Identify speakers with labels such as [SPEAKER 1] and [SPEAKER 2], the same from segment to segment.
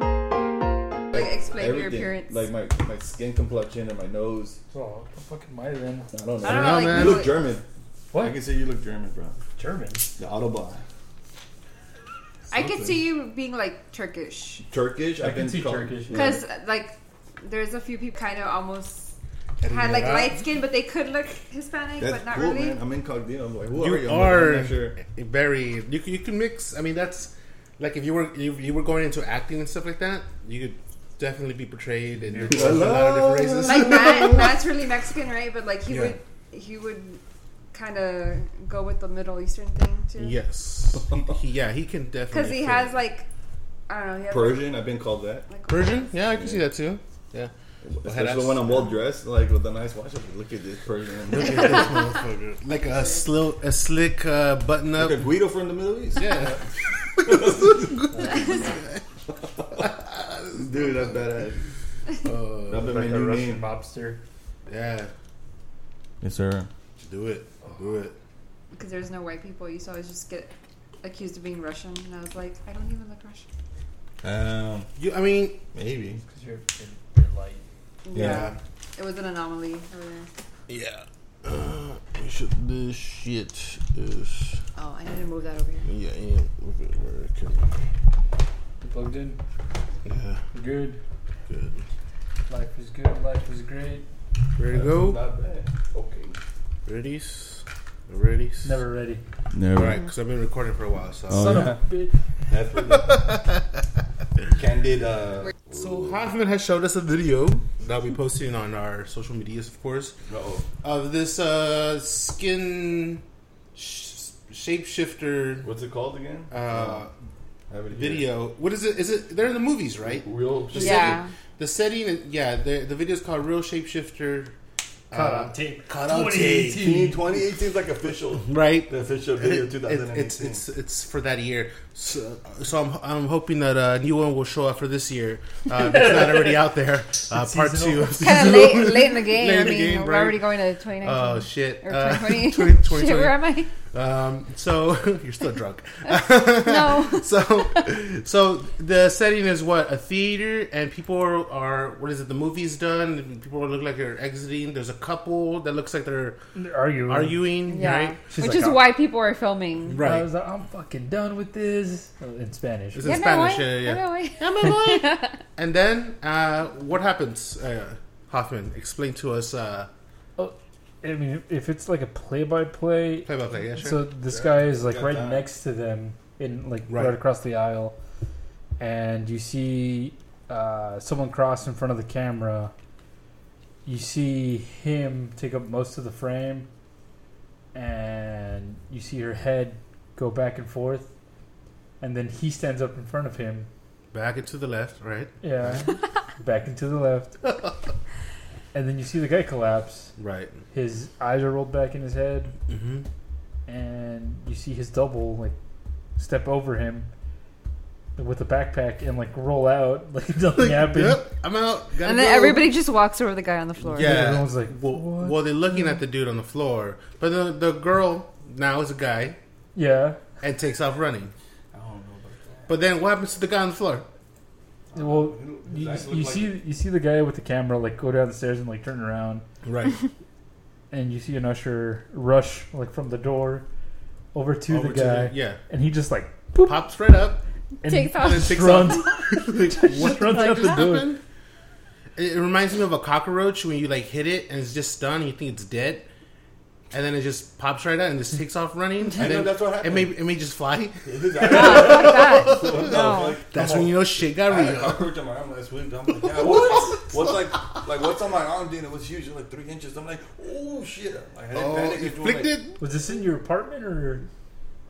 [SPEAKER 1] Like, explain your
[SPEAKER 2] Everything.
[SPEAKER 1] appearance.
[SPEAKER 2] Like my, my skin complexion and my nose.
[SPEAKER 3] So what the fuck am I then?
[SPEAKER 2] I don't know.
[SPEAKER 1] I don't know,
[SPEAKER 2] you
[SPEAKER 1] like,
[SPEAKER 2] look German. I
[SPEAKER 3] What?
[SPEAKER 2] can say you look German, bro.
[SPEAKER 3] German.
[SPEAKER 2] The Autobahn.
[SPEAKER 1] I could see you being like Turkish,
[SPEAKER 2] Turkish.
[SPEAKER 3] I
[SPEAKER 2] I've
[SPEAKER 3] can
[SPEAKER 2] been
[SPEAKER 3] see
[SPEAKER 2] called-
[SPEAKER 3] Turkish, yeah.
[SPEAKER 1] because like there's a few people kind of almost had like light skin, but they could look Hispanic,
[SPEAKER 2] That's
[SPEAKER 1] but not
[SPEAKER 2] cool,
[SPEAKER 1] really.
[SPEAKER 2] man. I'm incognito. I'm like, who are you?
[SPEAKER 4] you
[SPEAKER 2] I'm like,
[SPEAKER 4] are
[SPEAKER 2] I'm not sure.
[SPEAKER 4] very you can, you can mix i mean that's like if you were you, you were going into acting and stuff like that you could definitely be portrayed and you're a lot of different races
[SPEAKER 1] Like Matt, Matt's really Mexican, right? But like he
[SPEAKER 4] Yeah.
[SPEAKER 1] would, he would kind of go with the Middle Eastern thing too.
[SPEAKER 4] yes he, he- yeah he can definitely
[SPEAKER 1] because he
[SPEAKER 4] fit.
[SPEAKER 1] has like I don't know. He has,
[SPEAKER 2] Persian. I've been called that.
[SPEAKER 4] persian yeah i can see that too yeah
[SPEAKER 2] Especially
[SPEAKER 4] that's-
[SPEAKER 2] when I'm well dressed, like with a nice watch. I'm like, look at this Persian.
[SPEAKER 4] Look at this motherfucker. like a slow a slick uh, button up
[SPEAKER 2] Like a Guido from the Middle East.
[SPEAKER 4] yeah
[SPEAKER 2] Dude, that's badass.
[SPEAKER 4] Uh,
[SPEAKER 2] That'd be my
[SPEAKER 3] Like a
[SPEAKER 2] new
[SPEAKER 3] Russian
[SPEAKER 2] name.
[SPEAKER 3] mobster.
[SPEAKER 4] yeah
[SPEAKER 2] Yes, sir.
[SPEAKER 4] do it do it
[SPEAKER 1] Because there's no white people, you used to always just get accused of being Russian, and I was like, I don't even look Russian.
[SPEAKER 2] Um,
[SPEAKER 4] you i mean
[SPEAKER 2] maybe.
[SPEAKER 3] Because you're, you're, you're light.
[SPEAKER 4] yeah
[SPEAKER 1] it was an anomaly. Over there.
[SPEAKER 4] yeah uh, we should- this shit is
[SPEAKER 1] Oh, I need to move that over here.
[SPEAKER 4] Yeah, yeah. Move it where it can.
[SPEAKER 3] You plugged in.
[SPEAKER 4] Yeah,
[SPEAKER 3] You're good.
[SPEAKER 4] good.
[SPEAKER 3] Life is good. Life is great.
[SPEAKER 4] Ready to go?
[SPEAKER 2] Not bad. Okay.
[SPEAKER 4] Ready? Ready?
[SPEAKER 3] Never Uh, ready.
[SPEAKER 2] Never.
[SPEAKER 4] Alright, because I've been recording for a while, so.
[SPEAKER 2] Oh,
[SPEAKER 3] Son
[SPEAKER 2] yeah.
[SPEAKER 3] of a bitch.
[SPEAKER 2] That's pretty Candid. Uh,
[SPEAKER 4] So Hoffman has showed us a video that we posted on our social medias, of course,
[SPEAKER 2] uh-oh.
[SPEAKER 4] of this uh, skin sh- shapeshifter
[SPEAKER 2] What's it called again? Oh,
[SPEAKER 4] uh,
[SPEAKER 2] I have it here.
[SPEAKER 4] video. What is it? Is it? They're in the movies, right?
[SPEAKER 2] Real.
[SPEAKER 1] Yeah.
[SPEAKER 4] The Setting, the setting. is- Yeah. The the video is called "Real Shapeshifter."
[SPEAKER 3] Caught on tape.
[SPEAKER 4] Caught Uh, on
[SPEAKER 3] 2018.
[SPEAKER 2] 2018 is like official.
[SPEAKER 4] Right.
[SPEAKER 2] The official
[SPEAKER 4] It-
[SPEAKER 2] video
[SPEAKER 4] it-
[SPEAKER 2] 2018.
[SPEAKER 4] it's it's it's for that year. So, so I'm I'm hoping that a new one will show up for this year. Uh, if it's not already out there. Uh, part two.
[SPEAKER 3] seasonal.
[SPEAKER 4] of
[SPEAKER 1] kind of
[SPEAKER 4] season one.
[SPEAKER 1] late, late in the game.
[SPEAKER 4] Late
[SPEAKER 1] I
[SPEAKER 4] in the
[SPEAKER 1] mean,
[SPEAKER 4] game,
[SPEAKER 1] we're
[SPEAKER 4] right.
[SPEAKER 1] already going to 2019
[SPEAKER 4] Oh shit!
[SPEAKER 1] or
[SPEAKER 4] Uh,
[SPEAKER 1] 2020.
[SPEAKER 4] 20-
[SPEAKER 1] shit,
[SPEAKER 4] 2020.
[SPEAKER 1] where am I?
[SPEAKER 4] Um, so you're still drunk.
[SPEAKER 1] No.
[SPEAKER 4] so so the setting is what a theater, and people are what is it? The movie's done. and People look like they're exiting. There's a couple that looks like they're
[SPEAKER 3] Are
[SPEAKER 4] Mm.
[SPEAKER 3] you?
[SPEAKER 4] arguing.
[SPEAKER 1] Yeah.
[SPEAKER 4] Right.
[SPEAKER 3] She's
[SPEAKER 1] Which is
[SPEAKER 3] like, "Oh."
[SPEAKER 1] why people are filming.
[SPEAKER 3] I
[SPEAKER 4] Right.
[SPEAKER 3] was like, I'm fucking done with this. Oh, In Spanish.
[SPEAKER 4] It's
[SPEAKER 1] Yeah,
[SPEAKER 4] in
[SPEAKER 1] my
[SPEAKER 4] Spanish.
[SPEAKER 1] boy.
[SPEAKER 4] Yeah, yeah.
[SPEAKER 1] Yeah, my boy.
[SPEAKER 4] And then, uh, what happens, uh, Hoffman? Explain to us. Uh,
[SPEAKER 3] Oh, I mean, if it's like a play-by-play,
[SPEAKER 4] play about that, yeah, sure.
[SPEAKER 3] So this guy is like
[SPEAKER 2] Got
[SPEAKER 3] right
[SPEAKER 2] that.
[SPEAKER 3] next to them, in like right,
[SPEAKER 4] Right.
[SPEAKER 3] across the aisle, and you see uh, someone cross in front of the camera. You see him take up most of the frame, and you see her head go back and forth, and then he stands up in front of him.
[SPEAKER 4] Back and to the left, right?
[SPEAKER 3] Yeah, back and to the left, and then you see the guy collapse.
[SPEAKER 4] Right.
[SPEAKER 3] His eyes are rolled back in his head
[SPEAKER 4] Mm-hmm.
[SPEAKER 3] and you see his double like step over him with a backpack and like roll out like nothing happened.
[SPEAKER 4] Yep, I'm out. Gotta
[SPEAKER 1] And then
[SPEAKER 4] go.
[SPEAKER 1] everybody just walks over the guy on the floor.
[SPEAKER 4] Yeah.
[SPEAKER 3] everyone's like,
[SPEAKER 4] Well,
[SPEAKER 3] "What?"
[SPEAKER 4] well, they're looking at the dude on the floor, but the the girl now is a guy
[SPEAKER 3] Yeah.
[SPEAKER 4] and takes off running.
[SPEAKER 2] I don't know about
[SPEAKER 4] But then, what happens to the guy on the floor?
[SPEAKER 3] Well,
[SPEAKER 2] that.
[SPEAKER 3] you, you see you see the guy with the camera like go down the stairs and like turn around,
[SPEAKER 4] Right.
[SPEAKER 3] and you see an usher rush like from the door over to
[SPEAKER 4] Over
[SPEAKER 3] the guy,
[SPEAKER 4] yeah.
[SPEAKER 3] and he just like
[SPEAKER 4] Pops right up
[SPEAKER 3] and
[SPEAKER 1] Takes off.
[SPEAKER 4] and then takes
[SPEAKER 3] runs.
[SPEAKER 4] off. Like, what
[SPEAKER 3] Just runs
[SPEAKER 4] the
[SPEAKER 3] out
[SPEAKER 4] fuck
[SPEAKER 3] the
[SPEAKER 4] just
[SPEAKER 3] door.
[SPEAKER 4] happened? It, it reminds me of a cockroach when you like hit it and it's just stunned. And you think it's dead, and then it just pops right out and just takes off running. And
[SPEAKER 2] I know
[SPEAKER 4] then
[SPEAKER 2] that's what
[SPEAKER 4] it
[SPEAKER 2] happened.
[SPEAKER 4] may it may just fly.
[SPEAKER 2] It is
[SPEAKER 1] Fuck that.
[SPEAKER 2] no. like,
[SPEAKER 4] That's
[SPEAKER 2] I'm
[SPEAKER 4] when
[SPEAKER 2] all-
[SPEAKER 4] you know shit got
[SPEAKER 2] I had a
[SPEAKER 4] real.
[SPEAKER 2] cockroach on my arm last week. I'm like, yeah, what? what's like, like what's on my arm? Then it was huge, like three inches. I'm like, oh shit! Like, I didn't
[SPEAKER 4] Oh,
[SPEAKER 2] panic.
[SPEAKER 4] you
[SPEAKER 2] It was like,
[SPEAKER 4] flicked it.
[SPEAKER 3] Was this in your apartment or?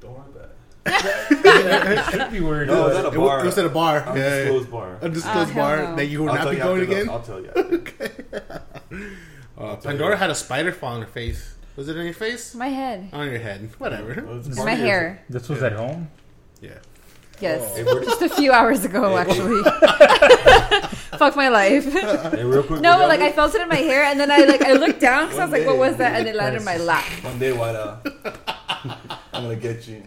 [SPEAKER 2] Don't worry about it.
[SPEAKER 3] it should be weird.
[SPEAKER 2] No, that a
[SPEAKER 4] It, wa-
[SPEAKER 2] bar.
[SPEAKER 4] it was at a bar. Yeah, yeah.
[SPEAKER 2] Undisclosed bar.
[SPEAKER 4] Undisclosed
[SPEAKER 1] Oh, hell
[SPEAKER 4] bar
[SPEAKER 1] no.
[SPEAKER 4] that you will
[SPEAKER 2] I'll
[SPEAKER 4] not
[SPEAKER 2] tell
[SPEAKER 4] be
[SPEAKER 2] you
[SPEAKER 4] going
[SPEAKER 2] after the-
[SPEAKER 4] again.
[SPEAKER 2] I'll tell you. after. Uh,
[SPEAKER 4] Pandora had a spider fall on her face. Was it on your face?
[SPEAKER 5] My head.
[SPEAKER 4] On your head. Whatever.
[SPEAKER 2] It's
[SPEAKER 5] My hair.
[SPEAKER 3] This was
[SPEAKER 4] Yeah.
[SPEAKER 3] at home.
[SPEAKER 4] Yeah.
[SPEAKER 5] Yes.
[SPEAKER 2] Hey, where do-
[SPEAKER 5] Just a few hours ago,
[SPEAKER 2] Yeah.
[SPEAKER 5] actually. Fuck my life.
[SPEAKER 2] hey, real quick.
[SPEAKER 5] No,
[SPEAKER 2] we
[SPEAKER 5] but
[SPEAKER 2] got
[SPEAKER 5] like I
[SPEAKER 2] it.
[SPEAKER 5] felt it in my hair, and then I like I looked down because I was like, "What was that?" And it landed in my lap.
[SPEAKER 2] One day, why not? I'm gonna get you.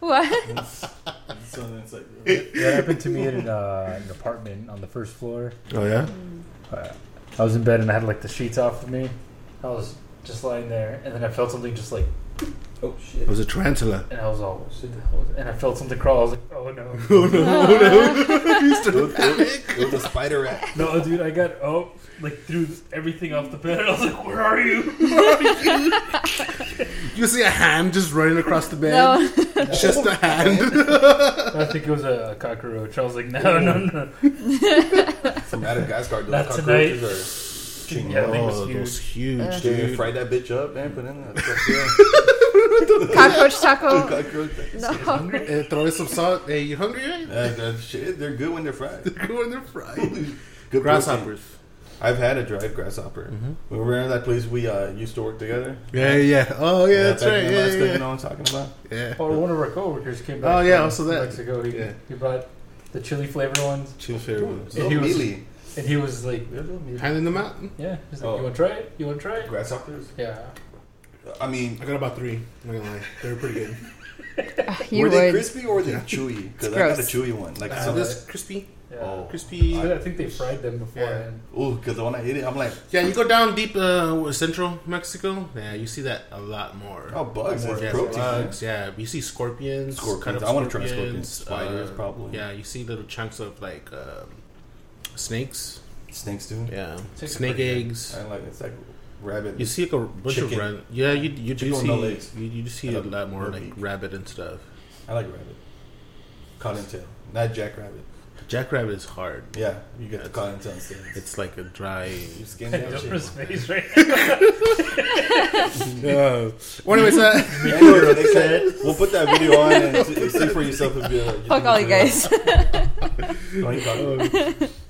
[SPEAKER 5] What?
[SPEAKER 2] So then it's like,
[SPEAKER 3] That happened to me in uh, an apartment on the first floor.
[SPEAKER 4] Oh yeah.
[SPEAKER 3] I was in bed and I had like the sheets off of me. I was just lying there, and then I felt something just like,
[SPEAKER 2] oh shit.
[SPEAKER 4] It was a tarantula.
[SPEAKER 3] and I was all, "What the hell is that?" and I felt something crawl. I was like, "Oh no,
[SPEAKER 4] Oh no! Oh no! He's
[SPEAKER 2] It
[SPEAKER 4] still
[SPEAKER 2] was, it was- it was a spider rat.
[SPEAKER 3] no, dude, I got oh, like threw everything off the bed." And I was like, "Where are you?"
[SPEAKER 4] You see a hand just running across the bed.
[SPEAKER 5] No.
[SPEAKER 4] Just a hand.
[SPEAKER 3] I think it was a cockroach. I was like, "No, no, no."
[SPEAKER 2] From Madagascar, those
[SPEAKER 3] Not
[SPEAKER 2] cockroaches are. Ching,
[SPEAKER 3] Yeah, they-
[SPEAKER 2] yeah,
[SPEAKER 3] was huge.
[SPEAKER 4] Oh, those huge,
[SPEAKER 2] Dude,
[SPEAKER 4] dude.
[SPEAKER 2] fry that bitch up, man. Put in that stuff.
[SPEAKER 5] Cockroach taco?
[SPEAKER 2] Cockroach.
[SPEAKER 5] No.
[SPEAKER 4] Eh, throw in some salt. Hey, you hungry? Right?
[SPEAKER 2] Uh, that shit, they're good when they're fried.
[SPEAKER 4] Go in there, fry.
[SPEAKER 2] Good
[SPEAKER 4] Grasshoppers.
[SPEAKER 2] protein. I've had a dried grasshopper. When we were in that place we uh, used to work together.
[SPEAKER 4] Yeah, yeah. Oh yeah, that's
[SPEAKER 2] back
[SPEAKER 4] right.
[SPEAKER 2] in Alaska,
[SPEAKER 4] Yeah,
[SPEAKER 2] You
[SPEAKER 4] yeah,
[SPEAKER 2] know what I'm talking about?
[SPEAKER 4] yeah.
[SPEAKER 3] Or one of our coworkers came back.
[SPEAKER 4] Oh, yeah,
[SPEAKER 3] from
[SPEAKER 4] also that.
[SPEAKER 3] Mexico. He,
[SPEAKER 4] Yeah.
[SPEAKER 3] he brought the chili flavor ones,
[SPEAKER 4] Two fair ones.
[SPEAKER 3] And
[SPEAKER 2] Little
[SPEAKER 3] he was-
[SPEAKER 2] mealy.
[SPEAKER 3] and he was like,
[SPEAKER 2] They're little mealy.
[SPEAKER 4] Hand in the mountain.
[SPEAKER 3] "Yeah, he's like,
[SPEAKER 2] Oh.
[SPEAKER 3] you want to try it? You want to try it?"
[SPEAKER 2] Grasshoppers?
[SPEAKER 3] Yeah.
[SPEAKER 2] I mean,
[SPEAKER 4] I got about three. I'm not gonna lie, they were pretty good.
[SPEAKER 5] You
[SPEAKER 2] were they
[SPEAKER 5] would.
[SPEAKER 2] crispy or were they chewy? Because I
[SPEAKER 5] gross.
[SPEAKER 2] got a chewy one. Like
[SPEAKER 4] Uh,
[SPEAKER 2] some-
[SPEAKER 4] this crispy,
[SPEAKER 3] yeah.
[SPEAKER 2] Oh.
[SPEAKER 4] crispy.
[SPEAKER 3] I think they fried them beforehand.
[SPEAKER 2] Ooh, because when I ate it, I'm like,
[SPEAKER 4] Yeah, you go down deep uh, central Mexico. Yeah, you see that a lot more.
[SPEAKER 2] oh, bugs.
[SPEAKER 4] More
[SPEAKER 2] It's
[SPEAKER 4] gas
[SPEAKER 2] protein.
[SPEAKER 4] bugs, Yeah, you see scorpions.
[SPEAKER 2] Scorpions.
[SPEAKER 4] cut up
[SPEAKER 2] I wanna try scorpions. Spiders,
[SPEAKER 4] uh,
[SPEAKER 2] probably.
[SPEAKER 4] Yeah, you see little chunks of like um, snakes.
[SPEAKER 2] Snakes, dude.
[SPEAKER 4] Yeah,
[SPEAKER 3] Snakes are
[SPEAKER 4] snake
[SPEAKER 3] pretty good.
[SPEAKER 4] eggs.
[SPEAKER 2] I like It's like rabbit.
[SPEAKER 4] You see like a bunch
[SPEAKER 2] Chicken.
[SPEAKER 4] of rabbit. Yeah, you you do
[SPEAKER 2] Chicken with
[SPEAKER 4] see
[SPEAKER 2] no legs.
[SPEAKER 4] you, you do see
[SPEAKER 2] And a
[SPEAKER 4] a lot more
[SPEAKER 2] little
[SPEAKER 4] like
[SPEAKER 2] beak.
[SPEAKER 4] rabbit and stuff.
[SPEAKER 2] I like rabbit. Cottontail. Not jackrabbit.
[SPEAKER 4] Jackrabbit is hard.
[SPEAKER 2] Yeah, you get the
[SPEAKER 4] That's-
[SPEAKER 2] cottontail instead.
[SPEAKER 4] It's like a dry.
[SPEAKER 2] Your skin
[SPEAKER 3] Yeah.
[SPEAKER 2] down shit.
[SPEAKER 3] space, right?
[SPEAKER 4] Yeah. Well, anyways, uh,
[SPEAKER 2] Anyway, next time, we'll put that video on and see see for yourself if you. you
[SPEAKER 5] Fuck
[SPEAKER 2] think
[SPEAKER 5] all
[SPEAKER 2] it's
[SPEAKER 5] you
[SPEAKER 2] real.
[SPEAKER 5] guys.
[SPEAKER 2] No, you got it.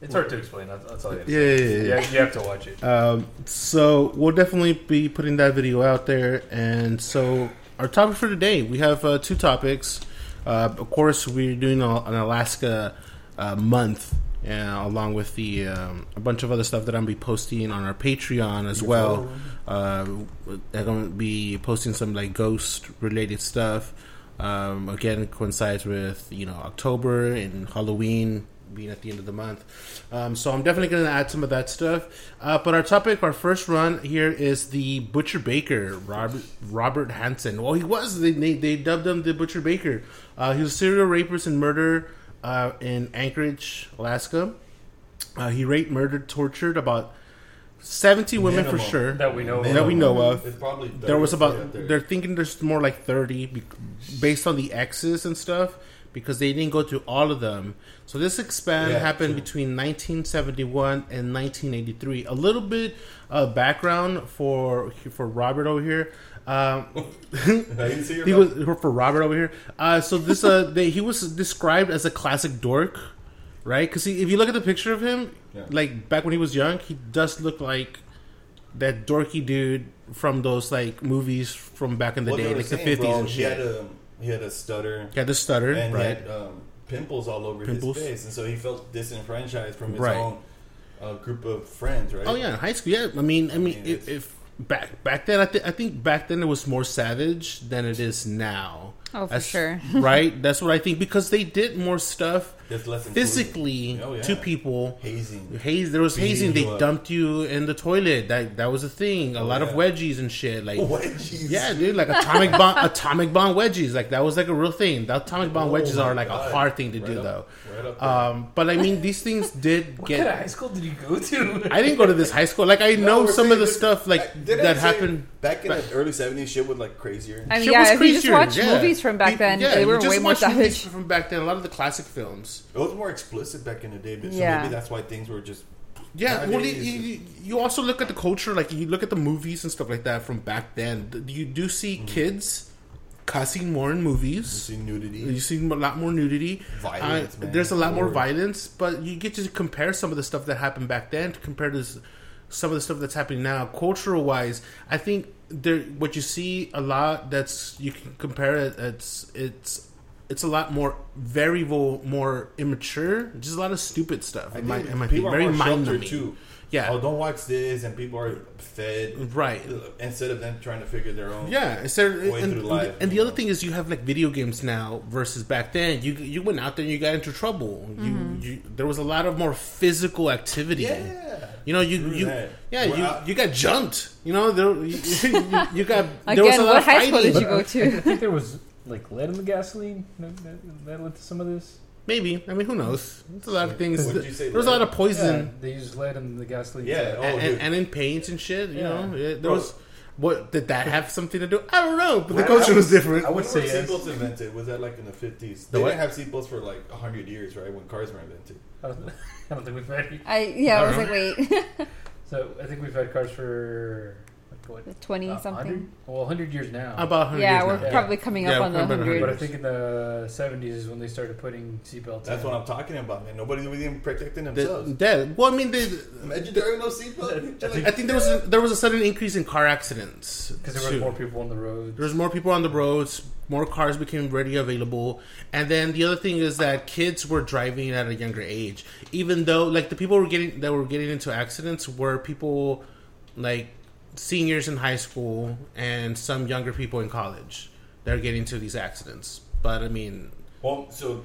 [SPEAKER 3] It's hard to explain. That's, that's all. You have to
[SPEAKER 4] yeah, yeah, yeah, yeah.
[SPEAKER 3] Yeah, you have to watch it.
[SPEAKER 4] Um, so we'll definitely be putting that video out there. And so our topic for today, we have uh, two topics. Uh, of course, we're doing a, an Alaska uh, month, uh, along with the um, a bunch of other stuff that I'm gonna be posting on our Patreon as well. Uh, I'm gonna be posting some like ghost related stuff. Um, again, it coincides with you know October and Halloween being at the end of the month. Um, so I'm definitely going to add some of that stuff. Uh, but our topic, our first run here is the Butcher Baker, Robert, Robert Hansen. Well, he was. They, they, they dubbed him the Butcher Baker. Uh, he was a serial rapist and murderer uh, in Anchorage, Alaska. Uh, he raped, murdered, tortured about 70 women for
[SPEAKER 2] Minimum.
[SPEAKER 4] sure
[SPEAKER 3] That we know.
[SPEAKER 4] that Oh, we know of
[SPEAKER 2] It's probably
[SPEAKER 4] there was
[SPEAKER 2] thirty,
[SPEAKER 4] about
[SPEAKER 2] yeah, thirty.
[SPEAKER 4] they're thinking there's more like 30 be- based on the X's and stuff because they didn't go through all of them so this expand
[SPEAKER 2] Yeah,
[SPEAKER 4] happened
[SPEAKER 2] true.
[SPEAKER 4] between 1971 and 1983 a little bit uh, background for for robert over here
[SPEAKER 2] I
[SPEAKER 4] um,
[SPEAKER 2] didn't see your
[SPEAKER 4] he
[SPEAKER 2] mouth.
[SPEAKER 4] was for Robert over here. Uh, so this uh, they, he was described as a classic dork, right? Because if you look at the picture of him,
[SPEAKER 2] Yeah.
[SPEAKER 4] like back when he was young, he does look like that dorky dude from those like movies from back in the
[SPEAKER 2] What they
[SPEAKER 4] day,
[SPEAKER 2] were
[SPEAKER 4] like the
[SPEAKER 2] saying,
[SPEAKER 4] fifties
[SPEAKER 2] bro,
[SPEAKER 4] and
[SPEAKER 2] He
[SPEAKER 4] shit.
[SPEAKER 2] had a he had a stutter
[SPEAKER 4] He had the stutter,
[SPEAKER 2] and
[SPEAKER 4] right?
[SPEAKER 2] he had um, pimples all over
[SPEAKER 4] Pimples.
[SPEAKER 2] his face, and so he felt disenfranchised from his
[SPEAKER 4] Right.
[SPEAKER 2] own uh, group of friends. Right?
[SPEAKER 4] Oh yeah, in high school. Yeah, I mean, I mean,
[SPEAKER 2] mean,
[SPEAKER 4] if, if back back then, I, th- I think back then it was more savage than it is now.
[SPEAKER 5] Oh, for
[SPEAKER 4] That's-
[SPEAKER 5] sure.
[SPEAKER 4] right? That's what I think because they did more stuff
[SPEAKER 2] That's less inclusive.
[SPEAKER 4] physically
[SPEAKER 2] Oh, yeah.
[SPEAKER 4] to people.
[SPEAKER 2] hazing.
[SPEAKER 4] Haze, there was
[SPEAKER 2] Beating
[SPEAKER 4] hazing. They
[SPEAKER 2] you up.
[SPEAKER 4] dumped you in the toilet. That that was a thing. A
[SPEAKER 2] Oh,
[SPEAKER 4] lot of
[SPEAKER 2] yeah.
[SPEAKER 4] wedgies and shit. Like
[SPEAKER 2] Wedgies.
[SPEAKER 4] yeah, dude, like atomic bomb, atomic bomb wedgies. Like that was like a real thing. The atomic bomb
[SPEAKER 2] Oh
[SPEAKER 4] wedges
[SPEAKER 2] my
[SPEAKER 4] are like a
[SPEAKER 2] God.
[SPEAKER 4] hard thing to
[SPEAKER 2] Right
[SPEAKER 4] do
[SPEAKER 2] up-
[SPEAKER 4] though.
[SPEAKER 2] right up there.
[SPEAKER 4] um, but I mean, these things did
[SPEAKER 3] What kind of
[SPEAKER 4] get.
[SPEAKER 3] high school did you go to?
[SPEAKER 4] I didn't go to this high school. Like I know
[SPEAKER 2] we're
[SPEAKER 4] some
[SPEAKER 2] saying
[SPEAKER 4] of the
[SPEAKER 2] this-
[SPEAKER 4] stuff like
[SPEAKER 2] Back- didn't I
[SPEAKER 4] that
[SPEAKER 2] say
[SPEAKER 4] happened.
[SPEAKER 2] back in the early '70s. Shit was like crazier.
[SPEAKER 5] I mean,
[SPEAKER 4] Shit
[SPEAKER 5] yeah,
[SPEAKER 4] was
[SPEAKER 5] if you just
[SPEAKER 4] crazier,
[SPEAKER 5] watch
[SPEAKER 4] yeah.
[SPEAKER 5] movies from back
[SPEAKER 4] Pe-
[SPEAKER 5] then,
[SPEAKER 4] yeah,
[SPEAKER 5] they
[SPEAKER 4] you
[SPEAKER 5] were
[SPEAKER 4] just
[SPEAKER 5] way more
[SPEAKER 4] watched movies
[SPEAKER 5] savage.
[SPEAKER 4] from back then. A lot of the classic films.
[SPEAKER 2] It was more explicit back in the day, but so
[SPEAKER 5] Yeah.
[SPEAKER 2] maybe that's why things were just
[SPEAKER 4] Yeah, well, you,
[SPEAKER 2] Nowadays, it's-
[SPEAKER 4] you, you also look at the culture, like you look at the movies and stuff like that from back then. Th- You do see kids cussing more in
[SPEAKER 2] You
[SPEAKER 4] movies.
[SPEAKER 2] see nudity.
[SPEAKER 4] You see a lot more nudity.
[SPEAKER 2] Violence,
[SPEAKER 4] Uh,
[SPEAKER 2] man.
[SPEAKER 4] There's a lot more
[SPEAKER 2] Lord.
[SPEAKER 4] violence, but you get to compare some of the stuff that happened back then to compare to s- some of the stuff that's happening now. Cultural wise, I think there what you see a lot that's you can compare it. It's it's it's a lot more variable, more immature. Just a lot of stupid stuff.
[SPEAKER 2] I
[SPEAKER 4] It might,
[SPEAKER 2] think
[SPEAKER 4] it might be
[SPEAKER 2] people
[SPEAKER 4] very
[SPEAKER 2] are more
[SPEAKER 4] mind
[SPEAKER 2] sheltered
[SPEAKER 4] numbing.
[SPEAKER 2] too.
[SPEAKER 4] Yeah.
[SPEAKER 2] Oh, don't watch this, and people are fed. uh,
[SPEAKER 4] Right.
[SPEAKER 2] Instead of them trying to figure their own.
[SPEAKER 4] Yeah, instead and,
[SPEAKER 2] Way through
[SPEAKER 4] and,
[SPEAKER 2] life,
[SPEAKER 4] and the
[SPEAKER 2] you
[SPEAKER 4] other
[SPEAKER 2] know.
[SPEAKER 4] thing is you have like video games now versus back then. You you went out there and you got into trouble.
[SPEAKER 5] Mm-hmm.
[SPEAKER 4] You, you there was a lot of more physical activity.
[SPEAKER 2] Yeah.
[SPEAKER 4] You know, you,
[SPEAKER 2] True
[SPEAKER 4] you
[SPEAKER 2] that.
[SPEAKER 4] yeah,
[SPEAKER 2] We're
[SPEAKER 4] you,
[SPEAKER 2] out-
[SPEAKER 4] you got jumped. You know, there, you, you, you got there was a
[SPEAKER 5] Again,
[SPEAKER 4] lot
[SPEAKER 5] what
[SPEAKER 4] of
[SPEAKER 5] high school did
[SPEAKER 4] fighting.
[SPEAKER 5] you go
[SPEAKER 3] I
[SPEAKER 5] to?
[SPEAKER 3] think there was like lead in the gasoline that, that, that led to some of this.
[SPEAKER 4] Maybe I mean, who knows? There's a lot of things.
[SPEAKER 2] Would
[SPEAKER 4] That,
[SPEAKER 2] you say
[SPEAKER 4] there was a lot of
[SPEAKER 3] Yeah,
[SPEAKER 4] poison
[SPEAKER 3] they used lead in the gasoline.
[SPEAKER 2] Yeah. Oh,
[SPEAKER 4] and, and,
[SPEAKER 2] dude.
[SPEAKER 4] and in paints and shit. You
[SPEAKER 3] Yeah.
[SPEAKER 4] know, yeah, there
[SPEAKER 2] Bro.
[SPEAKER 4] was. What did that have something to do? I don't know, but the
[SPEAKER 2] Well,
[SPEAKER 4] culture
[SPEAKER 2] I
[SPEAKER 4] was
[SPEAKER 2] would-
[SPEAKER 4] different.
[SPEAKER 2] I would say
[SPEAKER 3] yes.
[SPEAKER 2] seatbelts invented was that like in the fifties.
[SPEAKER 4] The
[SPEAKER 2] They
[SPEAKER 4] what?
[SPEAKER 2] didn't have seatbelts for like hundred years, right? When cars were invented.
[SPEAKER 3] I don't, I don't think we've had. any-
[SPEAKER 5] I yeah, I was
[SPEAKER 4] Alright.
[SPEAKER 5] like, wait,
[SPEAKER 3] So I think we've had cars for like what?
[SPEAKER 5] twenty
[SPEAKER 3] uh,
[SPEAKER 5] something.
[SPEAKER 3] 100? Well, hundred years now.
[SPEAKER 4] About 100
[SPEAKER 5] Yeah,
[SPEAKER 4] years
[SPEAKER 5] we're
[SPEAKER 4] now.
[SPEAKER 5] probably coming
[SPEAKER 4] Yeah,
[SPEAKER 5] up
[SPEAKER 4] we're
[SPEAKER 5] on the
[SPEAKER 4] coming up on
[SPEAKER 5] hundred.
[SPEAKER 3] but I think in the seventies is when they started putting seatbelts.
[SPEAKER 2] That's
[SPEAKER 3] in.
[SPEAKER 2] what I'm talking about, man. Nobody was even protecting themselves.
[SPEAKER 4] The, that, well, I mean, they,
[SPEAKER 2] Imagine there are no seatbelts. You're like,
[SPEAKER 4] I think there was a, there was a sudden increase in car accidents
[SPEAKER 3] because there were
[SPEAKER 4] too.
[SPEAKER 3] more people on the road.
[SPEAKER 4] There was more people on the roads. More cars became readily available, and then the other thing is that kids were driving at a younger age. Even though, like the people were getting that were getting into accidents were people like seniors in high school and some younger people in college. They're getting into these accidents, but I mean,
[SPEAKER 2] well, so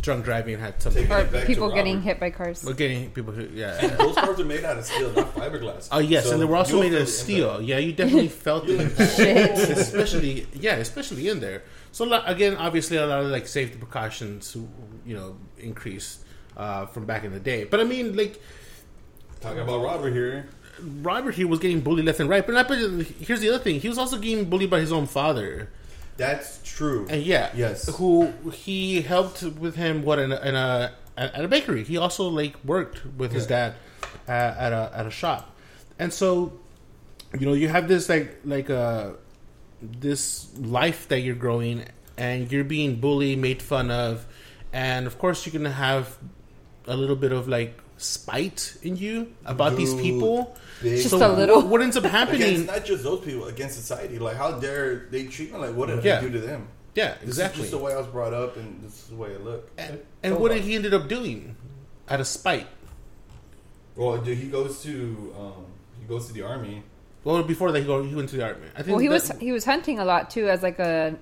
[SPEAKER 4] drunk driving had something.
[SPEAKER 2] Take-
[SPEAKER 5] or
[SPEAKER 2] Back to
[SPEAKER 5] people getting
[SPEAKER 2] Robert.
[SPEAKER 5] hit by cars.
[SPEAKER 4] We're getting people who, yeah.
[SPEAKER 2] those cars are made out of steel, not fiberglass.
[SPEAKER 4] Oh yes,
[SPEAKER 2] So
[SPEAKER 4] and they were
[SPEAKER 2] you'll
[SPEAKER 4] also made
[SPEAKER 2] feel
[SPEAKER 4] out
[SPEAKER 2] the
[SPEAKER 4] of
[SPEAKER 2] impact.
[SPEAKER 4] steel. Yeah, you definitely felt
[SPEAKER 2] You're
[SPEAKER 4] it.
[SPEAKER 2] like, oh,
[SPEAKER 4] especially yeah, especially in there. So like, again, obviously a lot of like safety precautions, you know, increased uh, from back in the day. But I mean, like
[SPEAKER 2] talking about robbery here.
[SPEAKER 4] Robert, he was getting bullied left and right. But I bet- here's the other thing: he was also getting bullied by his own father.
[SPEAKER 2] That's true.
[SPEAKER 4] And yeah,
[SPEAKER 2] Yes.
[SPEAKER 4] who he helped with him what in a, in a at at a bakery. He also like worked with his dad uh, at a at a shop, and so you know you have this like like uh this life that you're growing, and you're being bullied, made fun of, and of course you're gonna have a little bit of like spite in you about these
[SPEAKER 2] Dude.
[SPEAKER 4] people.
[SPEAKER 2] Big
[SPEAKER 5] Just a little.
[SPEAKER 4] What ends up happening?
[SPEAKER 2] Against not just those people, against society. Like how dare they treat me? Like what did
[SPEAKER 4] Yeah.
[SPEAKER 2] I do to them?
[SPEAKER 4] Yeah,
[SPEAKER 2] This
[SPEAKER 4] exactly.
[SPEAKER 2] is just the way I was brought up, and this is the way I look.
[SPEAKER 4] And,
[SPEAKER 2] Oh,
[SPEAKER 4] and what did he ended up doing? Out of spite.
[SPEAKER 2] Well, dude, he goes to um, he goes to the army.
[SPEAKER 4] Well, before that, he, go, he went to the army. I think
[SPEAKER 5] Well, he
[SPEAKER 4] that,
[SPEAKER 5] was he was hunting a lot too, as like a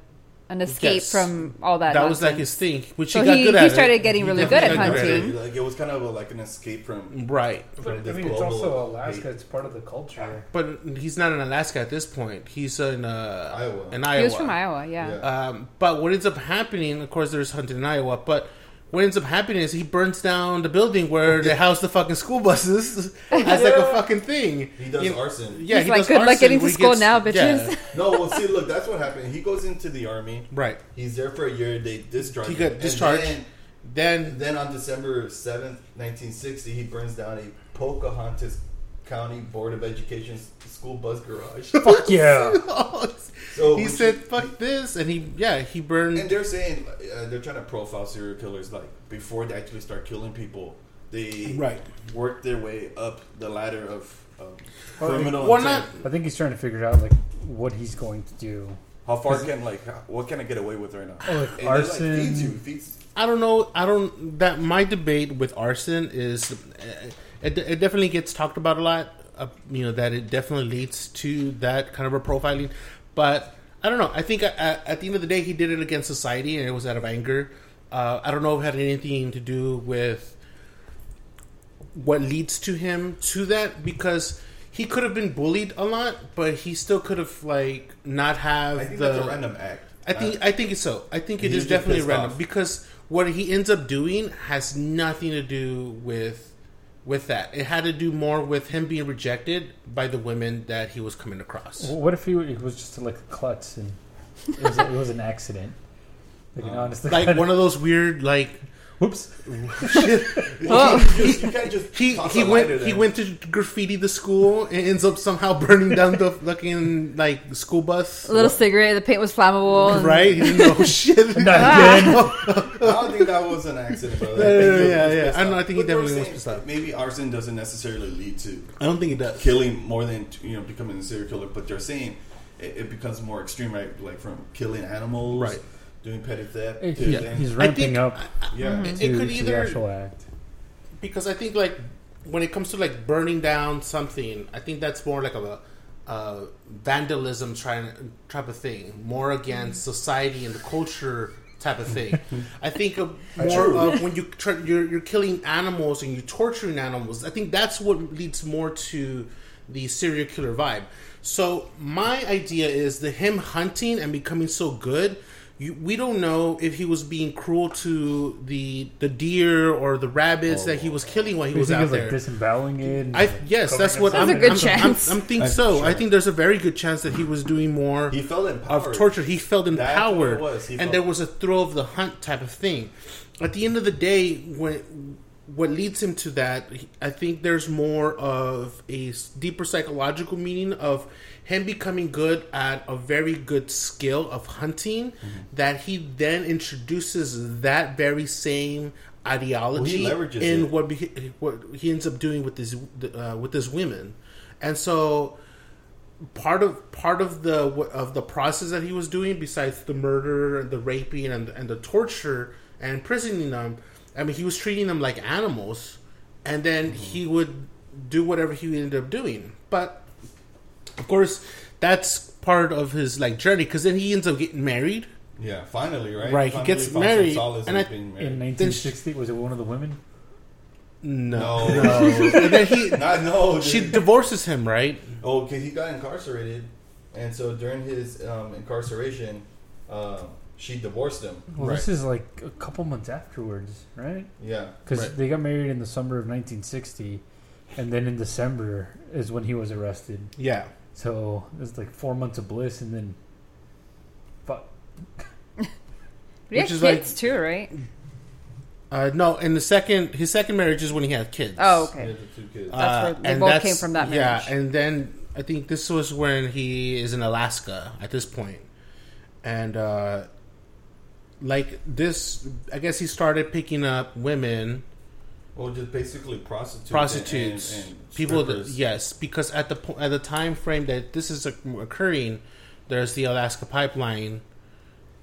[SPEAKER 5] an escape
[SPEAKER 4] Yes.
[SPEAKER 5] from all that.
[SPEAKER 4] That was like
[SPEAKER 5] nonsense.
[SPEAKER 4] his thing, which
[SPEAKER 5] So
[SPEAKER 4] he got
[SPEAKER 5] he-
[SPEAKER 4] good
[SPEAKER 5] he
[SPEAKER 4] at.
[SPEAKER 5] started
[SPEAKER 4] it.
[SPEAKER 5] getting
[SPEAKER 4] He
[SPEAKER 5] really
[SPEAKER 4] definitely
[SPEAKER 5] good at
[SPEAKER 4] got
[SPEAKER 5] hunting.
[SPEAKER 4] it.
[SPEAKER 2] Like it was kind of a, like an escape from.
[SPEAKER 4] Right,
[SPEAKER 3] But I
[SPEAKER 2] This
[SPEAKER 3] mean, it's
[SPEAKER 2] global
[SPEAKER 3] also
[SPEAKER 2] hate.
[SPEAKER 3] Alaska. It's part of the culture.
[SPEAKER 4] but he's not in Alaska at this point. He's in uh,
[SPEAKER 2] Iowa.
[SPEAKER 4] In Iowa.
[SPEAKER 5] He was from Iowa, yeah.
[SPEAKER 2] Yeah.
[SPEAKER 4] Um, but what ends up happening, of course, there's hunting in Iowa, but what ends up happening is he burns down the building where they house the fucking school buses as like a fucking thing.
[SPEAKER 2] He does
[SPEAKER 4] You know,
[SPEAKER 2] arson.
[SPEAKER 4] Yeah,
[SPEAKER 5] He's
[SPEAKER 4] he
[SPEAKER 5] like,
[SPEAKER 4] does
[SPEAKER 5] "Good luck
[SPEAKER 4] arson
[SPEAKER 5] getting to
[SPEAKER 4] where he
[SPEAKER 5] school
[SPEAKER 4] gets-
[SPEAKER 5] now,
[SPEAKER 4] yeah.
[SPEAKER 5] bitches."
[SPEAKER 2] No, well, see, look, that's what happened. He goes into the army.
[SPEAKER 4] right.
[SPEAKER 2] He's there for a year. They discharge.
[SPEAKER 4] He
[SPEAKER 2] him.
[SPEAKER 4] got
[SPEAKER 2] And
[SPEAKER 4] discharged.
[SPEAKER 2] then-
[SPEAKER 4] Then
[SPEAKER 2] And then on December 7th, 1960, he burns down a Pocahontas County Board of Education s- school bus garage.
[SPEAKER 3] Fuck yeah.
[SPEAKER 2] So
[SPEAKER 4] he
[SPEAKER 2] we
[SPEAKER 4] said,
[SPEAKER 2] should-
[SPEAKER 4] "Fuck this," and he yeah he burned.
[SPEAKER 2] And they're saying uh, they're trying to profile serial killers like before they actually start killing people. They
[SPEAKER 4] Right.
[SPEAKER 2] work their way up the ladder of um,
[SPEAKER 3] Well,
[SPEAKER 2] criminal.
[SPEAKER 4] well,
[SPEAKER 2] intent.
[SPEAKER 4] not-
[SPEAKER 3] I think he's trying to figure out like what he's going to do.
[SPEAKER 2] how far can like how- what can I get away with right now?
[SPEAKER 3] Oh, like
[SPEAKER 2] And it,
[SPEAKER 3] arson.
[SPEAKER 2] feeds you, feeds
[SPEAKER 4] I don't know. I don't. That my debate with arson is uh, it, it definitely gets talked about a lot. Uh, you know that it definitely leads to that kind of a profiling, but I don't know. I think at, at the end of the day, he did it against society, and it was out of anger. Uh, I don't know if it had anything to do with what leads to him to that because he could have been bullied a lot, but he still could have like not have
[SPEAKER 2] I think
[SPEAKER 4] the
[SPEAKER 2] that's a random act.
[SPEAKER 4] I think I think it's so. I think it
[SPEAKER 2] He's
[SPEAKER 4] is
[SPEAKER 2] just
[SPEAKER 4] definitely
[SPEAKER 2] Uh, pissed
[SPEAKER 4] random
[SPEAKER 2] off.
[SPEAKER 4] because what he ends up doing has nothing to do with with that. It had to do more with him being rejected by the women that he was coming across.
[SPEAKER 2] Oh.
[SPEAKER 3] Well, What if he, he was just like a klutz
[SPEAKER 4] Um,
[SPEAKER 3] and it was, it was an accident? Like an honest
[SPEAKER 4] Like one of those weird like
[SPEAKER 3] Whoops.
[SPEAKER 2] just, Uh, you can't just
[SPEAKER 4] He
[SPEAKER 2] toss
[SPEAKER 4] he
[SPEAKER 2] a
[SPEAKER 4] went
[SPEAKER 2] lighter
[SPEAKER 4] he
[SPEAKER 2] there.
[SPEAKER 4] went to graffiti the school and ends up somehow burning down the fucking like school bus.
[SPEAKER 1] A little cigarette. The paint was flammable. and-
[SPEAKER 4] Right? He didn't know shit. Ah!
[SPEAKER 3] Not again.
[SPEAKER 2] I don't think that was an accident, bro.
[SPEAKER 4] Yeah, yeah,
[SPEAKER 2] That
[SPEAKER 4] yeah,
[SPEAKER 2] was
[SPEAKER 4] yeah.
[SPEAKER 2] pissed
[SPEAKER 4] I know,
[SPEAKER 2] off.
[SPEAKER 4] I think he
[SPEAKER 2] But we're
[SPEAKER 4] definitely was
[SPEAKER 2] saying
[SPEAKER 4] pissed off.
[SPEAKER 2] Maybe arson doesn't necessarily lead to
[SPEAKER 4] I don't think he does.
[SPEAKER 2] killing more than you know becoming a serial killer, but they're saying it, it becomes more extreme, right? Like from killing animals,
[SPEAKER 4] Right.
[SPEAKER 2] Doing petty theft.
[SPEAKER 3] He's,
[SPEAKER 2] to then-
[SPEAKER 3] he's
[SPEAKER 4] I
[SPEAKER 3] ramping
[SPEAKER 4] think
[SPEAKER 3] up
[SPEAKER 2] yeah.
[SPEAKER 4] it,
[SPEAKER 3] to,
[SPEAKER 4] it could
[SPEAKER 3] to
[SPEAKER 4] either
[SPEAKER 3] the actual act.
[SPEAKER 4] because I think like when it comes to like burning down something, I think that's more like a, a vandalism try, type of thing, more against society and the culture type of thing. I think of more
[SPEAKER 2] True.
[SPEAKER 4] of when you try, you're, you're killing animals and you're torturing animals. I think that's what leads more to the serial killer vibe. So my idea is that him hunting and becoming so good you, we don't know if he was being cruel to the the deer or the rabbits that he was killing while he
[SPEAKER 3] He
[SPEAKER 4] was
[SPEAKER 3] was
[SPEAKER 4] out
[SPEAKER 3] like
[SPEAKER 4] there.
[SPEAKER 3] disemboweling it. and
[SPEAKER 4] I yes, that's what
[SPEAKER 3] That's
[SPEAKER 4] I'm,
[SPEAKER 3] a
[SPEAKER 1] good
[SPEAKER 4] I'm,
[SPEAKER 1] chance.
[SPEAKER 4] I'm, I'm think
[SPEAKER 2] Uh,
[SPEAKER 4] so. I
[SPEAKER 2] sure.
[SPEAKER 4] think there's a very good chance that he was doing more
[SPEAKER 2] He felt empowered.
[SPEAKER 4] of torture. He felt
[SPEAKER 2] what it
[SPEAKER 4] empowered,
[SPEAKER 2] was. He
[SPEAKER 4] and
[SPEAKER 2] felt-
[SPEAKER 4] there was a thrill of the hunt type of thing. At the end of the day, when what leads him to that, I think there's more of a s- deeper psychological meaning of him becoming good at a very good skill of hunting
[SPEAKER 2] Mm-hmm.
[SPEAKER 4] that he then introduces that very same ideology
[SPEAKER 2] leverages
[SPEAKER 4] in
[SPEAKER 2] it.
[SPEAKER 4] what be, what he ends up doing with his uh, with his women, and so part of part of the of the process that he was doing besides the murder and the raping and and the torture and imprisoning them i mean he was treating them like animals and then he would do whatever he ended up doing but of course that's part of his like journey because then he ends up getting married
[SPEAKER 2] Yeah, finally, right?
[SPEAKER 4] Right, he
[SPEAKER 2] Finally
[SPEAKER 4] gets
[SPEAKER 2] found some
[SPEAKER 4] married,
[SPEAKER 2] solace
[SPEAKER 4] and
[SPEAKER 2] in
[SPEAKER 4] I-
[SPEAKER 2] being
[SPEAKER 3] in
[SPEAKER 2] married.
[SPEAKER 3] 1960, was it one of the women?
[SPEAKER 4] no,
[SPEAKER 2] No,
[SPEAKER 4] and then he
[SPEAKER 2] not no.
[SPEAKER 4] she
[SPEAKER 2] dude.
[SPEAKER 4] divorces him right
[SPEAKER 2] Oh, because he got incarcerated, and so during his um, incarceration, um, she divorced him.
[SPEAKER 3] Well,
[SPEAKER 4] Right.
[SPEAKER 3] this is like a couple months afterwards, right?
[SPEAKER 2] Yeah,
[SPEAKER 3] Because
[SPEAKER 4] Right.
[SPEAKER 3] they got married in the summer of 1960, and then in December is when he was arrested.
[SPEAKER 4] yeah
[SPEAKER 3] So it's like four months of bliss, and then fuck.
[SPEAKER 1] We had
[SPEAKER 4] Which is
[SPEAKER 1] kids too, right?
[SPEAKER 4] uh, no and the second his second marriage is when he had kids
[SPEAKER 1] Oh,
[SPEAKER 2] he
[SPEAKER 1] okay.
[SPEAKER 2] had the two kids.
[SPEAKER 1] That's where
[SPEAKER 4] Uh,
[SPEAKER 1] they
[SPEAKER 4] and
[SPEAKER 1] both
[SPEAKER 4] that's-
[SPEAKER 1] came from that marriage.
[SPEAKER 4] Yeah, and then I think this was when he is in Alaska at this point, and uh, like this, I guess he started picking up women,
[SPEAKER 2] well, just basically prostitutes,
[SPEAKER 4] prostitutes,
[SPEAKER 2] and, and
[SPEAKER 4] people. That,
[SPEAKER 2] strippers.
[SPEAKER 4] yes, because at the po- at the time frame that this is occurring, there's the Alaska pipeline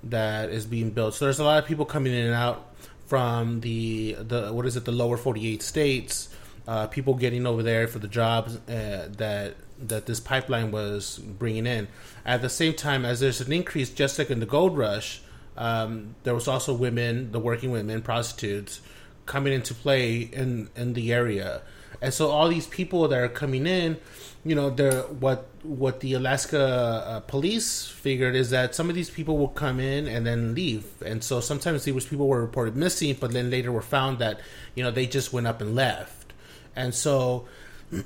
[SPEAKER 4] that is being built. So there's a lot of people coming in and out from the the what is it the lower 48 states. Uh, people getting over there for the jobs uh, that that this pipeline was bringing in. At the same time, as there's an increase, just like in the gold rush, um, there was also women, the working women, prostitutes, coming into play in in the area. And so all these people that are coming in, you know, they're what what the Alaska uh, police figured is that some of these people will come in and then leave, and so sometimes these people were reported missing, but then later were found that you know they just went up and left, and so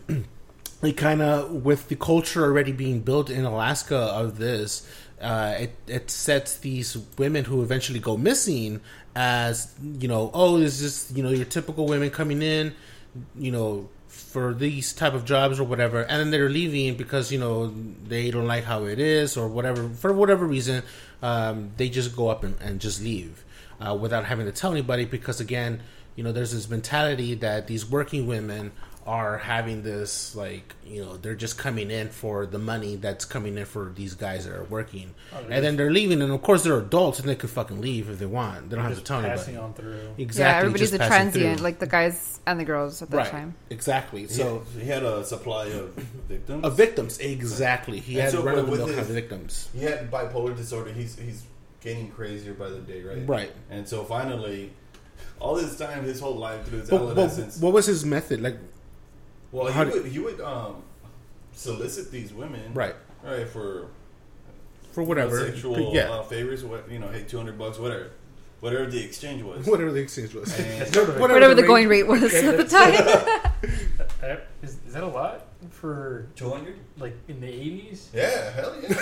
[SPEAKER 4] it kind of with the culture already being built in Alaska of this, uh, it it sets these women who eventually go missing as you know, oh, is this you know your typical women coming in, you know, for these type of jobs or whatever, and then they're leaving because you know they don't like how it is or whatever for whatever reason, um, they just go up and, and just leave uh, without having to tell anybody because again you know there's this mentality that these working women are having this like you know they're just coming in for the money that's coming in for these guys that are working
[SPEAKER 3] Oh,
[SPEAKER 4] and then they're leaving and of course they're adults and they could fucking leave if they want they don't have to
[SPEAKER 3] Just
[SPEAKER 4] tell
[SPEAKER 3] passing
[SPEAKER 4] anybody
[SPEAKER 3] on through.
[SPEAKER 4] exactly
[SPEAKER 1] yeah, everybody's
[SPEAKER 4] just
[SPEAKER 1] a
[SPEAKER 4] passing
[SPEAKER 1] transient,
[SPEAKER 4] through.
[SPEAKER 1] like the guys and the girls at that
[SPEAKER 4] right
[SPEAKER 1] time.
[SPEAKER 4] exactly
[SPEAKER 2] He had-
[SPEAKER 4] so
[SPEAKER 2] he had a supply of victims.
[SPEAKER 4] of victims exactly he
[SPEAKER 2] And
[SPEAKER 4] had
[SPEAKER 2] so
[SPEAKER 4] run of the mill
[SPEAKER 2] with
[SPEAKER 4] kind of
[SPEAKER 2] his-
[SPEAKER 4] victims
[SPEAKER 2] he had bipolar disorder. He's he's getting crazier by the day, right?
[SPEAKER 4] Right.
[SPEAKER 2] And so finally, all this time, his whole life through his
[SPEAKER 4] but, but
[SPEAKER 2] adolescence.
[SPEAKER 4] what was his method like
[SPEAKER 2] well,
[SPEAKER 4] how
[SPEAKER 2] he
[SPEAKER 4] do-
[SPEAKER 2] would he would um, solicit these women,
[SPEAKER 4] right
[SPEAKER 2] Right for
[SPEAKER 4] for whatever
[SPEAKER 2] sexual
[SPEAKER 4] yeah
[SPEAKER 2] uh, favors. What you know, hey, two hundred bucks, whatever, whatever the exchange was.
[SPEAKER 4] whatever the exchange was
[SPEAKER 2] And-
[SPEAKER 4] Whatever
[SPEAKER 1] Whatever the,
[SPEAKER 4] the rate-
[SPEAKER 1] going rate was at the time.
[SPEAKER 3] Uh, Is, is that a lot for
[SPEAKER 2] 200?
[SPEAKER 3] like in the 80s?
[SPEAKER 2] Yeah, hell yeah.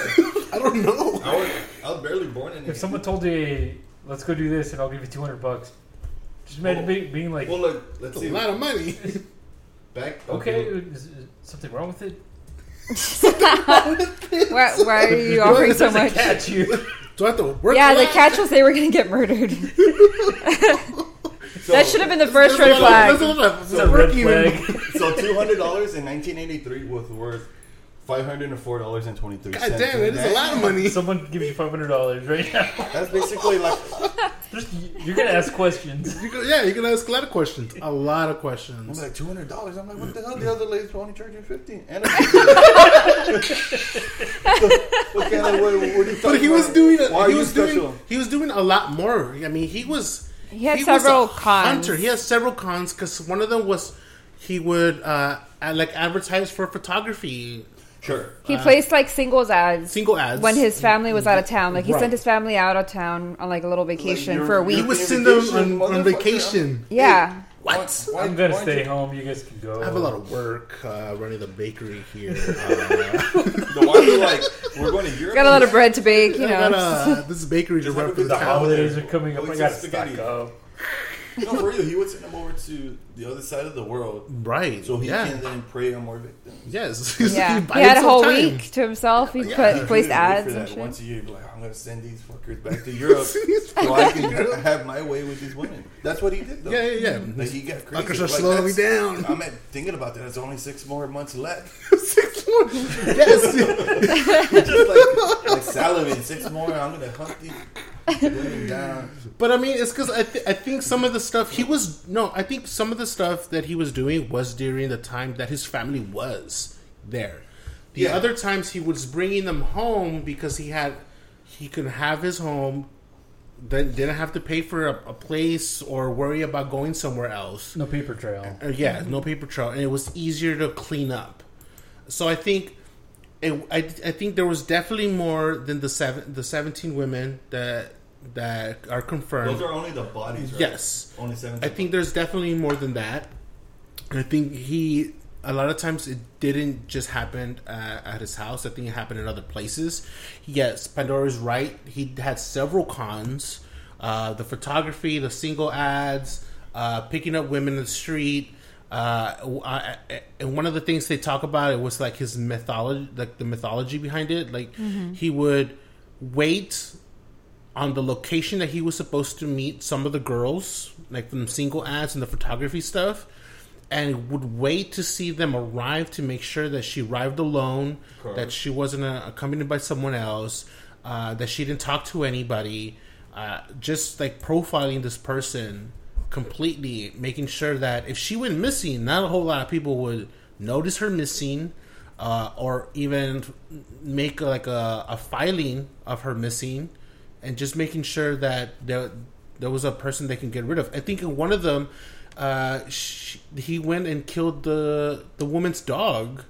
[SPEAKER 4] i don't know
[SPEAKER 2] I, was, I was barely born in
[SPEAKER 3] If
[SPEAKER 2] it.
[SPEAKER 3] someone told you, "Hey, let's go do this and I'll give you 200 bucks, Just imagine
[SPEAKER 2] Well-
[SPEAKER 3] being, being like,
[SPEAKER 2] Well, look, let's
[SPEAKER 4] That's a
[SPEAKER 2] see.
[SPEAKER 4] lot of money.
[SPEAKER 2] Back.
[SPEAKER 3] okay, is, is something wrong with it?
[SPEAKER 5] Why, why are you
[SPEAKER 4] Well,
[SPEAKER 5] offering so
[SPEAKER 3] There's a
[SPEAKER 5] much?
[SPEAKER 3] catch you.
[SPEAKER 4] Do I have to work?
[SPEAKER 5] Yeah, the
[SPEAKER 4] less?
[SPEAKER 5] catch was they were going to get murdered.
[SPEAKER 2] So,
[SPEAKER 5] That should have been the first red
[SPEAKER 4] That's a lot of-
[SPEAKER 5] flag.
[SPEAKER 4] That's a
[SPEAKER 3] It's
[SPEAKER 4] lot
[SPEAKER 3] a
[SPEAKER 4] of
[SPEAKER 3] red
[SPEAKER 4] work even.
[SPEAKER 3] flag.
[SPEAKER 2] So two hundred dollars in nineteen eighty three was worth five hundred and four dollars and twenty three
[SPEAKER 4] God
[SPEAKER 2] cents.
[SPEAKER 4] damn, it is a lot of money.
[SPEAKER 3] Someone give you five hundred dollars right now.
[SPEAKER 2] That's basically like
[SPEAKER 3] There's, you're gonna ask questions.
[SPEAKER 4] You could- yeah, you can ask a lot of questions. A lot of
[SPEAKER 2] I'm
[SPEAKER 4] questions.
[SPEAKER 2] like two hundred dollars. I'm like, what the hell? The other lady's only charging fifteen. And what kind of what, what are you
[SPEAKER 4] But
[SPEAKER 2] talking
[SPEAKER 4] he was
[SPEAKER 2] about?
[SPEAKER 4] doing.
[SPEAKER 2] Why are
[SPEAKER 4] He
[SPEAKER 2] you
[SPEAKER 4] was
[SPEAKER 2] special?
[SPEAKER 4] doing. He was doing a lot more. I mean, he was.
[SPEAKER 5] He had
[SPEAKER 4] was a
[SPEAKER 5] several cons.
[SPEAKER 4] Hunter. He has several cons because one of them was he would uh, ad- like advertise for photography
[SPEAKER 2] Sure.
[SPEAKER 5] He placed like singles ads
[SPEAKER 4] single ads.
[SPEAKER 5] when his family was out of town. Like he
[SPEAKER 4] Right.
[SPEAKER 5] sent his family out of town on like a little vacation
[SPEAKER 2] you're-
[SPEAKER 5] for a
[SPEAKER 4] he
[SPEAKER 5] week.
[SPEAKER 4] would send them on,
[SPEAKER 2] Vacation,
[SPEAKER 4] on
[SPEAKER 2] motherfucker.
[SPEAKER 4] vacation.
[SPEAKER 5] Yeah.
[SPEAKER 4] What?
[SPEAKER 2] Why-
[SPEAKER 3] I'm gonna
[SPEAKER 2] why
[SPEAKER 3] stay
[SPEAKER 2] don't
[SPEAKER 3] home. You guys can go.
[SPEAKER 4] I have a lot of work uh, running the bakery here. Uh,
[SPEAKER 2] you- The wife was like, we're going to Europe.
[SPEAKER 5] Got a lot of bread to bake, you
[SPEAKER 4] I got
[SPEAKER 5] know.
[SPEAKER 4] uh, this bakery to
[SPEAKER 2] Just
[SPEAKER 4] run
[SPEAKER 2] have a
[SPEAKER 4] for
[SPEAKER 2] good
[SPEAKER 4] the
[SPEAKER 3] The
[SPEAKER 2] time.
[SPEAKER 4] town.
[SPEAKER 3] holidays are coming up.
[SPEAKER 2] Oh,
[SPEAKER 3] I
[SPEAKER 2] it's
[SPEAKER 3] gotta
[SPEAKER 2] just
[SPEAKER 3] stock
[SPEAKER 2] spaghetti.
[SPEAKER 3] up.
[SPEAKER 2] No, for real. He would send them over to the other side of the world,
[SPEAKER 4] Right.
[SPEAKER 2] so he
[SPEAKER 4] yeah.
[SPEAKER 2] can then prey on more victims.
[SPEAKER 4] Yes.
[SPEAKER 5] Yeah.
[SPEAKER 4] buys
[SPEAKER 5] He had a
[SPEAKER 4] some
[SPEAKER 5] whole
[SPEAKER 4] time.
[SPEAKER 5] week to himself. He put
[SPEAKER 4] Yeah.
[SPEAKER 5] placed
[SPEAKER 2] He waited for
[SPEAKER 5] Uh, ads and
[SPEAKER 2] that.
[SPEAKER 5] shit.
[SPEAKER 2] Once a year, he'd be like, I'm going to send these fuckers back to Europe
[SPEAKER 4] These
[SPEAKER 2] so I can have my way with these women. That's what he did, though.
[SPEAKER 4] Yeah, yeah, yeah.
[SPEAKER 2] Like, he got crazy.
[SPEAKER 4] Fuckers are
[SPEAKER 2] Like,
[SPEAKER 4] slowing me
[SPEAKER 2] that's-
[SPEAKER 4] down.
[SPEAKER 2] I'm at, thinking about that. It's only six more months left.
[SPEAKER 4] Six more. Yes.
[SPEAKER 2] Just like, like salivating. Six more. I'm going to hunt these women down.
[SPEAKER 4] but I mean, it's because I, th- I think some of the stuff he was no, I think some of the stuff that he was doing was during the time that his family was there. The
[SPEAKER 2] Yeah.
[SPEAKER 4] other times he was bringing them home because he had he could have his home. Then didn't have to pay for a, a place or worry about going somewhere else.
[SPEAKER 3] No paper trail.
[SPEAKER 4] Uh, yeah, no paper trail, and it was easier to clean up. So I think, it, I, I think there was definitely more than the seven the seventeen women that that are confirmed.
[SPEAKER 2] Those are only the bodies, right?
[SPEAKER 4] yes,
[SPEAKER 2] Only seven.
[SPEAKER 4] I think there's definitely more than that. I think he a lot of times it didn't just happen uh, at his house. I think it happened in other places. Yes, Pandora's right. He had several cons: uh, the photography, the single ads, uh, picking up women in the street. Uh, w- I- I- and one of the things they talk about it was like his mythology, like the mythology behind it. Like he would wait on the location that he was supposed to meet some of the girls, like from single ads and the photography stuff, and would wait to see them arrive to make sure that she arrived alone, that
[SPEAKER 2] Correct.
[SPEAKER 4] she wasn't uh, accompanied by someone else, uh, that she didn't talk to anybody, uh, just like profiling this person completely, making sure that if she went missing, not a whole lot of people would notice her missing. Uh, or even make like a, a filing of her missing and just making sure that there there was a person they can get rid of. I think in one of them, uh, sh he went and killed the the woman's dog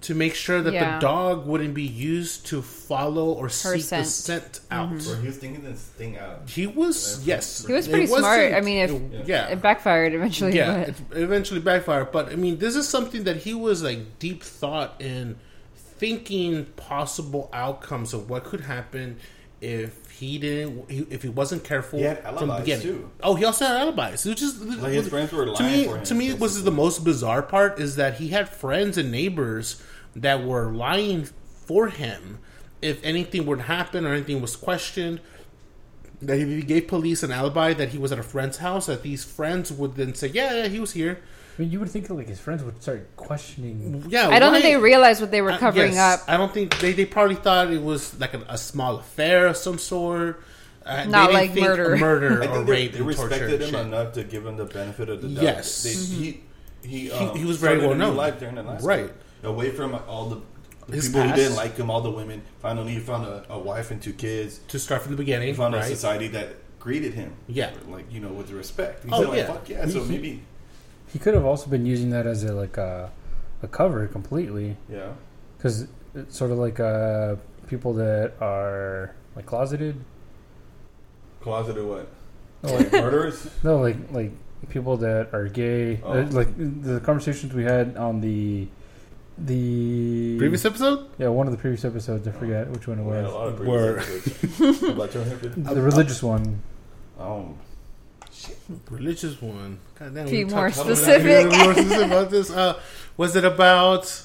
[SPEAKER 4] to make sure that
[SPEAKER 5] Yeah.
[SPEAKER 4] the dog wouldn't be used to follow or
[SPEAKER 5] scent.
[SPEAKER 4] seek
[SPEAKER 5] Mm-hmm.
[SPEAKER 4] the scent out.
[SPEAKER 2] Where he was thinking this thing out.
[SPEAKER 4] He was yes,
[SPEAKER 5] He was
[SPEAKER 4] it
[SPEAKER 5] pretty smart.
[SPEAKER 4] wasn't-
[SPEAKER 5] I mean, if-
[SPEAKER 4] it- yeah,
[SPEAKER 5] It backfired eventually.
[SPEAKER 4] yeah,
[SPEAKER 5] but-
[SPEAKER 4] it eventually backfired. But I mean, this is something that he was like deep thought in thinking possible outcomes of what could happen if he didn't, he- if he wasn't careful
[SPEAKER 2] He had
[SPEAKER 4] from the
[SPEAKER 2] alibis,
[SPEAKER 4] beginning.
[SPEAKER 2] too.
[SPEAKER 4] Oh, he also had alibis. It was just
[SPEAKER 2] Like his friends were lying
[SPEAKER 4] to me.
[SPEAKER 2] for him.
[SPEAKER 4] to me, it was the most bizarre part is that he had friends and neighbors that were lying for him if anything would happen or anything was questioned that if he gave police an alibi that he was at a friend's house, that these friends would then say, "Yeah, yeah, he was here."
[SPEAKER 3] I mean, you would think like his friends would start questioning.
[SPEAKER 4] Yeah,
[SPEAKER 5] I don't
[SPEAKER 4] why-
[SPEAKER 5] think they realized what they were
[SPEAKER 4] Uh,
[SPEAKER 5] covering
[SPEAKER 4] yes,
[SPEAKER 5] up.
[SPEAKER 4] I don't think they, they probably thought it was like a, a small affair of some sort.
[SPEAKER 5] Not
[SPEAKER 4] Uh, they didn't
[SPEAKER 5] like
[SPEAKER 4] think a
[SPEAKER 5] murder.
[SPEAKER 4] murder
[SPEAKER 2] I
[SPEAKER 4] or
[SPEAKER 2] think they,
[SPEAKER 4] rape
[SPEAKER 2] they
[SPEAKER 4] and torture.
[SPEAKER 2] respected
[SPEAKER 4] and
[SPEAKER 2] him
[SPEAKER 4] shit.
[SPEAKER 2] enough to give him the benefit of the doubt.
[SPEAKER 4] Yes. Mm-hmm.
[SPEAKER 2] They- he, he, um,
[SPEAKER 4] he was very
[SPEAKER 2] started a
[SPEAKER 4] well
[SPEAKER 2] new
[SPEAKER 4] known.
[SPEAKER 2] Life during the last
[SPEAKER 4] Right.
[SPEAKER 2] one. away from all the, the
[SPEAKER 4] His
[SPEAKER 2] people
[SPEAKER 4] past.
[SPEAKER 2] who didn't like him, all the women. Finally, he found a, a wife and two kids.
[SPEAKER 4] To start from the
[SPEAKER 2] He
[SPEAKER 4] beginning,
[SPEAKER 2] found a
[SPEAKER 4] right?
[SPEAKER 2] society that greeted him.
[SPEAKER 4] Yeah.
[SPEAKER 2] like you know, with respect. He
[SPEAKER 4] Oh,
[SPEAKER 2] said, like,
[SPEAKER 4] yeah.
[SPEAKER 2] Fuck yeah. So maybe,
[SPEAKER 3] He could have also been using that as a like a, a cover completely,
[SPEAKER 2] yeah.
[SPEAKER 3] because it's sort of like uh people that are like closeted.
[SPEAKER 2] Closeted what?
[SPEAKER 3] Oh,
[SPEAKER 2] Like murderers?
[SPEAKER 3] No, like like people that are gay.
[SPEAKER 2] Oh.
[SPEAKER 3] Uh, Like the conversations we had on the the
[SPEAKER 4] Previous episode,
[SPEAKER 3] yeah one of the previous episodes. I forget which one it
[SPEAKER 2] We had a
[SPEAKER 3] was.
[SPEAKER 2] lot of
[SPEAKER 4] Were-
[SPEAKER 2] previous episodes. About 200?
[SPEAKER 3] The religious one.
[SPEAKER 2] Um,
[SPEAKER 4] Religious one. God damn,
[SPEAKER 5] Be
[SPEAKER 4] we
[SPEAKER 5] more
[SPEAKER 4] talked-
[SPEAKER 5] specific.
[SPEAKER 4] Be more specific about this. Uh, was it about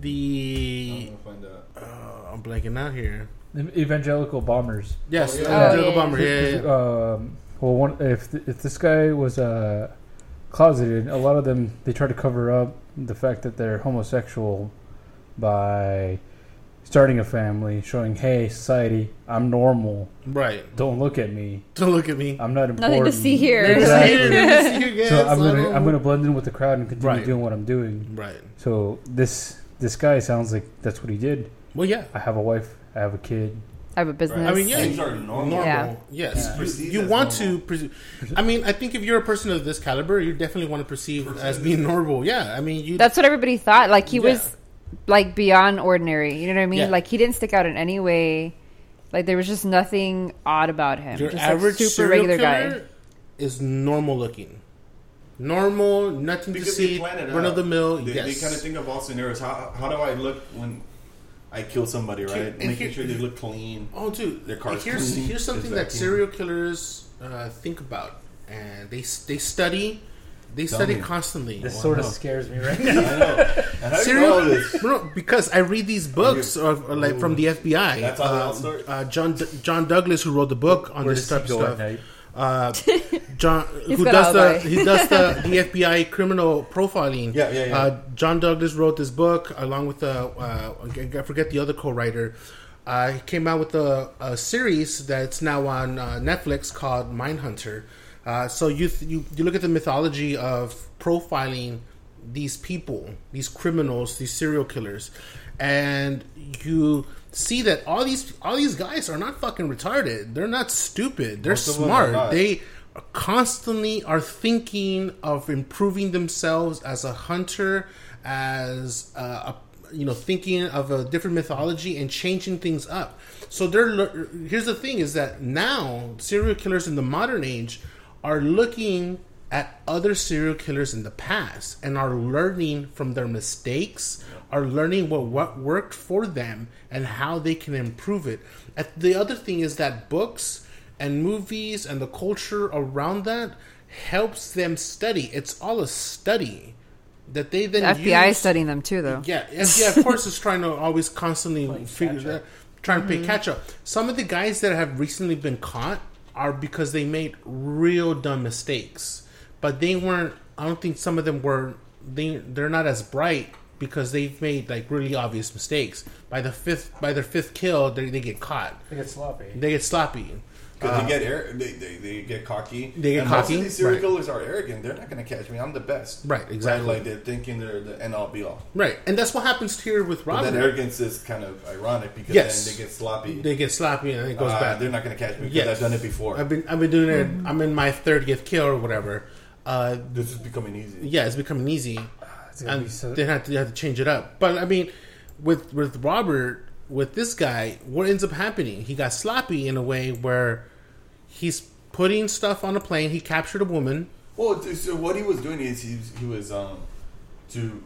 [SPEAKER 4] the?
[SPEAKER 2] I'm gonna find out.
[SPEAKER 4] Uh, I'm blanking out here.
[SPEAKER 3] The evangelical bombers.
[SPEAKER 4] Yes,
[SPEAKER 2] Oh, yeah.
[SPEAKER 4] uh,
[SPEAKER 5] Oh,
[SPEAKER 4] Jacob
[SPEAKER 5] yeah.
[SPEAKER 4] Bomber. Yeah, yeah, yeah.
[SPEAKER 3] Um, well, one, if th- if this guy was uh, closeted, a lot of them they try to cover up the fact that they're homosexual by starting a family, showing, "Hey, society, I'm normal.
[SPEAKER 4] Right.
[SPEAKER 3] Don't look at me.
[SPEAKER 4] Don't look at me.
[SPEAKER 3] I'm not important."
[SPEAKER 5] Nothing to see here.
[SPEAKER 3] Exactly.
[SPEAKER 4] Here, here, here, yes,
[SPEAKER 3] So I'm
[SPEAKER 4] I
[SPEAKER 3] gonna
[SPEAKER 4] don't-
[SPEAKER 3] I'm gonna blend in with the crowd and continue
[SPEAKER 4] Right.
[SPEAKER 3] doing what I'm doing.
[SPEAKER 4] Right.
[SPEAKER 3] So this this guy sounds like that's what he did.
[SPEAKER 4] Well, yeah.
[SPEAKER 3] I have a wife. I have a kid.
[SPEAKER 5] I have a business.
[SPEAKER 4] I mean, yeah.
[SPEAKER 2] Things are
[SPEAKER 4] you-
[SPEAKER 2] normal.
[SPEAKER 5] Yeah.
[SPEAKER 4] Yes.
[SPEAKER 2] Yeah.
[SPEAKER 4] You-
[SPEAKER 2] Perceived
[SPEAKER 4] You,
[SPEAKER 2] as
[SPEAKER 4] want
[SPEAKER 2] normal.
[SPEAKER 4] to. Pre- I mean, I think if you're a person of this caliber, you definitely want to perceive as being normal. Yeah. I mean, you.
[SPEAKER 5] That's what everybody thought. Like he
[SPEAKER 4] Yeah.
[SPEAKER 5] was like beyond ordinary. You know what I mean?
[SPEAKER 4] Yeah.
[SPEAKER 5] Like he didn't stick out in any way. Like there was just nothing odd about him.
[SPEAKER 4] your
[SPEAKER 5] just
[SPEAKER 4] average
[SPEAKER 5] like,
[SPEAKER 4] super regular guy is normal looking. Normal, nothing to
[SPEAKER 2] Because
[SPEAKER 4] see,
[SPEAKER 2] they plan it
[SPEAKER 4] run
[SPEAKER 2] out.
[SPEAKER 4] of the mill.
[SPEAKER 2] They,
[SPEAKER 4] yes.
[SPEAKER 2] they kind of think of all scenarios. How, how do I look when I kill somebody, right?
[SPEAKER 4] and
[SPEAKER 2] Making
[SPEAKER 4] here-
[SPEAKER 2] sure they look clean.
[SPEAKER 4] Oh, dude,
[SPEAKER 2] Their car's
[SPEAKER 4] here's
[SPEAKER 2] clean.
[SPEAKER 4] here's something
[SPEAKER 2] There's
[SPEAKER 4] that
[SPEAKER 2] vacuum.
[SPEAKER 4] serial killers uh, think about, and they they study, they
[SPEAKER 2] Tell
[SPEAKER 4] study
[SPEAKER 2] me.
[SPEAKER 4] constantly.
[SPEAKER 3] This sort of
[SPEAKER 2] Wow.
[SPEAKER 3] scares me right
[SPEAKER 2] I
[SPEAKER 3] now.
[SPEAKER 2] know. And How do you know
[SPEAKER 4] Serial,
[SPEAKER 2] this? Oh.
[SPEAKER 4] bro, because I read these books, or, or like from the FBI.
[SPEAKER 2] That's how they all
[SPEAKER 4] Um,
[SPEAKER 2] start?
[SPEAKER 4] Uh, John D- John Douglas, who wrote the book on
[SPEAKER 3] Where
[SPEAKER 4] this
[SPEAKER 3] does he
[SPEAKER 4] type of
[SPEAKER 3] go at
[SPEAKER 4] stuff.
[SPEAKER 3] night?
[SPEAKER 4] Uh, John, who
[SPEAKER 5] got
[SPEAKER 4] does the
[SPEAKER 5] alibi.
[SPEAKER 4] he does the, the FBI criminal profiling.
[SPEAKER 2] Yeah, yeah, yeah.
[SPEAKER 4] Uh, John Douglas wrote this book along with the uh, I forget the other co-writer. Uh, he came out with a, a series that's now on uh, Netflix called Mindhunter. Uh, so you, th- you you look at the mythology of profiling these people, these criminals, these serial killers, and you see that all these all these guys are not fucking retarded. They're not stupid. They're
[SPEAKER 2] Most of them are
[SPEAKER 4] smart.
[SPEAKER 2] not.
[SPEAKER 4] They constantly are thinking of improving themselves as a hunter, as a, a you know thinking of a different mythology and changing things up. So they're lear- here's the thing is that now serial killers in the modern age are looking at other serial killers in the past and are learning from their mistakes are learning what what worked for them and how they can improve it. And the other thing is that books and movies and the culture around that helps them study. It's all a study that they then
[SPEAKER 5] The FBI is
[SPEAKER 4] use-
[SPEAKER 5] studying them too, though.
[SPEAKER 4] yeah, yeah. Of course, is trying to always constantly figure that, trying to play catch up. Some of the guys that have recently been caught are because they made real dumb mistakes, but they weren't. I don't think some of them were. They they're not as bright because they've made like really obvious mistakes. By the fifth by their fifth kill, they they get caught.
[SPEAKER 3] They get sloppy.
[SPEAKER 4] They get sloppy.
[SPEAKER 2] Because they get air, they, they, they get cocky.
[SPEAKER 4] Uh, They get
[SPEAKER 2] and Most
[SPEAKER 4] cocky,
[SPEAKER 2] of these serial
[SPEAKER 4] right.
[SPEAKER 2] killers are arrogant. They're not going to catch me. I'm the best.
[SPEAKER 4] Right, exactly.
[SPEAKER 2] Like they're thinking they're the end all be all.
[SPEAKER 4] Right, and that's what happens here with
[SPEAKER 2] But
[SPEAKER 4] Robert.
[SPEAKER 2] that arrogance is kind of ironic because
[SPEAKER 4] Yes.
[SPEAKER 2] then they get sloppy.
[SPEAKER 4] they get sloppy and it goes
[SPEAKER 2] Ah,
[SPEAKER 4] back.
[SPEAKER 2] They're not going to catch me because
[SPEAKER 4] Yes.
[SPEAKER 2] I've done it before.
[SPEAKER 4] I've been I've been doing it. I'm in my thirtieth kill or whatever. Uh,
[SPEAKER 2] this is becoming easy.
[SPEAKER 4] yeah, it's becoming easy,
[SPEAKER 2] Ah,
[SPEAKER 3] It's gonna
[SPEAKER 4] and
[SPEAKER 3] be so-
[SPEAKER 4] they have to they have to change it up. But I mean, with with Robert, with this guy, what ends up happening? He got sloppy in a way where he's putting stuff on a plane. He captured a woman.
[SPEAKER 2] Well, th- so what he was doing is he was, he was um, to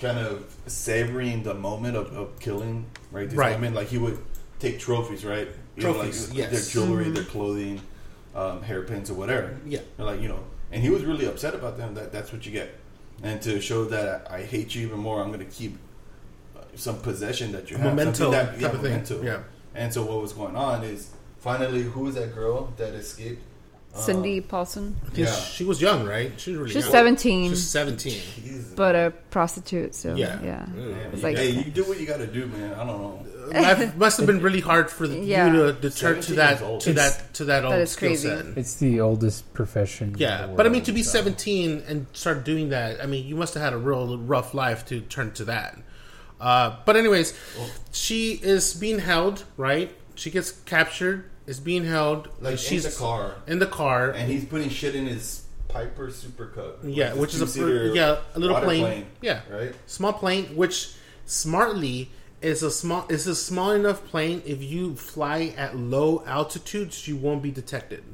[SPEAKER 2] kind of savoring the moment of, of killing, right? These
[SPEAKER 4] Right.
[SPEAKER 2] women, like he would take trophies, right? You know, like,
[SPEAKER 4] Trophies, yes.
[SPEAKER 2] Their jewelry, their clothing, um, hairpins, or whatever.
[SPEAKER 4] Yeah.
[SPEAKER 2] And, like you know, and he was really upset about them. That that's what you get, and to show that I, I hate you even more, I'm going to keep uh, some possession that you have,
[SPEAKER 4] Memento
[SPEAKER 2] something that,
[SPEAKER 4] type of thing, yeah.
[SPEAKER 2] And so what was going on is finally, who was that girl that escaped?
[SPEAKER 5] Cindy Paulson.
[SPEAKER 4] I think
[SPEAKER 2] Yeah.
[SPEAKER 4] she was young, right? She was really
[SPEAKER 5] She's
[SPEAKER 4] young.
[SPEAKER 5] 17,
[SPEAKER 4] She's seventeen.
[SPEAKER 2] Jesus,
[SPEAKER 5] but a prostitute. So
[SPEAKER 4] Yeah. Mm.
[SPEAKER 5] yeah,
[SPEAKER 2] man.
[SPEAKER 5] It's like-
[SPEAKER 2] hey, you do what you got to do, man. I don't know.
[SPEAKER 4] Life must have been really hard for the,
[SPEAKER 5] Yeah.
[SPEAKER 4] you to deter to
[SPEAKER 2] 17
[SPEAKER 4] that
[SPEAKER 2] years old.
[SPEAKER 4] to that to that old
[SPEAKER 5] is
[SPEAKER 4] skill
[SPEAKER 5] crazy.
[SPEAKER 4] set.
[SPEAKER 3] It's the oldest profession.
[SPEAKER 4] Yeah,
[SPEAKER 3] in the
[SPEAKER 4] but I mean
[SPEAKER 3] world,
[SPEAKER 4] to be
[SPEAKER 3] so-
[SPEAKER 4] 17 and start doing that. I mean, you must have had a real rough life to turn to that. Uh, but anyways, she is being held. Right, she gets captured. Is being held.
[SPEAKER 2] Like
[SPEAKER 4] and
[SPEAKER 2] she's in the car,
[SPEAKER 4] In the car.
[SPEAKER 2] and he's putting shit in his Piper Super Cub.
[SPEAKER 4] yeah,
[SPEAKER 2] Like
[SPEAKER 4] which
[SPEAKER 2] this
[SPEAKER 4] is a
[SPEAKER 2] two-seater
[SPEAKER 4] yeah a little
[SPEAKER 2] water
[SPEAKER 4] plane. Yeah,
[SPEAKER 2] right.
[SPEAKER 4] small plane. Which smartly is a small is a small enough plane. If you fly at low altitudes, you won't be detected.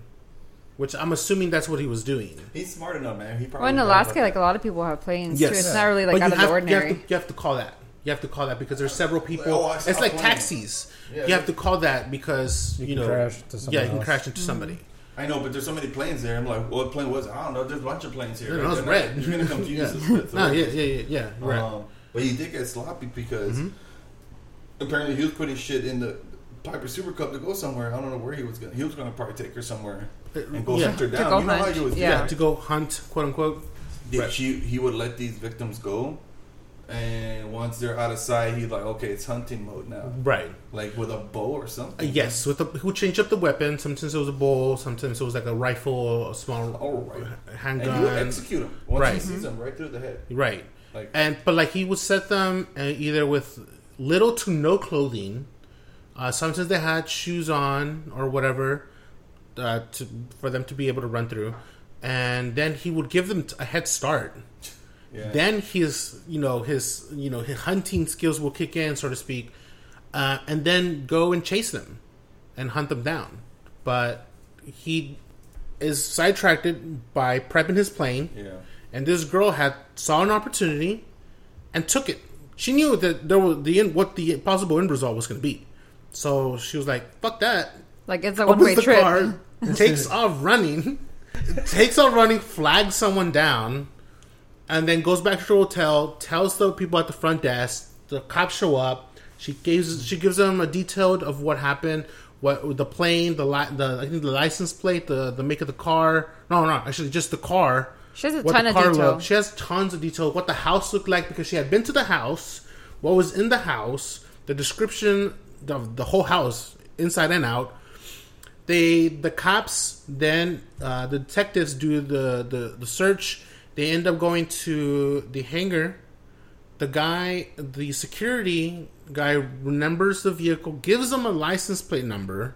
[SPEAKER 4] Which I'm assuming that's what he was doing.
[SPEAKER 2] He's smart enough, man. He probably.
[SPEAKER 5] Well, in
[SPEAKER 2] thought
[SPEAKER 5] Alaska,
[SPEAKER 2] about
[SPEAKER 5] like a
[SPEAKER 2] that.
[SPEAKER 5] lot of people have planes
[SPEAKER 4] Oh, Yes.
[SPEAKER 5] too. It's
[SPEAKER 4] Yeah.
[SPEAKER 5] not really like
[SPEAKER 4] But
[SPEAKER 5] out
[SPEAKER 4] you
[SPEAKER 5] of
[SPEAKER 4] have,
[SPEAKER 5] the
[SPEAKER 4] You
[SPEAKER 5] ordinary.
[SPEAKER 4] have, to, you have to call that. You have to call that because there's several people.
[SPEAKER 2] Oh, I saw
[SPEAKER 4] it's like
[SPEAKER 2] one.
[SPEAKER 4] taxis.
[SPEAKER 2] Yeah,
[SPEAKER 4] you have
[SPEAKER 2] yeah.
[SPEAKER 4] to call that because you,
[SPEAKER 3] can
[SPEAKER 4] know.
[SPEAKER 3] crash into
[SPEAKER 4] yeah,
[SPEAKER 3] someone
[SPEAKER 4] you can
[SPEAKER 3] else.
[SPEAKER 4] crash into somebody.
[SPEAKER 2] I know, but there's so many planes there. I'm like, what plane was? It? I don't know. There's a bunch of planes here.
[SPEAKER 4] No,
[SPEAKER 2] Like,
[SPEAKER 4] it's
[SPEAKER 2] they're
[SPEAKER 4] red.
[SPEAKER 2] not- You're gonna confuse
[SPEAKER 4] yeah.
[SPEAKER 2] us. With,
[SPEAKER 4] No, yeah, yeah, yeah, yeah. Right.
[SPEAKER 2] Um, but he did get sloppy because
[SPEAKER 4] Mm-hmm.
[SPEAKER 2] apparently he was putting shit in the Piper Super Cup to go somewhere. I don't know where he was going. to He was going to probably take her somewhere and go
[SPEAKER 4] Uh, Yeah.
[SPEAKER 2] hunt her
[SPEAKER 4] To
[SPEAKER 2] down.
[SPEAKER 5] go
[SPEAKER 2] you know how
[SPEAKER 5] hunt,
[SPEAKER 2] you always do
[SPEAKER 5] yeah.
[SPEAKER 2] that.
[SPEAKER 4] to go hunt, quote unquote.
[SPEAKER 2] Did
[SPEAKER 4] Right.
[SPEAKER 2] she, he would let these victims go, and once they're out of sight, he's like, okay, it's hunting mode now,
[SPEAKER 4] Right.
[SPEAKER 2] like with a bow or
[SPEAKER 4] Uh,
[SPEAKER 2] something.
[SPEAKER 4] Mm-hmm. yes, with the, who changed up the weapon. Sometimes it was a bowl. Sometimes it was like a rifle, or a small
[SPEAKER 2] All right. And you would
[SPEAKER 4] handgun.
[SPEAKER 2] execute him once he
[SPEAKER 4] Right.
[SPEAKER 2] sees him right through the head.
[SPEAKER 4] Right.
[SPEAKER 2] Like-
[SPEAKER 4] and but like he would set them uh, either with little to no clothing. Uh, sometimes they had shoes on or whatever uh, to, for them to be able to run through, and then he would give them t- a head start.
[SPEAKER 2] Yeah.
[SPEAKER 4] Then his you know his you know his hunting skills will kick in, so to speak, uh, and then go and chase them and hunt them down. But he is sidetracked by prepping his plane
[SPEAKER 2] yeah.
[SPEAKER 4] and this girl had saw an opportunity and took it. She knew that there was the end, what the possible end result was going to be, so she was like, "Fuck that!"
[SPEAKER 5] Like it's a one way
[SPEAKER 4] Opens the
[SPEAKER 5] trip.
[SPEAKER 4] car, takes off running, takes off running, flags someone down, and then goes back to the hotel. Tells the people at the front desk. The cops show up. She gives she gives them a detailed of what happened. What the plane, the li- the I think the license plate, the the make of the car. No, no, actually just the car
[SPEAKER 5] She has a
[SPEAKER 4] what
[SPEAKER 5] ton
[SPEAKER 4] the
[SPEAKER 5] of
[SPEAKER 4] car
[SPEAKER 5] detail.
[SPEAKER 4] looked. She has tons of detail. What the house looked like because she had been to the house, what was in the house, the description of the whole house, inside and out. They the cops then uh, the detectives do the, the the search. They end up going to the hangar. The guy, the security guy, remembers the vehicle, gives them a license plate number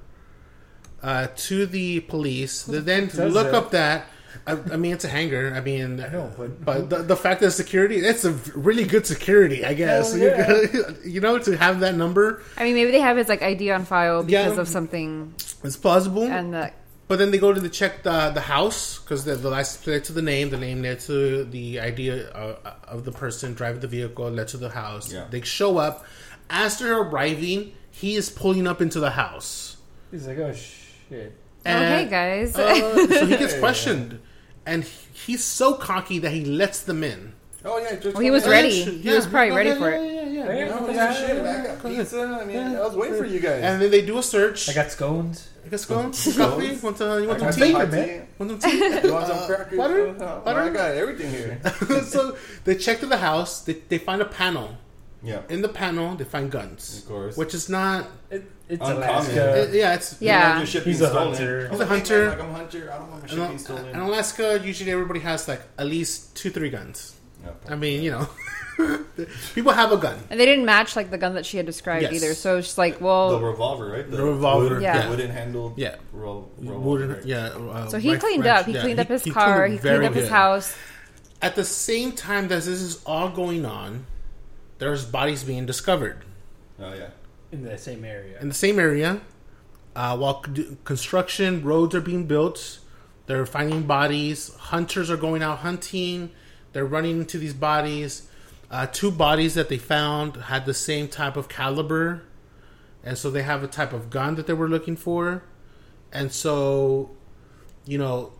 [SPEAKER 4] uh, to the police. They then
[SPEAKER 3] does
[SPEAKER 4] look
[SPEAKER 3] that?
[SPEAKER 4] up that. I, I mean, it's a hangar. I mean,
[SPEAKER 3] know, but-
[SPEAKER 4] the, the fact that security, it's a really good security, I guess.
[SPEAKER 3] Hell
[SPEAKER 4] You
[SPEAKER 3] yeah.
[SPEAKER 4] gotta- you, know, to have that number
[SPEAKER 5] I mean, maybe they have his like ID on file
[SPEAKER 4] Yeah.
[SPEAKER 5] because of something,
[SPEAKER 4] is plausible.
[SPEAKER 5] and the
[SPEAKER 4] but then they go to the check the, the house because the, the license plate to the name, the name led to the idea of, of the person driving the vehicle, led to the house.
[SPEAKER 2] Yeah.
[SPEAKER 4] They show up. As they're arriving, he is pulling up into the house.
[SPEAKER 3] He's like, oh shit.
[SPEAKER 4] And-
[SPEAKER 5] okay, guys.
[SPEAKER 4] Uh, so he gets questioned, and he, he's so cocky that he lets them in.
[SPEAKER 2] Oh yeah, just Oh,
[SPEAKER 5] Well, he was
[SPEAKER 2] yeah,
[SPEAKER 5] ready.
[SPEAKER 4] Yeah,
[SPEAKER 5] He was probably
[SPEAKER 4] yeah,
[SPEAKER 5] ready
[SPEAKER 4] yeah,
[SPEAKER 5] for
[SPEAKER 4] yeah,
[SPEAKER 5] it.
[SPEAKER 4] yeah, yeah,
[SPEAKER 3] Hey,
[SPEAKER 4] yeah.
[SPEAKER 2] No,
[SPEAKER 3] look at
[SPEAKER 2] he's a
[SPEAKER 3] that.
[SPEAKER 2] shit back up. Pizza. I mean, I was waiting for you guys.
[SPEAKER 4] And then they do a search.
[SPEAKER 3] I
[SPEAKER 4] I
[SPEAKER 3] got sconed.
[SPEAKER 4] guess go on. Coffee? Want some, you
[SPEAKER 2] I
[SPEAKER 4] want
[SPEAKER 2] got
[SPEAKER 4] some tea?
[SPEAKER 2] some hot
[SPEAKER 3] man.
[SPEAKER 2] tea.
[SPEAKER 4] Want some tea?
[SPEAKER 2] You want some crackers?
[SPEAKER 4] butter?
[SPEAKER 2] Uh,
[SPEAKER 4] Butter?
[SPEAKER 2] I got everything here.
[SPEAKER 4] so they check to the house. They, they find a panel.
[SPEAKER 2] Yeah.
[SPEAKER 4] In the panel, they find guns.
[SPEAKER 2] Of course. Uh,
[SPEAKER 4] Which is not.
[SPEAKER 3] It, it's
[SPEAKER 2] Uncommon.
[SPEAKER 3] Alaska.
[SPEAKER 4] it- yeah, it's.
[SPEAKER 5] Yeah.
[SPEAKER 2] Your shit
[SPEAKER 3] He's
[SPEAKER 2] being
[SPEAKER 3] a
[SPEAKER 2] stolen.
[SPEAKER 3] hunter.
[SPEAKER 4] He's a
[SPEAKER 2] I'm like, hey,
[SPEAKER 4] hunter.
[SPEAKER 2] man, Like, I'm a hunter. I don't want my shit
[SPEAKER 4] In,
[SPEAKER 2] being
[SPEAKER 4] Al-
[SPEAKER 2] stolen.
[SPEAKER 4] in Alaska, usually everybody has like at least two, three guns.
[SPEAKER 2] No.
[SPEAKER 4] I mean, you know. People have a gun.
[SPEAKER 5] And they didn't match like the gun that she had described
[SPEAKER 4] Yes.
[SPEAKER 5] either. So she's like,
[SPEAKER 2] The
[SPEAKER 5] well,
[SPEAKER 2] revolver, right?
[SPEAKER 4] The revolver,
[SPEAKER 2] wooden-
[SPEAKER 5] Oh. yeah.
[SPEAKER 2] the wooden handle.
[SPEAKER 4] Yeah.
[SPEAKER 2] Ro- revolver.
[SPEAKER 4] Wooden, yeah. uh,
[SPEAKER 5] so he
[SPEAKER 4] right-
[SPEAKER 5] cleaned
[SPEAKER 4] right-
[SPEAKER 5] up. He
[SPEAKER 4] yeah,
[SPEAKER 5] cleaned up his
[SPEAKER 4] he
[SPEAKER 5] car.
[SPEAKER 4] cleaned
[SPEAKER 5] He
[SPEAKER 4] up very
[SPEAKER 5] cleaned up his
[SPEAKER 4] good.
[SPEAKER 5] house.
[SPEAKER 4] At the same time that this is all going on, there's bodies being discovered
[SPEAKER 2] Oh yeah.
[SPEAKER 3] in the same area.
[SPEAKER 4] in the same area. Uh, while c- construction roads are being built, they're finding bodies. Hunters are going out hunting. They're running into these bodies. Uh, two bodies that they found had the same type of caliber, and so they have a type of gun that they were looking for. And so, you know,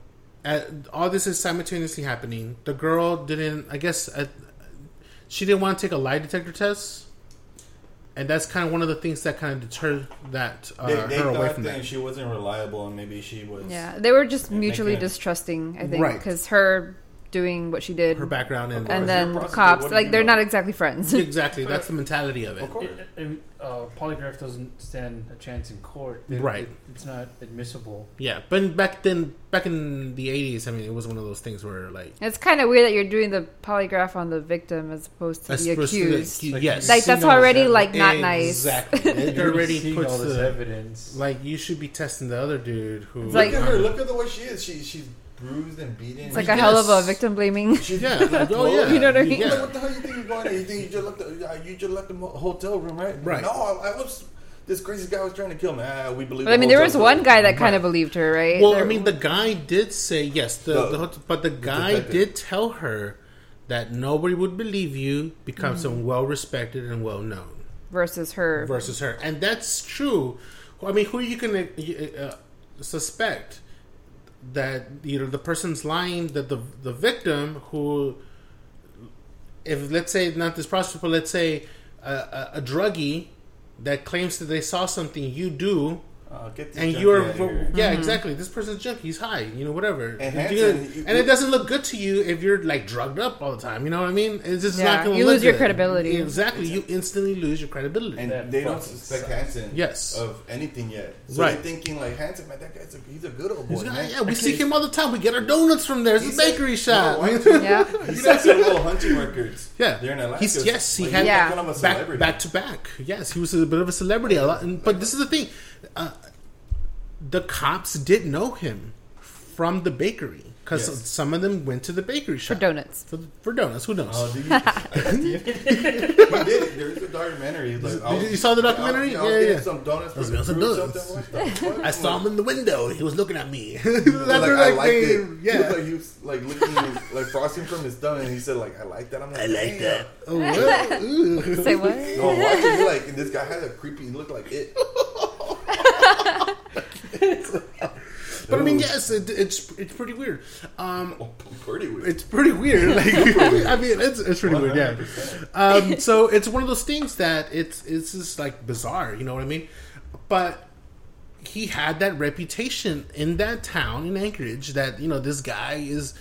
[SPEAKER 4] at, all this is simultaneously happening. The girl didn't, I guess, uh she didn't want to take a lie detector test, and that's kind of one of the things that kind of deterred that uh,
[SPEAKER 2] They, they
[SPEAKER 4] her away
[SPEAKER 2] thought
[SPEAKER 4] from
[SPEAKER 2] that
[SPEAKER 4] that.
[SPEAKER 2] she wasn't reliable, and maybe she was.
[SPEAKER 5] Yeah, they were just
[SPEAKER 2] Yeah, make
[SPEAKER 5] mutually
[SPEAKER 2] it-
[SPEAKER 5] distrusting. I think
[SPEAKER 4] Right.
[SPEAKER 5] because her doing what she did,
[SPEAKER 4] Her background
[SPEAKER 5] and
[SPEAKER 2] If
[SPEAKER 4] and,
[SPEAKER 2] you're a
[SPEAKER 5] then the
[SPEAKER 2] prostitute,
[SPEAKER 5] cops,
[SPEAKER 2] what do
[SPEAKER 5] like
[SPEAKER 2] you
[SPEAKER 5] they're
[SPEAKER 2] know?
[SPEAKER 5] not exactly friends.
[SPEAKER 4] exactly that's the mentality of it.
[SPEAKER 2] Of course.
[SPEAKER 3] It- it- uh, polygraph doesn't stand a chance in court. It-
[SPEAKER 4] Right.
[SPEAKER 3] it- it's not admissible.
[SPEAKER 4] Yeah, but back then, back in the eighties, I mean, it was one of those things where like
[SPEAKER 5] It's kind of weird that you're doing the polygraph on the victim as opposed to
[SPEAKER 4] as
[SPEAKER 5] the
[SPEAKER 4] opposed to
[SPEAKER 5] accused.
[SPEAKER 4] accu-
[SPEAKER 3] Like,
[SPEAKER 4] yes,
[SPEAKER 5] Like that's
[SPEAKER 3] Seeing all
[SPEAKER 5] already
[SPEAKER 3] this
[SPEAKER 5] like not
[SPEAKER 4] exactly. It
[SPEAKER 3] You're
[SPEAKER 4] already
[SPEAKER 3] seeing
[SPEAKER 4] puts
[SPEAKER 3] all this
[SPEAKER 4] the
[SPEAKER 3] evidence.
[SPEAKER 4] like you should be testing the other dude who
[SPEAKER 5] It's
[SPEAKER 2] Look
[SPEAKER 5] like-
[SPEAKER 2] at her. Look at the way she is. She she's bruised and beaten.
[SPEAKER 5] nice. It's like
[SPEAKER 4] Yes.
[SPEAKER 5] a hell of a victim blaming.
[SPEAKER 2] She's
[SPEAKER 4] Yeah, like, oh yeah.
[SPEAKER 5] You know what I mean?
[SPEAKER 2] Like,
[SPEAKER 4] Yeah.
[SPEAKER 2] what the hell you think you're going? At? You think you just left the uh, you just left the mo- hotel room, right?
[SPEAKER 4] Right.
[SPEAKER 2] No, I, I was. This crazy guy was trying to kill me. Ah, we believe.
[SPEAKER 5] But I
[SPEAKER 2] the
[SPEAKER 5] mean, there was
[SPEAKER 2] hotel's
[SPEAKER 5] one
[SPEAKER 2] right.
[SPEAKER 5] guy that kind of believed her, right?
[SPEAKER 4] Well,
[SPEAKER 5] There-
[SPEAKER 4] I mean, the guy did say yes, the,
[SPEAKER 2] The-
[SPEAKER 4] the, hot- but the guy
[SPEAKER 2] detective.
[SPEAKER 4] did tell her that nobody would believe you become
[SPEAKER 5] Mm-hmm.
[SPEAKER 4] someone well respected and well known
[SPEAKER 5] versus her.
[SPEAKER 4] versus her, and that's true. I mean, who you can uh, uh, suspect? that you know the person's lying that the the victim who if let's say not this prostitute but let's say a, a, a druggie that claims that they saw something you do
[SPEAKER 2] Uh, get this
[SPEAKER 4] and
[SPEAKER 2] junkie
[SPEAKER 4] you're
[SPEAKER 2] outta here.
[SPEAKER 1] Mm-hmm.
[SPEAKER 4] yeah exactly this person's junkie he's high you know whatever
[SPEAKER 2] And
[SPEAKER 4] If
[SPEAKER 2] handsome,
[SPEAKER 4] you're-
[SPEAKER 2] you-
[SPEAKER 4] and it doesn't look good to you if you're like drugged up all the time you know what I mean it's just
[SPEAKER 1] Yeah,
[SPEAKER 4] not gonna
[SPEAKER 1] you
[SPEAKER 4] look
[SPEAKER 1] lose your
[SPEAKER 4] good.
[SPEAKER 1] credibility.
[SPEAKER 4] exactly you instantly lose your credibility
[SPEAKER 2] and
[SPEAKER 3] That
[SPEAKER 2] they don't
[SPEAKER 3] fucking
[SPEAKER 2] suspect
[SPEAKER 3] sucks.
[SPEAKER 2] Hanson
[SPEAKER 4] Yes.
[SPEAKER 2] of anything yet. So
[SPEAKER 4] Right.
[SPEAKER 2] they're thinking like Hanson, man, that guy's a, he's a good old boy.
[SPEAKER 4] He's got-
[SPEAKER 2] man.
[SPEAKER 4] yeah we
[SPEAKER 2] Okay,
[SPEAKER 4] seek him all the time we get our donuts from there it's
[SPEAKER 2] he's
[SPEAKER 4] a bakery
[SPEAKER 2] like-
[SPEAKER 4] shop
[SPEAKER 2] No, why-
[SPEAKER 1] Yeah.
[SPEAKER 2] He's got some little hunting records.
[SPEAKER 4] Yeah.
[SPEAKER 2] they're in Alaska.
[SPEAKER 4] He's- yes, he
[SPEAKER 2] Like,
[SPEAKER 4] had-
[SPEAKER 2] he's
[SPEAKER 1] Yeah.
[SPEAKER 2] like one of a
[SPEAKER 4] back,
[SPEAKER 2] celebrity.
[SPEAKER 4] back to back. Yes, he was a bit of a celebrity. A lot, and- but this is the thing: uh, the cops did know him from the bakery because
[SPEAKER 2] Yes.
[SPEAKER 4] some of them went to the bakery
[SPEAKER 1] for
[SPEAKER 4] shop
[SPEAKER 1] donuts.
[SPEAKER 4] For, for donuts, who knows?
[SPEAKER 2] Oh, do you, he did. There's a documentary. Like, I
[SPEAKER 4] you saw the documentary?
[SPEAKER 2] I was, I was
[SPEAKER 4] Yeah,
[SPEAKER 2] getting
[SPEAKER 4] yeah.
[SPEAKER 2] Some donuts.
[SPEAKER 4] was
[SPEAKER 2] for the
[SPEAKER 4] getting some
[SPEAKER 2] crew or
[SPEAKER 4] donuts.
[SPEAKER 2] something. What the fuck?
[SPEAKER 4] I saw him in the window. He was looking at me.
[SPEAKER 2] Like,
[SPEAKER 4] That's
[SPEAKER 2] I
[SPEAKER 4] what, like,
[SPEAKER 2] liked
[SPEAKER 4] they-
[SPEAKER 2] it. He was
[SPEAKER 4] Yeah.
[SPEAKER 2] like he was like looking like frosting from his thumb, and he said like I like that. I'm like
[SPEAKER 4] I like
[SPEAKER 2] "Damn."
[SPEAKER 4] that. Oh, well, ooh.
[SPEAKER 1] Say what?
[SPEAKER 2] No, watching it, like and this guy had a creepy. He looked like it.
[SPEAKER 4] But I mean, yes, it, it's it's pretty weird. Um,
[SPEAKER 2] Oh, pretty weird.
[SPEAKER 4] it's pretty weird. Like, I mean, it's, it's pretty weird. Yeah. Um, so it's one of those things that it's it's just like bizarre. You know what I mean? But he had that reputation in that town in Anchorage that you know this guy is.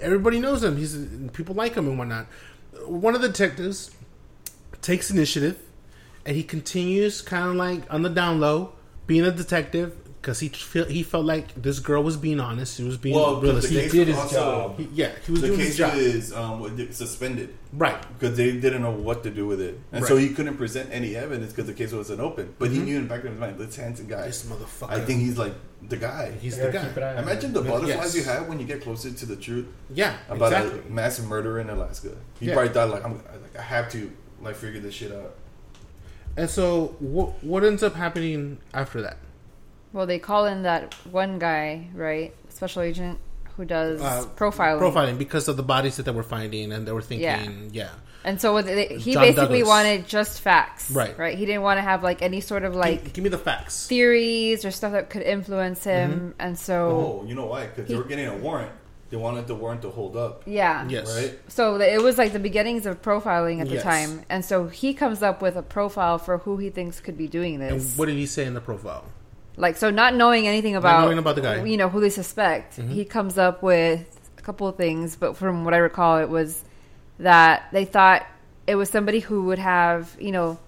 [SPEAKER 4] Everybody knows him. He's people like him and whatnot. One of the detectives takes initiative, and he continues kind of like on the down low, being a detective because he feel, he felt like this girl was being honest. She was being
[SPEAKER 2] well, 'cause the
[SPEAKER 4] realistic.
[SPEAKER 2] case
[SPEAKER 3] did his
[SPEAKER 2] also-
[SPEAKER 3] job.
[SPEAKER 4] He- yeah, he was
[SPEAKER 2] The
[SPEAKER 4] doing his
[SPEAKER 2] case
[SPEAKER 4] job.
[SPEAKER 2] is um, what did- suspended
[SPEAKER 4] Right.
[SPEAKER 2] because they didn't know what to do with it, and so
[SPEAKER 4] Right. Mm-hmm.
[SPEAKER 2] he couldn't present any evidence because the case wasn't open. But he knew in the back of his mind, this Hanson guy.
[SPEAKER 4] This motherfucker.
[SPEAKER 2] I think he's like the guy.
[SPEAKER 4] he's
[SPEAKER 3] I
[SPEAKER 4] the
[SPEAKER 3] gotta keep an
[SPEAKER 4] guy.
[SPEAKER 3] eye on
[SPEAKER 2] Imagine the
[SPEAKER 4] Yes.
[SPEAKER 2] butterflies you have when you get closer to the truth
[SPEAKER 4] Yeah,
[SPEAKER 2] about
[SPEAKER 4] exactly.
[SPEAKER 2] a mass murder in Alaska. You
[SPEAKER 4] Yeah.
[SPEAKER 2] probably thought like, I'm, like I have to like figure this shit out.
[SPEAKER 4] And so, what what ends up happening after that?
[SPEAKER 1] Well, they call in that one guy, right? Special agent who does
[SPEAKER 4] Uh,
[SPEAKER 1] profiling.
[SPEAKER 4] Profiling because of the bodies that they were finding, and they were thinking, yeah,
[SPEAKER 1] And so what they, he
[SPEAKER 4] John
[SPEAKER 1] basically
[SPEAKER 4] Douglas.
[SPEAKER 1] wanted just facts,
[SPEAKER 4] Right.
[SPEAKER 1] Right. He didn't want to have like any sort of like
[SPEAKER 4] give, give me the facts.
[SPEAKER 1] theories or stuff that could influence him.
[SPEAKER 4] Mm-hmm.
[SPEAKER 1] And so,
[SPEAKER 2] Oh, you know why? Because they were getting a warrant. They wanted the warrant to hold up,
[SPEAKER 1] yeah.
[SPEAKER 4] yes,
[SPEAKER 2] right?
[SPEAKER 1] So the, it was like the beginnings of profiling at the
[SPEAKER 4] Yes.
[SPEAKER 1] time, and so he comes up with a profile for who he thinks could be doing
[SPEAKER 4] and
[SPEAKER 1] this.
[SPEAKER 4] what did he say in the profile?
[SPEAKER 1] like so, not knowing anything about
[SPEAKER 4] knowing about the guy. Mm-hmm.
[SPEAKER 1] you know who they suspect, he comes up with a couple of things. But from what I recall, it was that they thought it was somebody who would have you know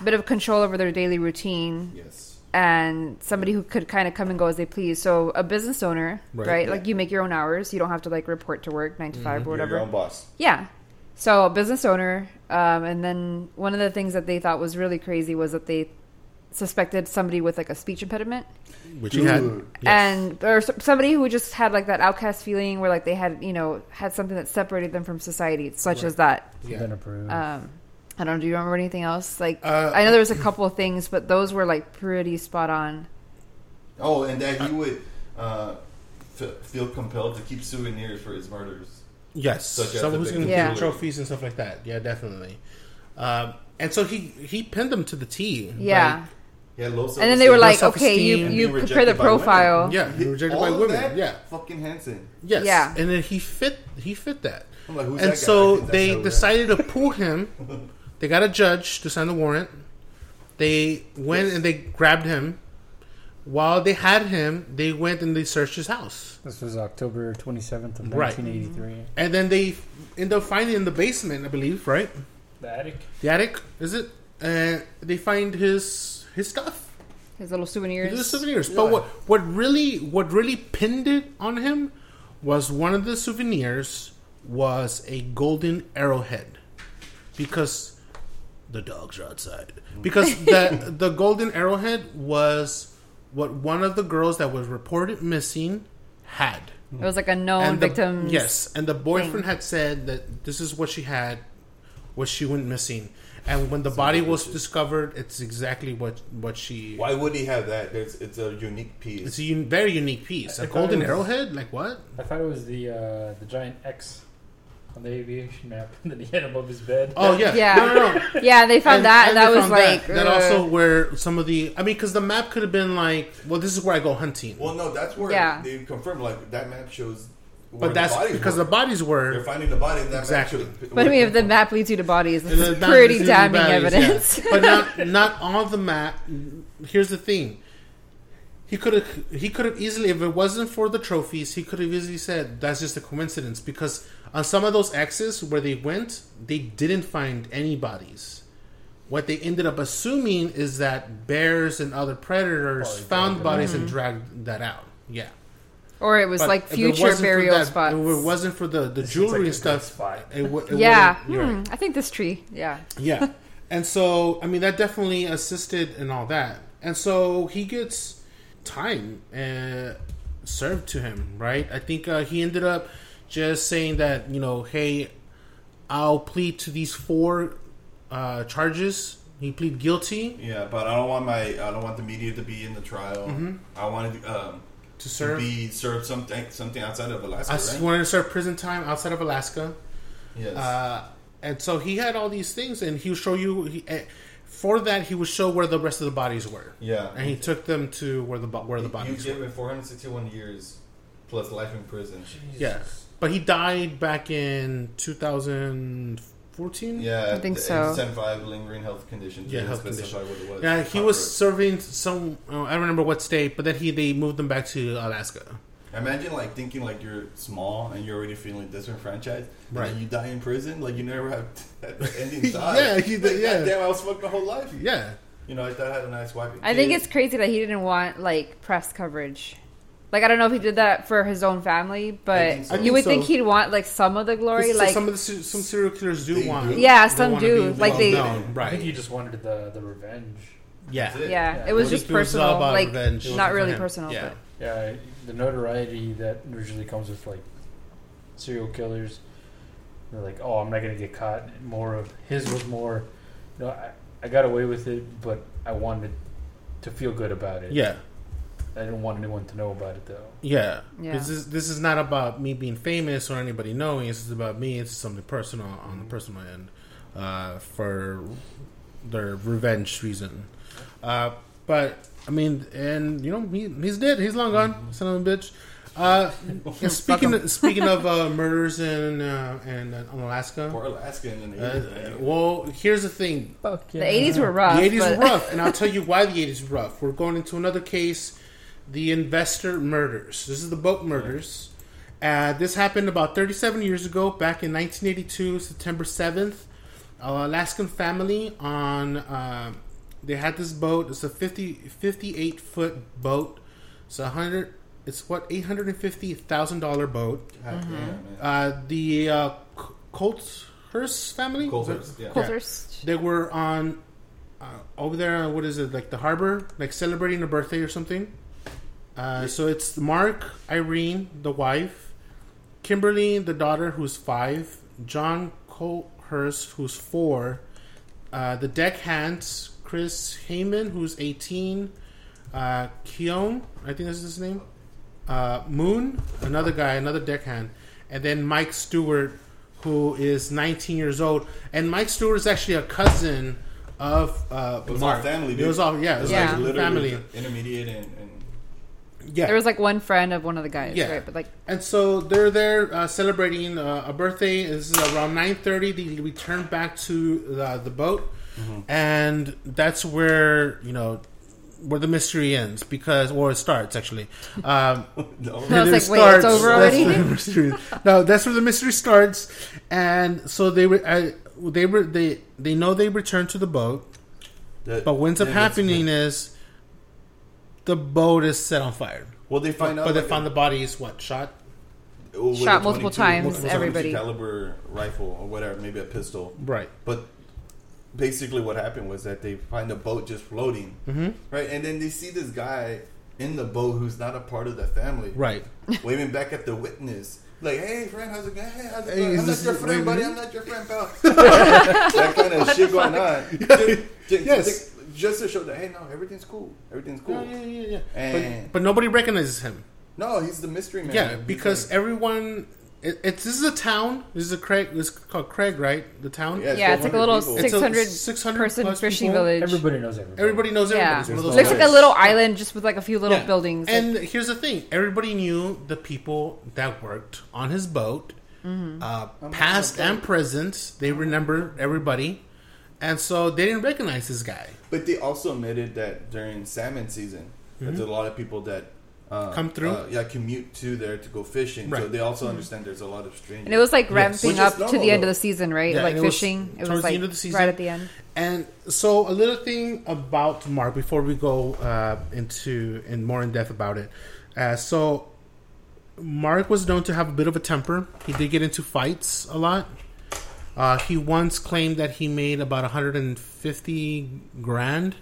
[SPEAKER 1] a bit of control over their daily routine
[SPEAKER 2] Yes.
[SPEAKER 1] and somebody who could kind of come and go as they please. So a business owner, right?
[SPEAKER 4] Right.
[SPEAKER 1] Like you make your own hours. You don't have to like report to work nine to 5
[SPEAKER 4] Mm-hmm.
[SPEAKER 1] or
[SPEAKER 2] You're
[SPEAKER 1] whatever.
[SPEAKER 2] your own boss.
[SPEAKER 1] Yeah. So a business owner, um, and then one of the things that they thought was really crazy was that they suspected somebody with like a speech impediment
[SPEAKER 4] Which he had,
[SPEAKER 2] Dude.
[SPEAKER 4] Yes.
[SPEAKER 1] and or s- somebody who just had like that outcast feeling where like they had you know had something that separated them from society such as that
[SPEAKER 4] Yeah.
[SPEAKER 3] Been approved.
[SPEAKER 1] um i don't know do you remember anything else like
[SPEAKER 4] Uh,
[SPEAKER 1] i know there was a couple of things but those were like pretty spot on
[SPEAKER 2] Oh, and that he would uh, f- feel compelled to keep souvenirs for his murders.
[SPEAKER 4] yes,
[SPEAKER 2] Such as
[SPEAKER 4] someone
[SPEAKER 2] the
[SPEAKER 4] who's going to
[SPEAKER 1] victim. Yeah.
[SPEAKER 4] get trophies and stuff like that. Yeah, definitely. Um, and so he he pinned them to the T.
[SPEAKER 1] yeah
[SPEAKER 2] He had low
[SPEAKER 1] and then they were
[SPEAKER 4] low
[SPEAKER 1] like okay
[SPEAKER 4] self-esteem
[SPEAKER 1] you
[SPEAKER 4] and
[SPEAKER 1] you
[SPEAKER 2] being
[SPEAKER 1] compare the
[SPEAKER 2] rejected by women.
[SPEAKER 1] profile
[SPEAKER 4] Like, yeah, he rejected
[SPEAKER 2] All
[SPEAKER 4] by
[SPEAKER 2] of
[SPEAKER 4] women.
[SPEAKER 2] that?
[SPEAKER 4] Yeah,
[SPEAKER 2] fucking Hanson.
[SPEAKER 4] yes,
[SPEAKER 1] Yeah.
[SPEAKER 4] and then he fit he fit that.
[SPEAKER 2] I'm like, who's
[SPEAKER 4] and
[SPEAKER 2] that guy? I
[SPEAKER 4] so
[SPEAKER 2] think that guy
[SPEAKER 4] they
[SPEAKER 2] was-
[SPEAKER 4] decided to pull him. They got a judge to sign the warrant. They went and they grabbed him. While they had him, they went and they searched his house.
[SPEAKER 3] this was October 27th of
[SPEAKER 4] Right.
[SPEAKER 3] 1983.
[SPEAKER 4] And then they end up finding in the basement, I believe, right?
[SPEAKER 3] The attic.
[SPEAKER 4] The attic, is it? And they find his his stuff,
[SPEAKER 1] his little souvenirs
[SPEAKER 4] his souvenirs. But
[SPEAKER 2] Yeah.
[SPEAKER 4] what what really what really pinned it on him was one of the souvenirs was a golden arrowhead. because the dogs are outside. Because the the golden arrowhead was what one of the girls that was reported missing had.
[SPEAKER 1] it was like a known
[SPEAKER 4] And the,
[SPEAKER 1] victim
[SPEAKER 4] yes, and the boyfriend had said that this is what she had, what she went missing, and when the body was discovered, it's exactly what what she.
[SPEAKER 2] Why would he have that? There's, it's a unique piece.
[SPEAKER 4] It's a un- very unique piece.
[SPEAKER 3] I
[SPEAKER 4] A
[SPEAKER 3] thought it
[SPEAKER 4] golden
[SPEAKER 3] was-
[SPEAKER 4] arrowhead, like what?
[SPEAKER 3] I thought it was the uh, the giant X on the aviation map that he had above his bed.
[SPEAKER 4] Oh yeah,
[SPEAKER 5] Yeah.
[SPEAKER 4] No, no, no.
[SPEAKER 5] Yeah, they found that, and
[SPEAKER 4] they
[SPEAKER 5] that was
[SPEAKER 4] found
[SPEAKER 5] like
[SPEAKER 4] that, That
[SPEAKER 5] uh,
[SPEAKER 4] also where some of the. I mean, because the map could have been like, well, this is where I go hunting.
[SPEAKER 2] Well, no, that's where
[SPEAKER 5] Yeah.
[SPEAKER 2] they confirmed. Like that map shows. where
[SPEAKER 4] but that's
[SPEAKER 2] the bodies
[SPEAKER 4] because
[SPEAKER 2] were.
[SPEAKER 4] the bodies
[SPEAKER 2] they're
[SPEAKER 4] were.
[SPEAKER 2] finding the body. And that
[SPEAKER 4] Exactly.
[SPEAKER 2] Map shows,
[SPEAKER 5] But I mean, if the map leads you to bodies,
[SPEAKER 4] and the
[SPEAKER 5] that's
[SPEAKER 4] map
[SPEAKER 5] pretty
[SPEAKER 4] is the
[SPEAKER 5] damning
[SPEAKER 4] bodies, yeah.
[SPEAKER 5] evidence.
[SPEAKER 4] but not not all the map. Here's the thing. He could have he could have easily if it wasn't for the trophies he could have easily said that's just a coincidence because on some of those X's where they went they didn't find any bodies. What they ended up assuming is that bears and other predators
[SPEAKER 3] Probably
[SPEAKER 4] found
[SPEAKER 3] dragged it
[SPEAKER 4] bodies and dragged that out. Yeah,
[SPEAKER 5] Or it was
[SPEAKER 4] But
[SPEAKER 5] like
[SPEAKER 4] if it
[SPEAKER 5] future
[SPEAKER 4] wasn't for
[SPEAKER 5] burial
[SPEAKER 4] that-
[SPEAKER 5] spots.
[SPEAKER 4] If it wasn't for the the
[SPEAKER 3] This looks
[SPEAKER 4] jewelry
[SPEAKER 3] like a
[SPEAKER 4] and stuff,
[SPEAKER 3] good spot.
[SPEAKER 4] it, wo- it
[SPEAKER 5] yeah,
[SPEAKER 4] would've- you're right.
[SPEAKER 5] Hmm, I think this tree. Yeah,
[SPEAKER 4] Yeah. and so, I mean, that definitely assisted in all that. And so he gets time uh, served to him, right? I think uh, he ended up just saying that, you know, hey, I'll plead to these four uh, charges. He plead guilty
[SPEAKER 2] yeah, but I don't want my I don't want the media to be in the trial. I wanted um, to
[SPEAKER 4] to Mm-hmm. serve.
[SPEAKER 2] be served something something outside of Alaska.
[SPEAKER 4] I s-
[SPEAKER 2] right?
[SPEAKER 4] wanted to serve prison time outside of Alaska.
[SPEAKER 2] yes.
[SPEAKER 4] Uh, and so he had all these things, and he'll show you. He, eh, for that, he would show where the rest of the bodies were,
[SPEAKER 2] yeah.
[SPEAKER 4] and he took them to where the bo- where the
[SPEAKER 2] you
[SPEAKER 4] bodies were.
[SPEAKER 2] give him 461 years plus life in prison.
[SPEAKER 4] Yeah, but he died back in 2014.
[SPEAKER 2] Yeah,
[SPEAKER 5] I think
[SPEAKER 2] the
[SPEAKER 5] so.
[SPEAKER 2] age 75 lingering health condition.
[SPEAKER 4] Yeah,
[SPEAKER 2] didn't
[SPEAKER 4] health
[SPEAKER 2] specify What it was.
[SPEAKER 4] Yeah, he
[SPEAKER 2] Hot
[SPEAKER 4] was
[SPEAKER 2] road.
[SPEAKER 4] serving some. oh, I don't remember what state, but then he they moved him back to Alaska.
[SPEAKER 2] Imagine like thinking like you're small and you're already feeling disenfranchised,
[SPEAKER 4] Right.
[SPEAKER 2] And then you die in prison, like you never have had the ending thought.
[SPEAKER 4] Yeah, he-
[SPEAKER 2] like,
[SPEAKER 4] yeah.
[SPEAKER 2] Damn, I was fucked my whole life.
[SPEAKER 4] Yeah,
[SPEAKER 2] You know, I thought I had a nice wife. and
[SPEAKER 5] I think
[SPEAKER 2] kids.
[SPEAKER 5] it's crazy that he didn't want like press coverage. Like I don't know if he did that for his own family,
[SPEAKER 2] I
[SPEAKER 5] but
[SPEAKER 2] think so.
[SPEAKER 5] you would
[SPEAKER 4] I think
[SPEAKER 5] think
[SPEAKER 4] so.
[SPEAKER 5] he'd want like some of the glory.
[SPEAKER 4] This is
[SPEAKER 5] Like
[SPEAKER 4] some of the se- some serial killers do
[SPEAKER 2] They
[SPEAKER 4] want.
[SPEAKER 2] do.
[SPEAKER 5] Yeah,
[SPEAKER 4] they
[SPEAKER 5] some
[SPEAKER 4] wanna
[SPEAKER 5] do.
[SPEAKER 4] be
[SPEAKER 5] Like,
[SPEAKER 4] well
[SPEAKER 5] they-
[SPEAKER 4] known,
[SPEAKER 3] I think
[SPEAKER 4] right?
[SPEAKER 3] he just wanted the, the revenge.
[SPEAKER 4] Yeah,
[SPEAKER 2] That's it.
[SPEAKER 5] yeah,
[SPEAKER 3] Yeah.
[SPEAKER 5] it was
[SPEAKER 4] It
[SPEAKER 5] just
[SPEAKER 4] was all
[SPEAKER 5] personal,
[SPEAKER 4] about
[SPEAKER 5] like
[SPEAKER 4] revenge. It was
[SPEAKER 5] not
[SPEAKER 4] for
[SPEAKER 5] really
[SPEAKER 4] him.
[SPEAKER 5] personal.
[SPEAKER 4] Yeah.
[SPEAKER 3] Yeah, the notoriety that usually comes with like serial killers. They're like, oh, I'm not gonna get caught. More of his was more, you know, I, I got away with it, but I wanted to feel good about it.
[SPEAKER 4] yeah,
[SPEAKER 3] I didn't want anyone to know about it though.
[SPEAKER 4] yeah.
[SPEAKER 5] Yeah.
[SPEAKER 4] This is this is not about me being famous or anybody knowing. This is about me. It's something personal on the personal end, uh, for their revenge reason. Uh, but I mean, and you know, he, he's dead. He's long gone. Son of a bitch. Uh, and speaking of, speaking of uh, murders in uh, in uh, Alaska.
[SPEAKER 2] Poor Alaska in the
[SPEAKER 4] Uh,
[SPEAKER 2] 80s, right?
[SPEAKER 4] well, here's the thing.
[SPEAKER 5] The eighties were rough.
[SPEAKER 4] The 80s
[SPEAKER 5] but-
[SPEAKER 4] were rough, and I'll tell you why the 80s were rough. We're going into another case, the investor murders. This is the boat murders. Uh, this happened about 37 years ago, back in 1982, September 7th. An Alaskan family on uh, they had this boat. It's a 50 58 foot boat. It's a hundred. It's what 850 thousand dollar boat.
[SPEAKER 2] God
[SPEAKER 5] mm-hmm.
[SPEAKER 2] damn, man.
[SPEAKER 4] Uh, the uh, C- Colthurst family.
[SPEAKER 2] Coulter's, yeah.
[SPEAKER 5] Coulter's-
[SPEAKER 4] They were on uh, over there. uh, What is it like the harbor, like celebrating a birthday or something? Uh, so it's Mark, Irene, the wife, Kimberly, the daughter, who's five, John Colehurst, who's four, uh, the deckhands, Chris Heyman, who's eighteen, uh, Keon, I think that's his name, uh, Moon, another guy, another deckhand, and then Mike Stewart, who is 19 years old. And Mike Stewart is actually a cousin of uh,
[SPEAKER 2] It was
[SPEAKER 4] Mark.
[SPEAKER 2] all family. Dude.
[SPEAKER 4] It was all yeah, it was
[SPEAKER 5] Yeah.
[SPEAKER 4] actually
[SPEAKER 2] literally
[SPEAKER 4] family.
[SPEAKER 2] intermediate and, and
[SPEAKER 4] Yeah,
[SPEAKER 5] There was like one friend of one of the guys,
[SPEAKER 4] Yeah.
[SPEAKER 5] right? But like
[SPEAKER 4] And so they're there uh, celebrating uh, a birthday. This is around nine thirty. They return back to the, the boat, and that's where you know where the mystery ends because or it starts actually. Um,
[SPEAKER 2] no,
[SPEAKER 5] No, it's
[SPEAKER 4] it
[SPEAKER 5] like, wait, it's over
[SPEAKER 4] that's
[SPEAKER 5] already?
[SPEAKER 4] where the mystery- no, that's where the mystery starts. And so they were I, they were they they know they return to the boat,
[SPEAKER 2] that-
[SPEAKER 4] but what ends up
[SPEAKER 2] yeah, that's-
[SPEAKER 4] happening is the boat is set on fire.
[SPEAKER 2] Well, they find out.
[SPEAKER 4] but they
[SPEAKER 2] like,
[SPEAKER 4] found the body is what shot.
[SPEAKER 2] oh, with
[SPEAKER 5] Shot
[SPEAKER 2] a
[SPEAKER 5] multiple
[SPEAKER 2] 22
[SPEAKER 5] times,
[SPEAKER 2] multiple
[SPEAKER 5] everybody.
[SPEAKER 2] Caliber rifle or whatever, maybe a pistol.
[SPEAKER 4] Right.
[SPEAKER 2] But basically, what happened was that they find the boat just floating, mm-hmm. right? And then they see this guy in the boat who's not a part of the family,
[SPEAKER 4] Right.
[SPEAKER 2] Waving back at the witness, like, "Hey, friend, how's it going? Hey, how's it
[SPEAKER 4] Hey,
[SPEAKER 2] going?
[SPEAKER 4] is
[SPEAKER 2] I'm
[SPEAKER 4] this-
[SPEAKER 2] not your friend,
[SPEAKER 4] wait,
[SPEAKER 2] buddy.
[SPEAKER 4] what?
[SPEAKER 2] I'm not your friend, pal." that kind of shit going on. Just- just-
[SPEAKER 4] Yes.
[SPEAKER 2] Just to show that, hey, no, everything's cool. Everything's cool.
[SPEAKER 4] Yeah, yeah, yeah, yeah.
[SPEAKER 2] And-
[SPEAKER 4] But, but nobody recognizes him.
[SPEAKER 2] No, he's the mystery man.
[SPEAKER 4] Yeah,
[SPEAKER 2] He's
[SPEAKER 4] because
[SPEAKER 2] like-
[SPEAKER 4] everyone It, it's this is a town. This is a Craig. This is called Craig, right? The town.
[SPEAKER 2] Yeah,
[SPEAKER 5] Yeah, it's like a
[SPEAKER 2] 1,200
[SPEAKER 5] little
[SPEAKER 2] people.
[SPEAKER 4] It's
[SPEAKER 5] 600,
[SPEAKER 4] a 600
[SPEAKER 5] person
[SPEAKER 4] plus
[SPEAKER 5] fishing
[SPEAKER 4] people.
[SPEAKER 5] village.
[SPEAKER 3] Everybody knows everybody.
[SPEAKER 4] Everybody knows
[SPEAKER 5] yeah,
[SPEAKER 4] everybody. It's one
[SPEAKER 2] There's
[SPEAKER 4] of
[SPEAKER 5] looks
[SPEAKER 2] no
[SPEAKER 4] those
[SPEAKER 5] like a
[SPEAKER 2] place.
[SPEAKER 4] places.
[SPEAKER 5] little island just with like a few little
[SPEAKER 4] Yeah.
[SPEAKER 5] buildings.
[SPEAKER 4] And here's the thing: everybody knew the people that worked on his boat,
[SPEAKER 5] Mm-hmm.
[SPEAKER 4] uh, past and present. They remember everybody, and so they didn't recognize this guy.
[SPEAKER 2] But they also admitted that during salmon season, that there's a lot of people that uh,
[SPEAKER 4] Mm-hmm. Come through?
[SPEAKER 2] uh, yeah, commute to there to go fishing. So
[SPEAKER 4] Right.
[SPEAKER 2] they also understand there's a lot of strangers.
[SPEAKER 5] And it was like
[SPEAKER 4] Yes.
[SPEAKER 5] ramping
[SPEAKER 2] Which is
[SPEAKER 5] up to
[SPEAKER 2] normal,
[SPEAKER 5] the end of
[SPEAKER 2] though.
[SPEAKER 5] the season, right?
[SPEAKER 4] Yeah,
[SPEAKER 5] like
[SPEAKER 4] and it was
[SPEAKER 5] fishing. It was
[SPEAKER 4] towards the
[SPEAKER 5] like
[SPEAKER 4] end of the season.
[SPEAKER 5] right at the end.
[SPEAKER 4] And so, a little thing about Mark before we go uh, into in more in depth about it. Uh, so, Mark was known to have a bit of a temper. He did get into fights a lot. Uh, he once claimed that he made about 150 grand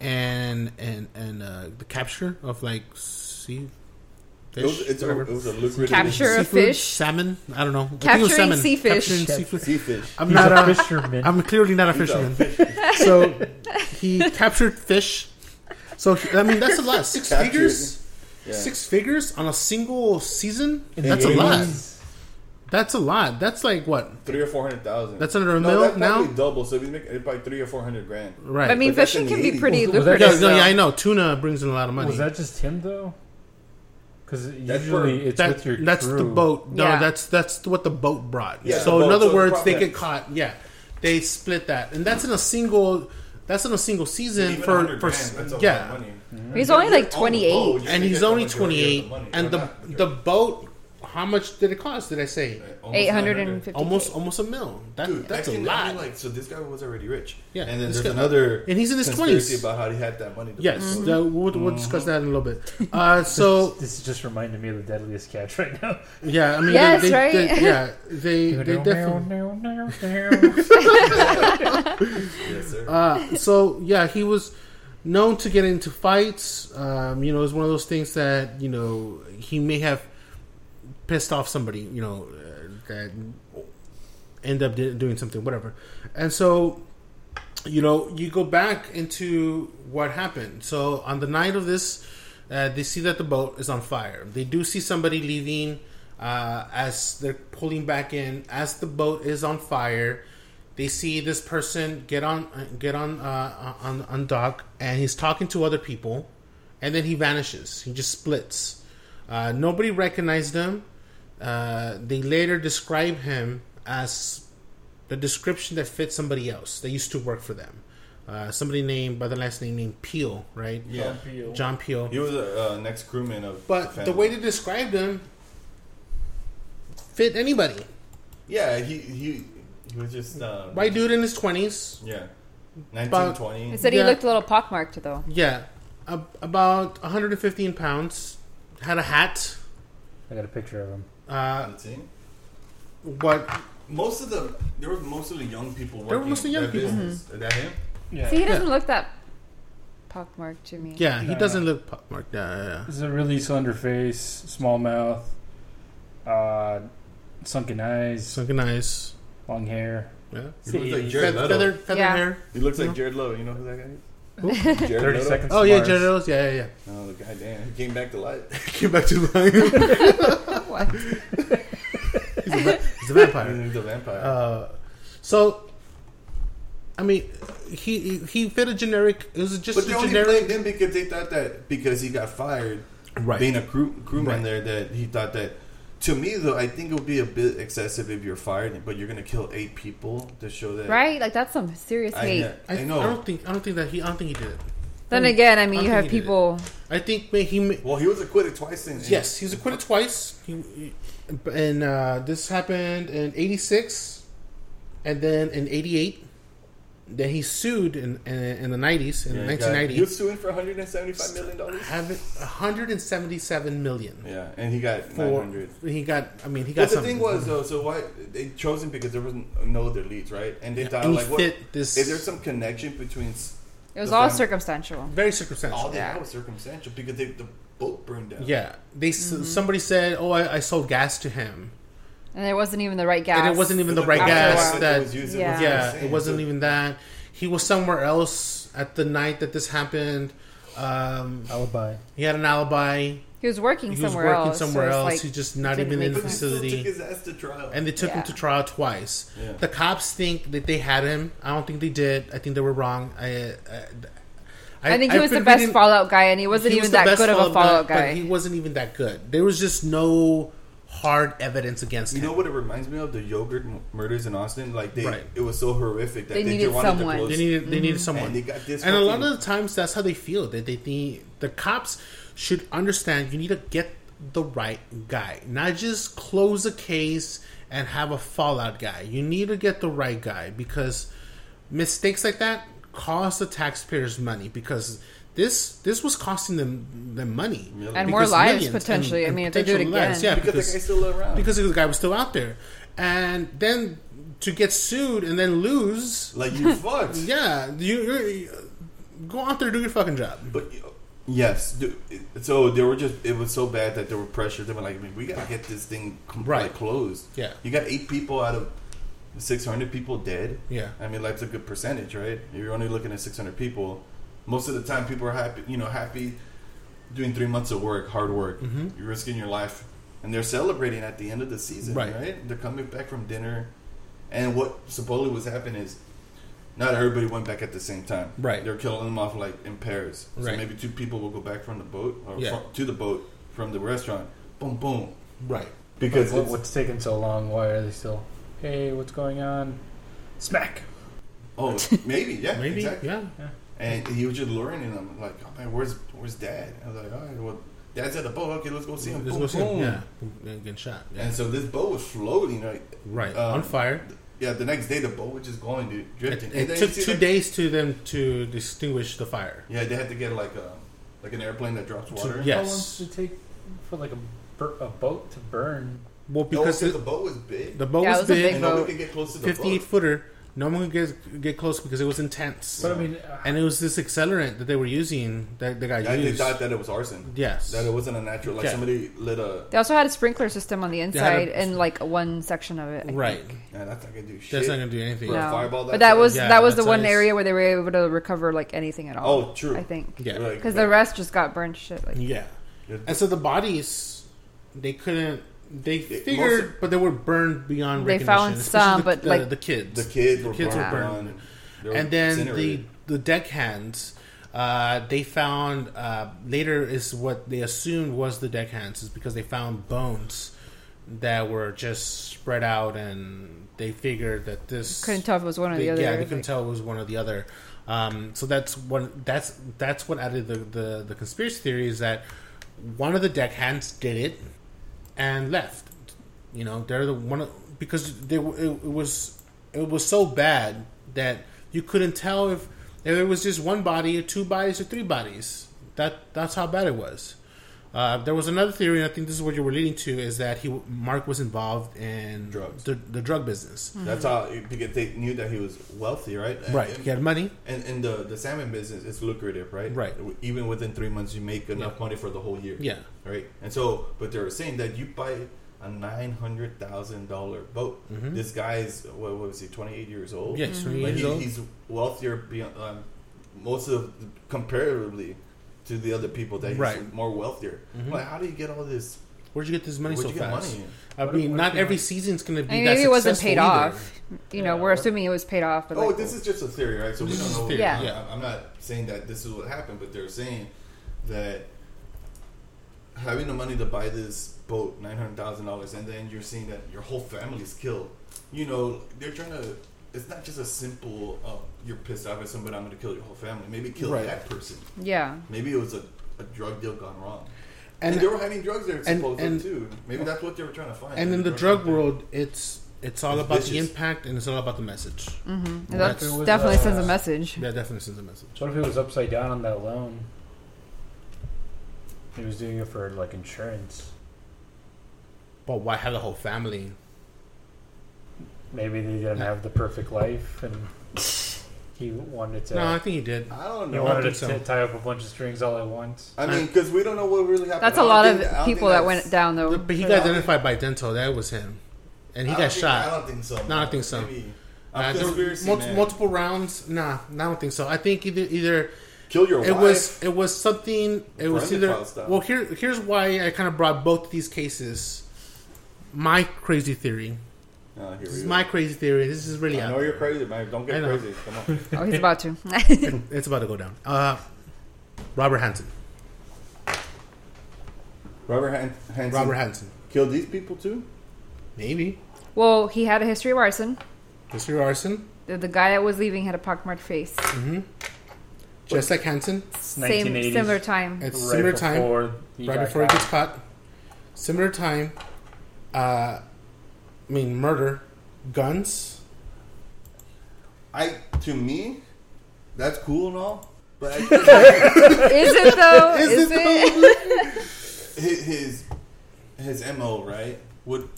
[SPEAKER 4] and and and uh, the capture of like sea
[SPEAKER 2] It was,
[SPEAKER 4] fish,
[SPEAKER 2] it's a,
[SPEAKER 4] whatever.
[SPEAKER 2] it was a lucrative
[SPEAKER 5] Capture of
[SPEAKER 4] Seafood?
[SPEAKER 5] fish.
[SPEAKER 4] salmon. I don't know. I think it was
[SPEAKER 5] Capturing
[SPEAKER 4] salmon.
[SPEAKER 5] sea fish.
[SPEAKER 4] Capturing
[SPEAKER 3] Cap-
[SPEAKER 4] seafood.
[SPEAKER 2] sea fish.
[SPEAKER 4] I'm
[SPEAKER 3] He's
[SPEAKER 4] not
[SPEAKER 3] a
[SPEAKER 4] a
[SPEAKER 3] fisherman.
[SPEAKER 4] I'm clearly not a
[SPEAKER 2] He's a
[SPEAKER 4] fisherman. so he captured fish. So I mean, that's a lot. Six
[SPEAKER 2] Captured.
[SPEAKER 4] figures.
[SPEAKER 2] Yeah.
[SPEAKER 4] Six figures on a single season.
[SPEAKER 3] In the
[SPEAKER 4] that's a lot.
[SPEAKER 3] 80s.
[SPEAKER 4] That's a lot. That's like what?
[SPEAKER 2] Three or four hundred thousand.
[SPEAKER 4] That's under a
[SPEAKER 2] no,
[SPEAKER 4] mil
[SPEAKER 2] that's
[SPEAKER 4] now?
[SPEAKER 2] probably double. So if you make it probably three or four hundred grand.
[SPEAKER 4] Right.
[SPEAKER 5] I mean,
[SPEAKER 2] But that's
[SPEAKER 5] fishing
[SPEAKER 2] in the
[SPEAKER 5] can be
[SPEAKER 2] 80s.
[SPEAKER 5] pretty
[SPEAKER 3] Was that
[SPEAKER 4] yeah,
[SPEAKER 5] lucrative.
[SPEAKER 4] no, yeah, I
[SPEAKER 5] though.
[SPEAKER 4] know. Tuna brings in a lot of money.
[SPEAKER 3] Was that just him though? Because
[SPEAKER 2] That's
[SPEAKER 3] usually
[SPEAKER 2] where-
[SPEAKER 3] it's
[SPEAKER 4] That-
[SPEAKER 3] with your
[SPEAKER 4] that's
[SPEAKER 3] crew.
[SPEAKER 4] the boat. No,
[SPEAKER 5] Yeah.
[SPEAKER 4] that's that's what the boat brought.
[SPEAKER 2] Yeah,
[SPEAKER 4] so
[SPEAKER 2] the
[SPEAKER 4] in
[SPEAKER 2] boat,
[SPEAKER 4] other
[SPEAKER 2] so the
[SPEAKER 4] words, they
[SPEAKER 2] profit.
[SPEAKER 4] get caught. Yeah, they split that, and that's in a single. That's in a single season
[SPEAKER 2] Even
[SPEAKER 4] for
[SPEAKER 2] 100
[SPEAKER 4] for
[SPEAKER 2] grand, that's a lot
[SPEAKER 4] yeah.
[SPEAKER 2] of money.
[SPEAKER 5] He's only like
[SPEAKER 2] You're on the
[SPEAKER 5] 28.
[SPEAKER 2] boat, you're
[SPEAKER 4] and
[SPEAKER 2] gonna
[SPEAKER 4] he's
[SPEAKER 2] get the majority
[SPEAKER 4] only
[SPEAKER 2] of
[SPEAKER 4] 28
[SPEAKER 2] the money.
[SPEAKER 4] and
[SPEAKER 2] Or
[SPEAKER 4] the
[SPEAKER 2] not
[SPEAKER 4] the boat how much did it cost did i say
[SPEAKER 2] Almost
[SPEAKER 5] 850.
[SPEAKER 4] almost almost a mil that,
[SPEAKER 2] Dude,
[SPEAKER 4] that's
[SPEAKER 2] I
[SPEAKER 4] a
[SPEAKER 2] can-
[SPEAKER 4] lot
[SPEAKER 2] I'm like, so this guy was already rich.
[SPEAKER 4] Yeah,
[SPEAKER 2] And then
[SPEAKER 4] this
[SPEAKER 2] there's
[SPEAKER 4] guy-
[SPEAKER 2] another.
[SPEAKER 4] and he's in his
[SPEAKER 2] conspiracy
[SPEAKER 4] 20s.
[SPEAKER 2] About how he had that money. to
[SPEAKER 4] yes
[SPEAKER 2] put
[SPEAKER 4] that- we'll, we'll discuss that in a little bit uh, so
[SPEAKER 3] This is just reminding me of the deadliest catch right now.
[SPEAKER 4] yeah i mean
[SPEAKER 5] Yes,
[SPEAKER 4] they, they,
[SPEAKER 5] right?
[SPEAKER 4] they- yeah they, they definitely
[SPEAKER 2] it. Yes, sir.
[SPEAKER 4] uh, so yeah he was known to get into fights um, you know it's one of those things that you know he may have pissed off somebody you know uh, that end up di- doing something whatever and so you know, you go back into what happened. So on the night of this, uh, they see that the boat is on fire. They do see somebody leaving uh, as they're pulling back in. As the boat is on fire, they see this person get on uh, get on uh, on on dock, and he's talking to other people, and then he vanishes. He just splits. Uh, nobody recognized him. Uh, they later describe him as the description that fits somebody else that used to work for them. Uh, somebody named by the last name named Peel, right?
[SPEAKER 2] yeah.
[SPEAKER 4] John Peel.
[SPEAKER 2] He was a uh, next crewman of.
[SPEAKER 4] But the
[SPEAKER 2] family.
[SPEAKER 4] way they described him fit anybody.
[SPEAKER 2] Yeah, he he he was just um,
[SPEAKER 4] White dude in his twenties.
[SPEAKER 2] Yeah, nineteen twenty.
[SPEAKER 5] It said he
[SPEAKER 4] Yeah.
[SPEAKER 5] looked a little pockmarked though.
[SPEAKER 4] Yeah, a- about 115 pounds. Had a hat.
[SPEAKER 3] I got a picture of him.
[SPEAKER 4] Uh,
[SPEAKER 2] 19.
[SPEAKER 4] what?
[SPEAKER 2] Most of the there were most of the young people. Working
[SPEAKER 4] There were mostly young
[SPEAKER 2] that
[SPEAKER 4] people.
[SPEAKER 2] Business. That him?
[SPEAKER 3] Yeah.
[SPEAKER 5] See, he doesn't look that pockmarked to me.
[SPEAKER 4] Yeah, he
[SPEAKER 3] No,
[SPEAKER 4] doesn't
[SPEAKER 3] no.
[SPEAKER 4] look pop marked. Yeah, yeah,
[SPEAKER 3] This is a really slender face, small mouth, uh, sunken eyes,
[SPEAKER 4] yeah. Looking nice.
[SPEAKER 3] long hair.
[SPEAKER 4] Yeah.
[SPEAKER 2] He looks like
[SPEAKER 3] See,
[SPEAKER 2] Jared
[SPEAKER 4] Feather,
[SPEAKER 2] Leto.
[SPEAKER 4] feather, feather
[SPEAKER 5] Yeah.
[SPEAKER 4] hair.
[SPEAKER 2] He looks
[SPEAKER 4] No.
[SPEAKER 2] like Jared Leto. You know who that guy is? Jared
[SPEAKER 3] Thirty
[SPEAKER 2] Leto?
[SPEAKER 3] seconds.
[SPEAKER 4] Oh yeah,
[SPEAKER 3] Mars.
[SPEAKER 4] Jared Leto. Yeah, yeah, yeah.
[SPEAKER 2] Oh, the guy damn, he came back to life.
[SPEAKER 4] Came back to life.
[SPEAKER 5] What?
[SPEAKER 4] he's, a, va- he's a vampire.
[SPEAKER 2] He's a vampire.
[SPEAKER 4] Uh, so, I mean, he he- he fit a generic. It was just
[SPEAKER 2] but
[SPEAKER 4] a
[SPEAKER 2] they only
[SPEAKER 4] generic.
[SPEAKER 2] blamed him because they thought that because he got fired,
[SPEAKER 4] Right.
[SPEAKER 2] being a crew crewman
[SPEAKER 4] Right.
[SPEAKER 2] there, that he thought that. To me, though, I think it would be a bit excessive if you're fired, but you're gonna kill eight people to show that.
[SPEAKER 5] Right? Like that's some serious
[SPEAKER 2] I,
[SPEAKER 5] hate.
[SPEAKER 4] I,
[SPEAKER 2] I know.
[SPEAKER 4] I don't think I don't think that he. I don't think he did it.
[SPEAKER 5] Then again, I mean,
[SPEAKER 4] I
[SPEAKER 5] you
[SPEAKER 4] think
[SPEAKER 5] have
[SPEAKER 4] he did it.
[SPEAKER 5] people.
[SPEAKER 4] I think may- he. may-
[SPEAKER 2] well, he was acquitted twice. In, in-
[SPEAKER 4] Yes, he was acquitted twice. He, he- and uh, this happened in '86, and then in '88. Then he sued in in, in the '90s, in
[SPEAKER 2] Yeah, he got- He
[SPEAKER 4] 1990.
[SPEAKER 2] was suing for 175 million dollars.
[SPEAKER 4] Have it 177 million
[SPEAKER 2] Yeah, and he got
[SPEAKER 4] for
[SPEAKER 2] 900.
[SPEAKER 4] he got. I mean, he got
[SPEAKER 2] But the
[SPEAKER 4] something.
[SPEAKER 2] thing was though, so why they chose him because there was no other leads, right? And they thought
[SPEAKER 4] and he
[SPEAKER 2] uh, like, what,
[SPEAKER 4] fit this.
[SPEAKER 2] is there some connection between s-
[SPEAKER 5] It was
[SPEAKER 2] The
[SPEAKER 5] all
[SPEAKER 2] fam-
[SPEAKER 5] circumstantial.
[SPEAKER 4] very circumstantial.
[SPEAKER 2] all the
[SPEAKER 5] Yeah.
[SPEAKER 2] that was circumstantial because they, the boat burned down.
[SPEAKER 4] Yeah, they s
[SPEAKER 1] Mm-hmm.
[SPEAKER 4] somebody said, "Oh, I, I sold gas to him,"
[SPEAKER 5] And it wasn't even the right gas.
[SPEAKER 4] and it wasn't even the right
[SPEAKER 5] after
[SPEAKER 4] gas.
[SPEAKER 5] that.
[SPEAKER 4] That
[SPEAKER 2] was used, it
[SPEAKER 5] Yeah.
[SPEAKER 2] was
[SPEAKER 4] yeah,
[SPEAKER 2] insane.
[SPEAKER 4] it wasn't
[SPEAKER 2] So-
[SPEAKER 4] even that. He was somewhere else at the night that this happened. Um,
[SPEAKER 3] Alibi.
[SPEAKER 4] he had an alibi.
[SPEAKER 1] He was working
[SPEAKER 4] He was
[SPEAKER 1] somewhere
[SPEAKER 4] working
[SPEAKER 1] else. so
[SPEAKER 4] somewhere
[SPEAKER 1] it's
[SPEAKER 4] else.
[SPEAKER 1] like-
[SPEAKER 4] He's just not
[SPEAKER 1] didn't
[SPEAKER 4] even in
[SPEAKER 1] make
[SPEAKER 4] the
[SPEAKER 1] sense.
[SPEAKER 2] Still took
[SPEAKER 4] facility.
[SPEAKER 2] his ass to trial.
[SPEAKER 4] And they took him
[SPEAKER 1] Yeah.
[SPEAKER 4] to trial twice.
[SPEAKER 2] Yeah.
[SPEAKER 4] The cops think that they had him. I don't think they did. I think they were wrong. I, I,
[SPEAKER 1] I, think he
[SPEAKER 4] I've
[SPEAKER 1] was the
[SPEAKER 4] been
[SPEAKER 1] best
[SPEAKER 4] reading-
[SPEAKER 1] Fallout guy, and he wasn't
[SPEAKER 4] he
[SPEAKER 1] even
[SPEAKER 4] was the
[SPEAKER 1] that
[SPEAKER 4] best
[SPEAKER 1] good of a Fallout guy.
[SPEAKER 4] But he wasn't even that good. There was just no hard evidence against
[SPEAKER 2] You
[SPEAKER 4] him.
[SPEAKER 2] know what it reminds me of? The yogurt m- murders in Austin. Like they,
[SPEAKER 4] Right.
[SPEAKER 2] it was so horrific that
[SPEAKER 1] They
[SPEAKER 2] they,
[SPEAKER 1] needed
[SPEAKER 2] just wanted
[SPEAKER 1] someone.
[SPEAKER 2] to close.
[SPEAKER 4] They needed they needed someone.
[SPEAKER 2] Mm-hmm. And they got this
[SPEAKER 4] And a lot
[SPEAKER 2] fucking-
[SPEAKER 4] of the times that's how they feel. That they think the cops should understand you need to get the right guy. Not just close a case and have a fallout guy. You need to get the right guy because mistakes like that cost the taxpayers money because this this was costing them them money
[SPEAKER 2] Millions.
[SPEAKER 1] And more
[SPEAKER 4] Because
[SPEAKER 1] lives,
[SPEAKER 4] millions and-
[SPEAKER 1] potentially. I
[SPEAKER 4] and
[SPEAKER 1] mean, if they do it
[SPEAKER 4] potential lives.
[SPEAKER 1] again.
[SPEAKER 4] yeah,
[SPEAKER 2] because, the guy's still around.
[SPEAKER 4] because the guy was still out there, and then to get sued and then lose,
[SPEAKER 2] like you fucked.
[SPEAKER 4] yeah, you you're, go out there do your fucking job.
[SPEAKER 2] But you know, yes, dude, it- so they were just. It was so bad that they were pressured. They were like, "We gotta get this thing com-
[SPEAKER 4] Right.
[SPEAKER 2] like, closed."
[SPEAKER 4] Yeah.
[SPEAKER 2] you got eight people out of six hundred people dead.
[SPEAKER 4] Yeah.
[SPEAKER 2] I mean that's a good percentage, right? You're only looking at six hundred people. Most of the time, people are happy. You know, happy doing three months of work, hard work.
[SPEAKER 4] Mm-hmm.
[SPEAKER 2] You're risking your life, and they're celebrating at the end of the season,
[SPEAKER 4] Right.
[SPEAKER 2] right? They're coming back from dinner, and what supposedly was happening is. Not everybody went back at the same time.
[SPEAKER 4] Right.
[SPEAKER 2] They're killing them off like in pairs. So
[SPEAKER 4] Right.
[SPEAKER 2] maybe two people will go back from the boat or
[SPEAKER 4] Yeah.
[SPEAKER 2] fro- to the boat from the restaurant. Boom, boom.
[SPEAKER 4] Right.
[SPEAKER 2] Because
[SPEAKER 3] What-
[SPEAKER 2] it's,
[SPEAKER 3] what's taking so long? Why are they still? Hey, what's going on? Smack.
[SPEAKER 2] oh, maybe yeah,
[SPEAKER 4] Maybe.
[SPEAKER 2] exactly.
[SPEAKER 4] Yeah.
[SPEAKER 2] And he was just luring in them like, oh man, where's where's dad? I was like, all right, well, dad's at the boat. Okay, let's go see him.
[SPEAKER 4] Let's
[SPEAKER 2] boom,
[SPEAKER 4] go see
[SPEAKER 2] boom.
[SPEAKER 4] him. Yeah. And Get shot. Yeah.
[SPEAKER 2] And so this boat was floating. Like,
[SPEAKER 4] Right.
[SPEAKER 2] Um,
[SPEAKER 4] On fire.
[SPEAKER 2] yeah, the next day the boat was just going, dude,
[SPEAKER 4] It,
[SPEAKER 2] drifting.
[SPEAKER 4] it
[SPEAKER 2] then
[SPEAKER 4] took
[SPEAKER 2] you see,
[SPEAKER 4] two
[SPEAKER 2] like-
[SPEAKER 4] days to them to distinguish the fire.
[SPEAKER 2] Yeah, they had to get like a like an airplane that drops water.
[SPEAKER 4] yeah.
[SPEAKER 3] How long
[SPEAKER 4] Yes.
[SPEAKER 3] does it take for like a, bur- a boat to burn?
[SPEAKER 4] Well,
[SPEAKER 2] No,
[SPEAKER 4] because
[SPEAKER 2] Oh, the
[SPEAKER 4] it,
[SPEAKER 2] boat was big,
[SPEAKER 4] the boat
[SPEAKER 1] Yeah, it
[SPEAKER 4] was,
[SPEAKER 1] was a
[SPEAKER 4] big,
[SPEAKER 1] big
[SPEAKER 2] and
[SPEAKER 1] boat.
[SPEAKER 2] nobody could get close to the
[SPEAKER 4] fifty-eight
[SPEAKER 2] boat.
[SPEAKER 4] footer. No one could get get close because it was intense.
[SPEAKER 3] But I mean, uh,
[SPEAKER 4] And it was this accelerant that they were using that they got
[SPEAKER 2] Yeah, they
[SPEAKER 4] used.
[SPEAKER 2] thought that it was arson.
[SPEAKER 4] yes.
[SPEAKER 2] That it wasn't a natural. Like
[SPEAKER 4] Yeah.
[SPEAKER 2] somebody lit a.
[SPEAKER 1] They also had a sprinkler system on the
[SPEAKER 4] had a-
[SPEAKER 1] inside and like one section of it. I
[SPEAKER 4] right.
[SPEAKER 1] think.
[SPEAKER 2] Yeah, that's not gonna do shit.
[SPEAKER 4] That's not going to do anything.
[SPEAKER 2] For a
[SPEAKER 1] No.
[SPEAKER 2] fireball that
[SPEAKER 1] but that
[SPEAKER 2] size?
[SPEAKER 1] was
[SPEAKER 4] Yeah,
[SPEAKER 1] that was
[SPEAKER 4] that
[SPEAKER 1] the one
[SPEAKER 4] size.
[SPEAKER 1] area where they were able to recover like anything at all.
[SPEAKER 2] Oh, true.
[SPEAKER 1] I think
[SPEAKER 4] Yeah.
[SPEAKER 2] Like,
[SPEAKER 1] because
[SPEAKER 2] but-
[SPEAKER 1] the rest just got burned to shit. Like
[SPEAKER 4] Yeah.
[SPEAKER 2] It-
[SPEAKER 4] And so the bodies, they couldn't. They
[SPEAKER 2] It-
[SPEAKER 4] figured,
[SPEAKER 2] most
[SPEAKER 4] but they were burned beyond
[SPEAKER 1] They
[SPEAKER 4] recognition.
[SPEAKER 1] found
[SPEAKER 4] especially
[SPEAKER 1] some,
[SPEAKER 4] the,
[SPEAKER 1] but,
[SPEAKER 4] the,
[SPEAKER 1] like-
[SPEAKER 4] the kids,
[SPEAKER 2] the kids were
[SPEAKER 4] kids were
[SPEAKER 2] burned.
[SPEAKER 4] burned.
[SPEAKER 2] on. They were
[SPEAKER 4] and then the
[SPEAKER 2] incinerated.
[SPEAKER 4] the deckhands. Uh, they found uh, later is what they assumed was the deckhands is because they found bones that were just spread out, and they figured that this
[SPEAKER 1] couldn't tell if it was one or
[SPEAKER 4] they-
[SPEAKER 1] the other.
[SPEAKER 4] Yeah, they
[SPEAKER 1] like-
[SPEAKER 4] couldn't tell it was one or the other. Um, so that's one. That's that's what added the, the the conspiracy theory is that one of the deckhands did it and left. You know, they're the one of, because they were- it, it was it was so bad that you couldn't tell if if it was just one body or two bodies or three bodies. That that's how bad it was. Uh, there was another theory, and I think this is what you were leading to, is that he Mark was involved in
[SPEAKER 2] Drugs.
[SPEAKER 4] the, the drug business.
[SPEAKER 2] That's how
[SPEAKER 1] Mm-hmm.
[SPEAKER 2] it- because they knew that he was wealthy, right? And-
[SPEAKER 4] Right,
[SPEAKER 2] And,
[SPEAKER 4] he had money.
[SPEAKER 2] and, and the the salmon business is lucrative, right?
[SPEAKER 4] Right.
[SPEAKER 2] Even within three months, you make enough money for the whole year.
[SPEAKER 4] Yeah.
[SPEAKER 2] Right. And so, but they were saying that you buy a nine hundred thousand dollar boat.
[SPEAKER 4] Mm-hmm.
[SPEAKER 2] This guy is what, what was he? Twenty eight years old.
[SPEAKER 4] Yeah, he's 28
[SPEAKER 2] Like,
[SPEAKER 4] years
[SPEAKER 2] he-
[SPEAKER 4] old.
[SPEAKER 2] He's wealthier beyond um, most of comparatively to the other people that he's
[SPEAKER 4] Right. Mm-hmm.
[SPEAKER 2] more wealthier. Like, how do you get all this?
[SPEAKER 4] Where'd you get this money
[SPEAKER 2] Where'd
[SPEAKER 4] so
[SPEAKER 2] you get
[SPEAKER 4] fast?
[SPEAKER 2] money?
[SPEAKER 4] I
[SPEAKER 3] What-
[SPEAKER 4] mean,
[SPEAKER 3] what
[SPEAKER 4] not
[SPEAKER 3] if you
[SPEAKER 4] every
[SPEAKER 3] want-
[SPEAKER 4] season's going to
[SPEAKER 1] I
[SPEAKER 4] be
[SPEAKER 1] mean,
[SPEAKER 4] that
[SPEAKER 1] maybe it wasn't
[SPEAKER 4] successful
[SPEAKER 1] paid
[SPEAKER 4] either.
[SPEAKER 1] off. You
[SPEAKER 3] Yeah,
[SPEAKER 1] know, we're
[SPEAKER 3] what-
[SPEAKER 1] assuming it was paid off. But
[SPEAKER 2] Oh,
[SPEAKER 1] like,
[SPEAKER 2] this is just a theory, right? So we
[SPEAKER 4] This
[SPEAKER 2] don't
[SPEAKER 4] is a
[SPEAKER 2] know.
[SPEAKER 4] theory,
[SPEAKER 1] Yeah.
[SPEAKER 4] yeah.
[SPEAKER 2] I'm not saying that this is what happened, but they're saying that having the money to buy this boat, nine hundred thousand dollars, and then you're seeing that your whole family's killed. You know, they're trying to. It's not just a simple. Oh, you're pissed off at somebody. I'm going to kill your whole family. Maybe kill
[SPEAKER 4] Right.
[SPEAKER 2] that person.
[SPEAKER 1] Yeah,
[SPEAKER 2] Maybe it was a, a drug deal gone wrong. And,
[SPEAKER 4] And
[SPEAKER 2] they were hiding drugs there,
[SPEAKER 4] and-
[SPEAKER 2] supposedly
[SPEAKER 4] and-
[SPEAKER 2] too. Maybe that's what they were trying to find.
[SPEAKER 4] and in the drug world, it's it's all
[SPEAKER 2] It's
[SPEAKER 4] about the
[SPEAKER 2] vicious.
[SPEAKER 4] impact and it's all about the message.
[SPEAKER 1] And
[SPEAKER 4] What
[SPEAKER 1] Mm-hmm. that
[SPEAKER 4] if it
[SPEAKER 3] was,
[SPEAKER 1] definitely
[SPEAKER 3] uh,
[SPEAKER 1] sends a message.
[SPEAKER 4] That definitely sends a message.
[SPEAKER 3] What if it was upside down on that loan? He was doing it for like insurance.
[SPEAKER 4] But why have the whole family?
[SPEAKER 3] Maybe they didn't have the perfect life, and he wanted to.
[SPEAKER 4] No, I think he did.
[SPEAKER 1] Um,
[SPEAKER 2] I don't
[SPEAKER 3] he
[SPEAKER 2] know.
[SPEAKER 4] I
[SPEAKER 3] wanted to
[SPEAKER 4] think so.
[SPEAKER 3] t- tie up a bunch of strings all at once.
[SPEAKER 2] I mean, because we don't know what really happened.
[SPEAKER 1] That's
[SPEAKER 2] I
[SPEAKER 1] a
[SPEAKER 2] don't
[SPEAKER 1] lot
[SPEAKER 2] think- I don't
[SPEAKER 1] of
[SPEAKER 2] think
[SPEAKER 1] people that
[SPEAKER 2] that's-
[SPEAKER 1] went down though. Oh,
[SPEAKER 4] But he
[SPEAKER 2] I
[SPEAKER 4] got
[SPEAKER 2] don't
[SPEAKER 4] identified by dental. That was him, and he
[SPEAKER 2] I
[SPEAKER 4] got
[SPEAKER 2] don't think- I
[SPEAKER 4] shot.
[SPEAKER 2] don't think so.
[SPEAKER 4] No, I don't think so.
[SPEAKER 2] Maybe.
[SPEAKER 4] Uh,
[SPEAKER 2] I'm
[SPEAKER 4] there were
[SPEAKER 2] conspiracy
[SPEAKER 4] mul-
[SPEAKER 2] man.
[SPEAKER 4] multiple rounds. Nah, I don't think so. I think either either
[SPEAKER 2] Kill your
[SPEAKER 4] it
[SPEAKER 2] wife.
[SPEAKER 4] was it was something it was
[SPEAKER 2] Brandon
[SPEAKER 4] either
[SPEAKER 2] Cloud style.
[SPEAKER 4] well here here's why I kind of brought both these cases. My crazy theory.
[SPEAKER 2] Ah, here
[SPEAKER 4] This
[SPEAKER 2] we
[SPEAKER 4] is
[SPEAKER 2] go.
[SPEAKER 4] my crazy theory. This is really
[SPEAKER 2] I
[SPEAKER 4] out
[SPEAKER 2] know you're
[SPEAKER 4] there.
[SPEAKER 2] crazy, man. Don't
[SPEAKER 4] I
[SPEAKER 2] get
[SPEAKER 4] know.
[SPEAKER 2] crazy. Come on.
[SPEAKER 5] Oh, he's about to.
[SPEAKER 4] It's about to go down. Uh, Robert Hanson.
[SPEAKER 2] Robert Han- Hanson
[SPEAKER 4] Robert Hanson.
[SPEAKER 2] killed these people too.
[SPEAKER 4] Maybe.
[SPEAKER 1] Well, he had a history of arson.
[SPEAKER 4] Mr. Arson.
[SPEAKER 1] The, the guy that was leaving had a pockmarked face.
[SPEAKER 4] Just like Hanson.
[SPEAKER 1] Same
[SPEAKER 3] 1980s.
[SPEAKER 1] similar time.
[SPEAKER 4] It's similar time.
[SPEAKER 3] before he
[SPEAKER 4] right
[SPEAKER 3] got
[SPEAKER 4] before he
[SPEAKER 3] caught.
[SPEAKER 4] gets caught. Similar time. Uh, I mean, murder, guns.
[SPEAKER 2] I to me, that's cool and all, but I
[SPEAKER 1] Is it though? Is, it?
[SPEAKER 2] his his, his mo right would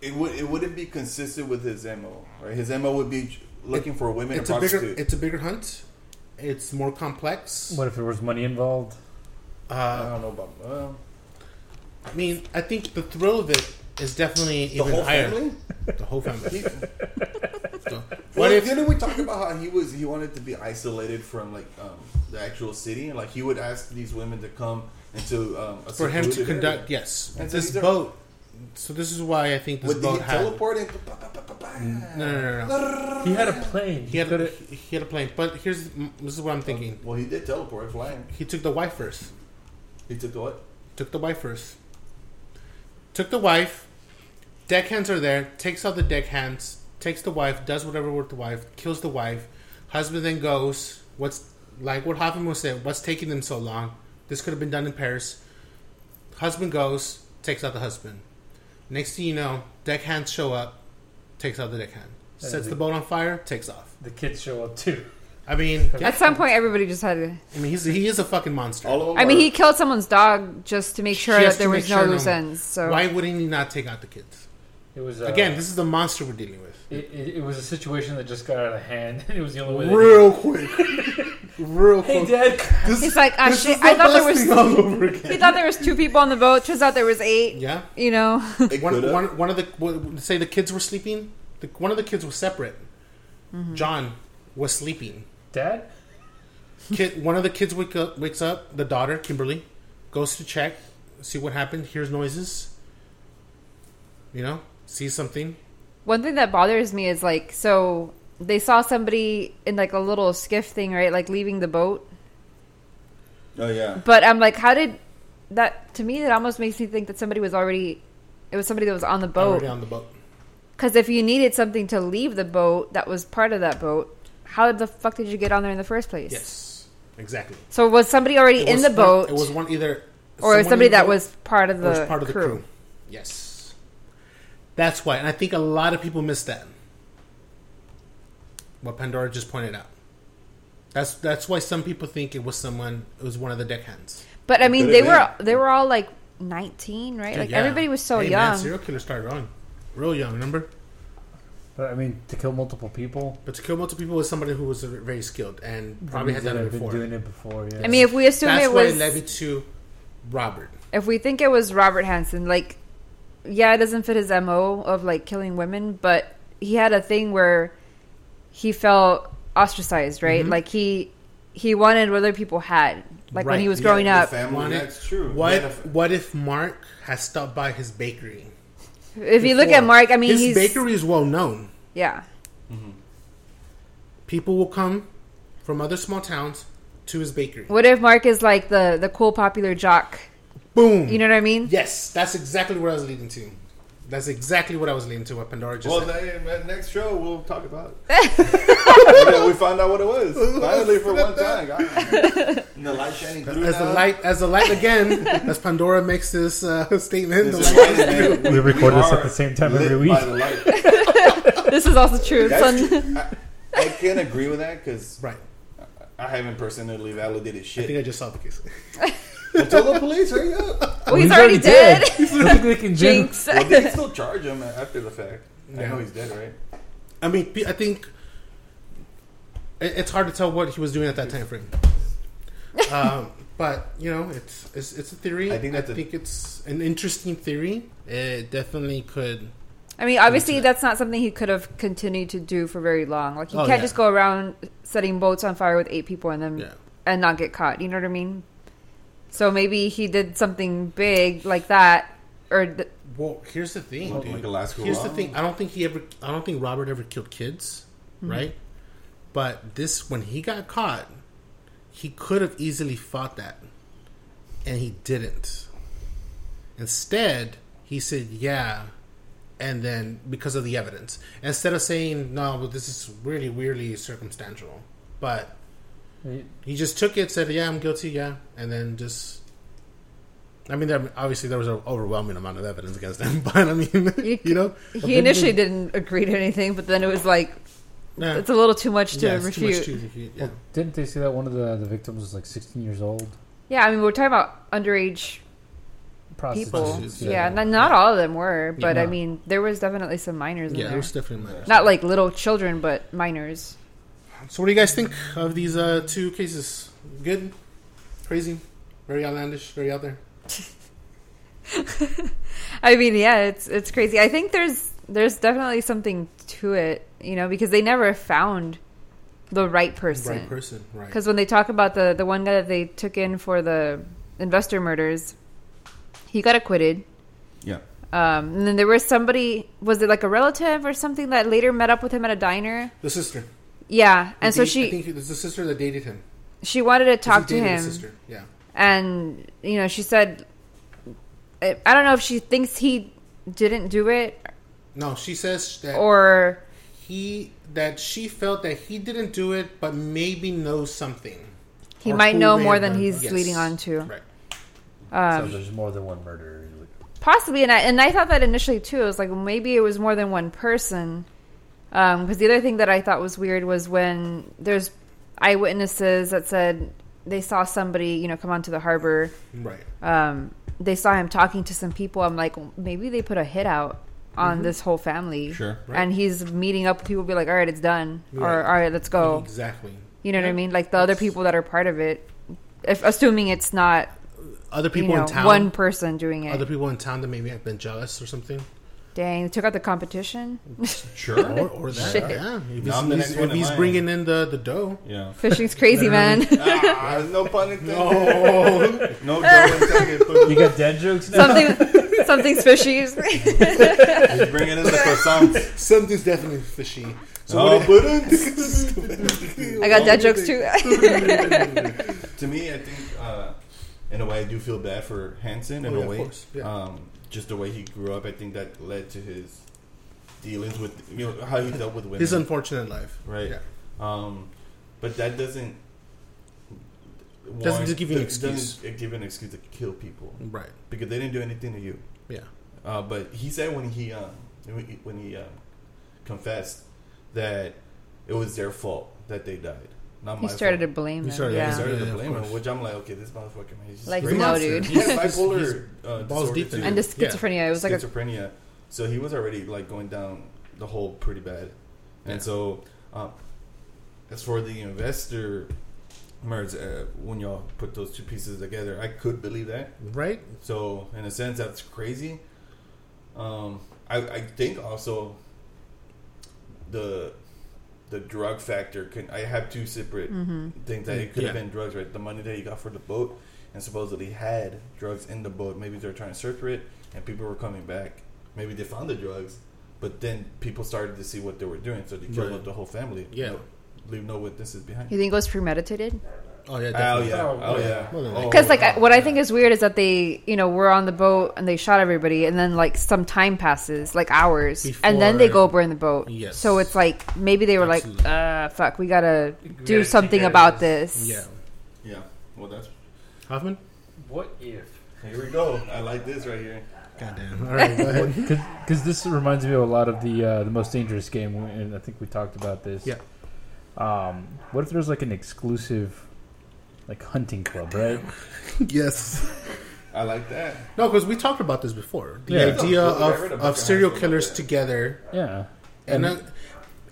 [SPEAKER 2] it would it wouldn't be consistent with his mo right his mo would be looking for women
[SPEAKER 4] It's
[SPEAKER 2] to
[SPEAKER 4] a bigger.
[SPEAKER 2] prostitute
[SPEAKER 4] It's a bigger hunt. It's more complex.
[SPEAKER 3] What if there was money involved?
[SPEAKER 2] i
[SPEAKER 4] Uh,
[SPEAKER 2] don't know about well,
[SPEAKER 4] I mean, I think the thrill of it is definitely
[SPEAKER 2] the
[SPEAKER 4] even
[SPEAKER 2] whole
[SPEAKER 4] higher.
[SPEAKER 2] family
[SPEAKER 4] The whole family. So,
[SPEAKER 2] well
[SPEAKER 4] what if?
[SPEAKER 2] didn't we talk about how he was he wanted to be isolated from like um the actual city and like he would ask these women to come into um a
[SPEAKER 4] for him to
[SPEAKER 2] secluded area.
[SPEAKER 4] conduct yes
[SPEAKER 2] And so
[SPEAKER 4] this
[SPEAKER 2] these are-
[SPEAKER 4] boat so this is why i think this
[SPEAKER 2] would he
[SPEAKER 4] boat Mm. had no,
[SPEAKER 2] teleport and ba- ba- ba- ba- ba-
[SPEAKER 4] no no no
[SPEAKER 3] He had a plane.
[SPEAKER 4] he had, a,
[SPEAKER 3] could've-
[SPEAKER 4] he had a plane but here's this is what i'm thinking
[SPEAKER 2] well he did teleport flying
[SPEAKER 4] he took the wife first
[SPEAKER 2] he took the what
[SPEAKER 4] took the wife first took the wife deckhands are there takes out the deckhands takes the wife does whatever with the wife kills the wife husband then goes what's like what hoffman was saying what's taking them so long this could have been done in paris husband goes takes out the husband next thing you know deckhands show up takes out the deckhand
[SPEAKER 3] Yeah,
[SPEAKER 4] sets
[SPEAKER 3] the-
[SPEAKER 4] the boat on fire takes off
[SPEAKER 3] The kids show up too.
[SPEAKER 4] i mean
[SPEAKER 1] At some point, everybody just had to.
[SPEAKER 4] i mean he's, he is a fucking monster
[SPEAKER 2] all of them
[SPEAKER 1] I mean,
[SPEAKER 2] are-
[SPEAKER 1] he killed someone's dog just to make sure
[SPEAKER 4] Just
[SPEAKER 1] that there
[SPEAKER 4] to
[SPEAKER 1] was
[SPEAKER 4] make
[SPEAKER 1] no
[SPEAKER 4] sure no
[SPEAKER 1] loose
[SPEAKER 4] one-
[SPEAKER 1] ends. So
[SPEAKER 4] why wouldn't he not take out the kids
[SPEAKER 3] It was uh,
[SPEAKER 4] again this is the monster we're dealing with
[SPEAKER 3] It, it, it was a situation that just got out of hand. It was the only way. that-
[SPEAKER 4] real quick, real
[SPEAKER 3] Hey,
[SPEAKER 4] quick.
[SPEAKER 3] Dad.
[SPEAKER 4] This,
[SPEAKER 1] he's like, "Ah,
[SPEAKER 4] this
[SPEAKER 1] shit,
[SPEAKER 4] is the
[SPEAKER 1] I thought there
[SPEAKER 4] best
[SPEAKER 1] was."
[SPEAKER 4] thing all over again.
[SPEAKER 1] He thought there was two people on the boat. Turns out there was eight.
[SPEAKER 4] Yeah,
[SPEAKER 1] You know,
[SPEAKER 2] It
[SPEAKER 4] one,
[SPEAKER 2] could've.
[SPEAKER 4] one, one of the w- say the kids were sleeping. The, one of the kids was separate.
[SPEAKER 1] Mm-hmm.
[SPEAKER 4] John was sleeping.
[SPEAKER 3] Dad.
[SPEAKER 4] Kid, one of the kids wake up, wakes up. The daughter, Kimberly, goes to check, see what happened. Hears noises. You know, sees something.
[SPEAKER 1] one thing that bothers me is like, so they saw somebody in like a little skiff thing, right? Like leaving the boat.
[SPEAKER 2] oh yeah
[SPEAKER 1] But I'm like, how did that? To me, that almost makes me think that somebody was already. It was somebody that was on the boat.
[SPEAKER 4] Already on the boat.
[SPEAKER 1] Because if you needed something to leave the boat that was part of that boat, how the fuck did you get on there in the first place?
[SPEAKER 4] Yes, exactly.
[SPEAKER 1] So was somebody already
[SPEAKER 4] It
[SPEAKER 1] in
[SPEAKER 4] was
[SPEAKER 1] the
[SPEAKER 4] one-
[SPEAKER 1] boat,
[SPEAKER 4] It was one either
[SPEAKER 1] or
[SPEAKER 4] someone
[SPEAKER 1] was
[SPEAKER 4] in
[SPEAKER 1] somebody
[SPEAKER 4] the
[SPEAKER 1] that
[SPEAKER 4] boat
[SPEAKER 1] was part of the
[SPEAKER 4] Or it's part of the
[SPEAKER 1] crew?
[SPEAKER 4] crew. Yes. That's why. And I think a lot of people miss that. What Pandora just pointed out. That's that's why some people think it was someone it was one of the deckhands.
[SPEAKER 1] But I mean,
[SPEAKER 2] could
[SPEAKER 1] they
[SPEAKER 2] have
[SPEAKER 1] were they were all like nineteen, right? Like
[SPEAKER 4] Yeah.
[SPEAKER 1] everybody was so
[SPEAKER 4] Hey, man,
[SPEAKER 1] young.
[SPEAKER 4] serial killer started on. Real young, remember?
[SPEAKER 3] But I mean, to kill multiple people.
[SPEAKER 4] But to kill multiple people was somebody who was very skilled and probably had
[SPEAKER 3] that
[SPEAKER 4] done it
[SPEAKER 3] have been
[SPEAKER 4] before.
[SPEAKER 3] doing it before. Yeah.
[SPEAKER 1] I mean, if we assume
[SPEAKER 4] That's
[SPEAKER 1] it
[SPEAKER 4] why
[SPEAKER 1] was,
[SPEAKER 4] it led me to Robert.
[SPEAKER 1] if we think it was Robert Hansen, like, yeah, it doesn't fit his mo of like killing women, but he had a thing where he felt ostracized, right?
[SPEAKER 4] Mm-hmm.
[SPEAKER 1] Like he he wanted what other people had, like when
[SPEAKER 4] Right.
[SPEAKER 1] he was
[SPEAKER 2] He
[SPEAKER 1] growing
[SPEAKER 2] had the
[SPEAKER 1] up.
[SPEAKER 2] family,
[SPEAKER 4] Wanted-
[SPEAKER 2] that's true He
[SPEAKER 4] What
[SPEAKER 2] had a fa-
[SPEAKER 4] what if Mark has stopped by his bakery?
[SPEAKER 1] If you look at
[SPEAKER 4] before?
[SPEAKER 1] Mark, I mean,
[SPEAKER 4] his
[SPEAKER 1] he's
[SPEAKER 4] bakery is well known.
[SPEAKER 1] yeah.
[SPEAKER 4] people will come from other small towns to his bakery.
[SPEAKER 1] What if Mark is like the the cool popular jock?
[SPEAKER 4] Boom.
[SPEAKER 1] You know what I mean?
[SPEAKER 4] yes, that's exactly what I was leading to. That's exactly what I was leading to. What Pandora just
[SPEAKER 2] Well,
[SPEAKER 4] said.
[SPEAKER 2] then, uh, next show we'll talk about it. Okay, we found out what it was. Finally, for one time. God. And the light shining through.
[SPEAKER 4] as the
[SPEAKER 2] now.
[SPEAKER 4] light, as the light again, as Pandora makes this uh, statement, the
[SPEAKER 2] This is
[SPEAKER 4] light-
[SPEAKER 2] light, man.
[SPEAKER 3] We record this at
[SPEAKER 2] are
[SPEAKER 3] the same time
[SPEAKER 2] lit
[SPEAKER 3] every
[SPEAKER 2] by
[SPEAKER 3] week.
[SPEAKER 2] the light.
[SPEAKER 1] This is also true. It's on-
[SPEAKER 2] That's true. I, I can agree with that because
[SPEAKER 4] right.
[SPEAKER 2] I haven't personally validated
[SPEAKER 4] I think I
[SPEAKER 2] shit.
[SPEAKER 4] just solved the case.
[SPEAKER 2] Well, Tell the police, hurry up.
[SPEAKER 1] well, he's, already, dead.
[SPEAKER 3] I think they can jinx.
[SPEAKER 1] Jinx.
[SPEAKER 2] Well, they can still charge him after the fact. I
[SPEAKER 4] Yeah.
[SPEAKER 2] know he's dead, right?
[SPEAKER 4] I mean, pe- I think it- it's hard to tell what he was doing at that time frame. um, but you know, it's it's, it's a theory.
[SPEAKER 2] I think that's a-
[SPEAKER 4] it's an interesting theory. It definitely could.
[SPEAKER 1] I mean, obviously, that's not something he could have continued to do for very long. Like, you
[SPEAKER 4] Oh,
[SPEAKER 1] can't
[SPEAKER 4] yeah.
[SPEAKER 1] just go around setting boats on fire with eight people and then
[SPEAKER 4] Yeah.
[SPEAKER 1] and not get caught. You know what I mean? So maybe he did something big like that, or th-
[SPEAKER 4] Well, here's the thing.
[SPEAKER 2] Like- like Alaska
[SPEAKER 4] here's the
[SPEAKER 2] Wild?
[SPEAKER 4] thing. I don't think he ever. I don't think Robert ever killed kids, right? But this, when he got caught, he could have easily fought that, and he didn't. Instead, he said, "Yeah," and then because of the evidence, instead of saying, "No, but this is really weirdly circumstantial," but
[SPEAKER 3] He-
[SPEAKER 4] he just took it, said, "Yeah, I'm guilty," yeah, and then just. I mean, there, obviously there was an overwhelming amount of evidence against him, but I mean, you,
[SPEAKER 1] You-
[SPEAKER 4] know,
[SPEAKER 1] he initially didn't agree to anything, but then it was like
[SPEAKER 4] Nah.
[SPEAKER 1] it's a little too much to
[SPEAKER 4] Yeah, it's too much
[SPEAKER 1] refute.
[SPEAKER 4] to refute, yeah.
[SPEAKER 3] Well, didn't they say that one of the, the victims was like 16 years old?
[SPEAKER 1] yeah, I mean we're talking about underage people.
[SPEAKER 4] Prostitutes,
[SPEAKER 1] Yeah, not, not all of them were, but
[SPEAKER 4] Yeah.
[SPEAKER 1] I mean there was definitely some minors in
[SPEAKER 4] yeah, it
[SPEAKER 1] there.
[SPEAKER 4] was definitely minor.
[SPEAKER 1] Not like little children, but minors.
[SPEAKER 4] So, what do you guys think of these uh, two cases? Good, crazy, very outlandish, very out there.
[SPEAKER 1] I mean, yeah, it's it's crazy. I think there's there's definitely something to it, you know, because they never found the right person.
[SPEAKER 4] Right person, right?
[SPEAKER 1] Because when they talk about the the one guy that they took in for the investor murders, he got acquitted.
[SPEAKER 2] Yeah.
[SPEAKER 1] Um, and then there was somebody, was it like a relative or something that later met up with him at a diner?
[SPEAKER 4] The sister,
[SPEAKER 1] Yeah, and so
[SPEAKER 4] Date- I
[SPEAKER 1] she
[SPEAKER 4] think it was the sister that dated him. 'Cause
[SPEAKER 1] she wanted to
[SPEAKER 4] he
[SPEAKER 1] talk to
[SPEAKER 4] dated
[SPEAKER 1] him,
[SPEAKER 4] his sister. Yeah,
[SPEAKER 1] and you know she said, I I don't know if she thinks he didn't do it
[SPEAKER 4] no, she says that
[SPEAKER 1] or
[SPEAKER 4] he that she felt that he didn't do it, but maybe knows something.
[SPEAKER 1] he
[SPEAKER 4] Or
[SPEAKER 1] might
[SPEAKER 4] who
[SPEAKER 1] know
[SPEAKER 4] they
[SPEAKER 1] more
[SPEAKER 4] have
[SPEAKER 1] than
[SPEAKER 4] done.
[SPEAKER 1] he's
[SPEAKER 4] Yes.
[SPEAKER 1] leading on to.
[SPEAKER 4] Right.
[SPEAKER 3] so there's more than one murderer. you would-
[SPEAKER 1] Possibly, and I and I thought that initially too. I was like, well, maybe it was more than one person. Because the other thing that I thought was weird was when there's eyewitnesses that said they saw somebody, you know, come onto the harbor.
[SPEAKER 4] Right.
[SPEAKER 1] Um, they saw him talking to some people. I'm like, well, maybe they put a hit out on
[SPEAKER 4] Mm-hmm.
[SPEAKER 1] this whole family.
[SPEAKER 2] Sure.
[SPEAKER 1] And he's meeting up with people, be like, all right, it's done, or
[SPEAKER 4] Right.
[SPEAKER 1] all right, let's go.
[SPEAKER 4] Exactly.
[SPEAKER 1] You know what I
[SPEAKER 4] Yeah.
[SPEAKER 1] mean? Like the other people that are part of it, if assuming it's not
[SPEAKER 4] Other
[SPEAKER 1] you
[SPEAKER 4] people
[SPEAKER 1] know
[SPEAKER 4] in town.
[SPEAKER 1] one person doing it.
[SPEAKER 4] other people in town that maybe have been jealous or something.
[SPEAKER 1] Dang, they took out the competition.
[SPEAKER 4] Or,
[SPEAKER 2] Sure.
[SPEAKER 4] or that.
[SPEAKER 1] Shit.
[SPEAKER 4] Yeah. If
[SPEAKER 2] Now
[SPEAKER 4] he's,
[SPEAKER 2] I'm the
[SPEAKER 4] if
[SPEAKER 2] next one in
[SPEAKER 4] he's
[SPEAKER 2] line.
[SPEAKER 4] bringing in the, the dough.
[SPEAKER 2] yeah.
[SPEAKER 1] Fishing's crazy, man.
[SPEAKER 2] Ah, no pun intended.
[SPEAKER 4] No.
[SPEAKER 2] No, Joe intended.
[SPEAKER 3] You got dead jokes now?
[SPEAKER 1] Something, something's fishy.
[SPEAKER 2] He's bringing in the croissants.
[SPEAKER 4] Something's definitely fishy. So
[SPEAKER 2] Oh,
[SPEAKER 4] what
[SPEAKER 1] I got dead jokes too.
[SPEAKER 2] to me, I think uh, in a way I do feel bad for Hanson. In
[SPEAKER 4] Oh, yeah,
[SPEAKER 2] a
[SPEAKER 4] of
[SPEAKER 2] way,
[SPEAKER 4] course, yeah.
[SPEAKER 2] um, just the way he grew up, I think that led to his dealings with you know how he dealt with women.
[SPEAKER 4] his unfortunate life.
[SPEAKER 2] right.
[SPEAKER 4] Yeah.
[SPEAKER 2] Um, but that doesn't
[SPEAKER 4] Doesn't just give you an
[SPEAKER 2] doesn't
[SPEAKER 4] excuse.
[SPEAKER 2] give you an excuse to kill people
[SPEAKER 4] Right.
[SPEAKER 2] because they didn't do anything to you.
[SPEAKER 4] Yeah.
[SPEAKER 2] Uh, but he said when he um, when he, when he um, confessed that it was their fault that they died, not
[SPEAKER 1] he
[SPEAKER 2] my
[SPEAKER 1] started to
[SPEAKER 2] fault.
[SPEAKER 1] blame
[SPEAKER 4] He
[SPEAKER 1] them.
[SPEAKER 4] started-
[SPEAKER 2] He
[SPEAKER 1] yeah.
[SPEAKER 2] started
[SPEAKER 4] Yeah,
[SPEAKER 2] to
[SPEAKER 4] of
[SPEAKER 2] blame him,
[SPEAKER 4] course.
[SPEAKER 2] which I'm like, okay, this motherfucker, man, he's just
[SPEAKER 1] Like
[SPEAKER 2] crazy.
[SPEAKER 1] no,
[SPEAKER 4] monster.
[SPEAKER 1] dude.
[SPEAKER 2] He had
[SPEAKER 4] He's-
[SPEAKER 2] bipolar uh,
[SPEAKER 4] balls
[SPEAKER 2] disorder
[SPEAKER 4] deep in
[SPEAKER 2] too.
[SPEAKER 4] it.
[SPEAKER 1] And the
[SPEAKER 4] Yeah.
[SPEAKER 1] schizophrenia. It was like a
[SPEAKER 2] schizophrenia. So he was already like going down the hole pretty bad. And
[SPEAKER 4] Yeah.
[SPEAKER 2] so, um, as for the investor merge, uh, when y'all put those two pieces together, I could believe that.
[SPEAKER 4] Right.
[SPEAKER 2] So in a sense, that's crazy. Um, I, I think also the the drug factor can. I have two separate
[SPEAKER 1] mm-hmm.
[SPEAKER 2] things that it could have
[SPEAKER 4] Yeah.
[SPEAKER 2] been drugs, right? The money that he got for the boat, and supposedly had drugs in the boat. Maybe they're trying to search for it, and people were coming back. Maybe they found the drugs, but then people started to see what they were doing, so they killed
[SPEAKER 4] Right.
[SPEAKER 2] the whole family.
[SPEAKER 4] Yeah.
[SPEAKER 2] No- leave no witnesses behind.
[SPEAKER 1] You think it was premeditated?
[SPEAKER 4] Oh yeah.
[SPEAKER 2] Oh
[SPEAKER 4] Definitely.
[SPEAKER 2] yeah!
[SPEAKER 3] Oh,
[SPEAKER 2] Oh yeah!
[SPEAKER 4] Well, then-
[SPEAKER 2] Oh,
[SPEAKER 1] Because like
[SPEAKER 2] yeah.
[SPEAKER 1] I, what I think is weird is that they, you know, were on the boat and they shot everybody, and then like some time passes, like hours, and then they
[SPEAKER 4] Before-
[SPEAKER 1] go burn the boat.
[SPEAKER 4] Yes.
[SPEAKER 1] So it's like maybe they were
[SPEAKER 4] Absolutely.
[SPEAKER 1] like, uh, fuck, we gotta
[SPEAKER 3] gotta
[SPEAKER 1] do
[SPEAKER 3] take
[SPEAKER 1] something
[SPEAKER 3] care of
[SPEAKER 1] about
[SPEAKER 3] this.
[SPEAKER 1] this.
[SPEAKER 4] Yeah.
[SPEAKER 2] Yeah. Well, that's
[SPEAKER 4] Hoffman.
[SPEAKER 3] What if?
[SPEAKER 2] here we go. I like this right here.
[SPEAKER 4] Goddamn. All right. Go ahead.
[SPEAKER 3] Because this reminds me of a lot of the uh, the most dangerous game, and I think we talked about this.
[SPEAKER 4] Yeah.
[SPEAKER 3] Um, what if there's like an exclusive, like hunting club, right?
[SPEAKER 4] yes.
[SPEAKER 2] I like that.
[SPEAKER 4] No, because we talked about this before. The
[SPEAKER 3] Yeah.
[SPEAKER 4] idea
[SPEAKER 2] Yeah, I
[SPEAKER 4] of,
[SPEAKER 2] read about
[SPEAKER 4] of
[SPEAKER 2] that.
[SPEAKER 4] serial killers together,
[SPEAKER 3] Yeah.
[SPEAKER 4] and, uh,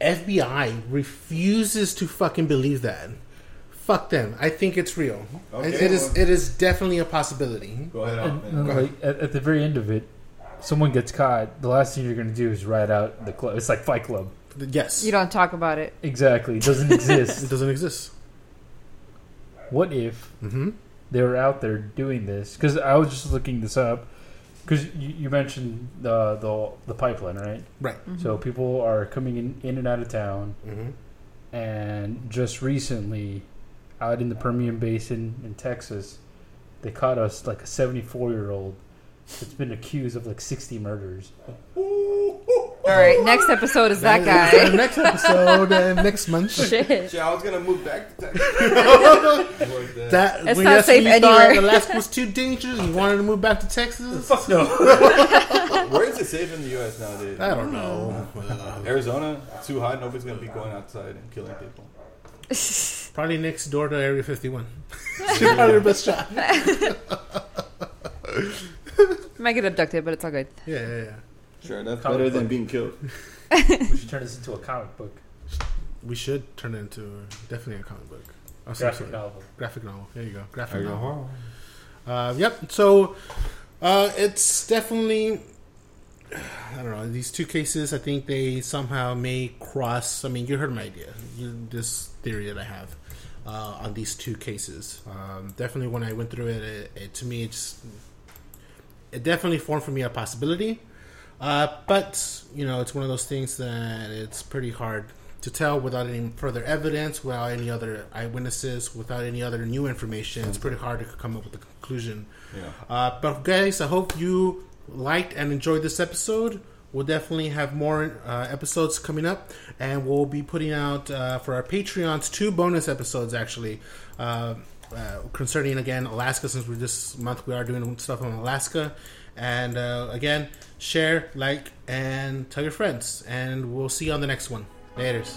[SPEAKER 4] FBI refuses to fucking believe that. Fuck them. I think it's real.
[SPEAKER 2] Okay,
[SPEAKER 4] it is.
[SPEAKER 2] well-
[SPEAKER 4] It is definitely a possibility.
[SPEAKER 2] Go ahead,
[SPEAKER 3] And,
[SPEAKER 2] Ahmed.
[SPEAKER 3] and, like, at, at the very end of it, someone gets caught. The last thing you're going to do is ride out the club. It's like Fight Club.
[SPEAKER 4] Yes.
[SPEAKER 1] You don't talk about it.
[SPEAKER 3] Exactly. It doesn't
[SPEAKER 4] It
[SPEAKER 3] exist.
[SPEAKER 4] doesn't exist.
[SPEAKER 3] What if
[SPEAKER 4] Mm-hmm.
[SPEAKER 3] they were out there doing this? Because I was just looking this up. Because you, you mentioned the, the the pipeline, right?
[SPEAKER 4] Right.
[SPEAKER 3] So people are coming in, in and out of town,
[SPEAKER 4] Mm-hmm.
[SPEAKER 3] and just recently, out in the Permian Basin in Texas, they caught us like a 74 year old that's been accused of like 60 murders.
[SPEAKER 1] All right, next episode is that
[SPEAKER 4] is our
[SPEAKER 1] guy.
[SPEAKER 4] next episode uh, next month.
[SPEAKER 1] Shit.
[SPEAKER 2] Shit, I was gonna move back to Texas. Work that.
[SPEAKER 4] That
[SPEAKER 1] It's
[SPEAKER 4] when-
[SPEAKER 1] not
[SPEAKER 4] that's
[SPEAKER 1] safe
[SPEAKER 4] when you thought
[SPEAKER 1] anywhere.
[SPEAKER 4] Alaska was too dangerous. You wanted to move back to Texas.
[SPEAKER 3] Fuck no.
[SPEAKER 2] Where is it safe in the U.S. nowadays?
[SPEAKER 4] I don't know.
[SPEAKER 2] Arizona, too hot. Nobody's gonna be going outside and killing people.
[SPEAKER 4] Probably next door to Area 51. Probably your best shot. Yeah,
[SPEAKER 1] Might get abducted, but it's all good.
[SPEAKER 4] yeah, yeah.
[SPEAKER 2] Sure, that's
[SPEAKER 3] Comic
[SPEAKER 2] better than
[SPEAKER 3] book.
[SPEAKER 2] being killed.
[SPEAKER 3] we should turn this into a comic book,
[SPEAKER 4] We should turn it into uh, definitely a comic book. Or some
[SPEAKER 3] graphic
[SPEAKER 4] sort.
[SPEAKER 3] novel.
[SPEAKER 4] Graphic novel. There you go. Graphic novel. Uh, yep. So uh, it's definitely. I don't know. These two cases, I think they somehow may cross. I mean, you heard my idea. You, this theory that I have uh, on these two cases. Um, definitely, when I went through it, it, it to me, it's it definitely formed for me a possibility. Uh, but you know, it's one of those things that it's pretty hard to tell without any further evidence, without any other eyewitnesses, without any other new information. It's pretty hard to come up with a conclusion.
[SPEAKER 2] Yeah.
[SPEAKER 4] Uh, but guys, I hope you liked and enjoyed this episode. We'll definitely have more uh, episodes coming up, and we'll be putting out uh, for our Patreons two bonus episodes actually. Uh, uh, concerning again Alaska, since we're this month we are doing stuff on Alaska, and uh, again share, like, and tell your friends, and we'll see you on the next one. Later's.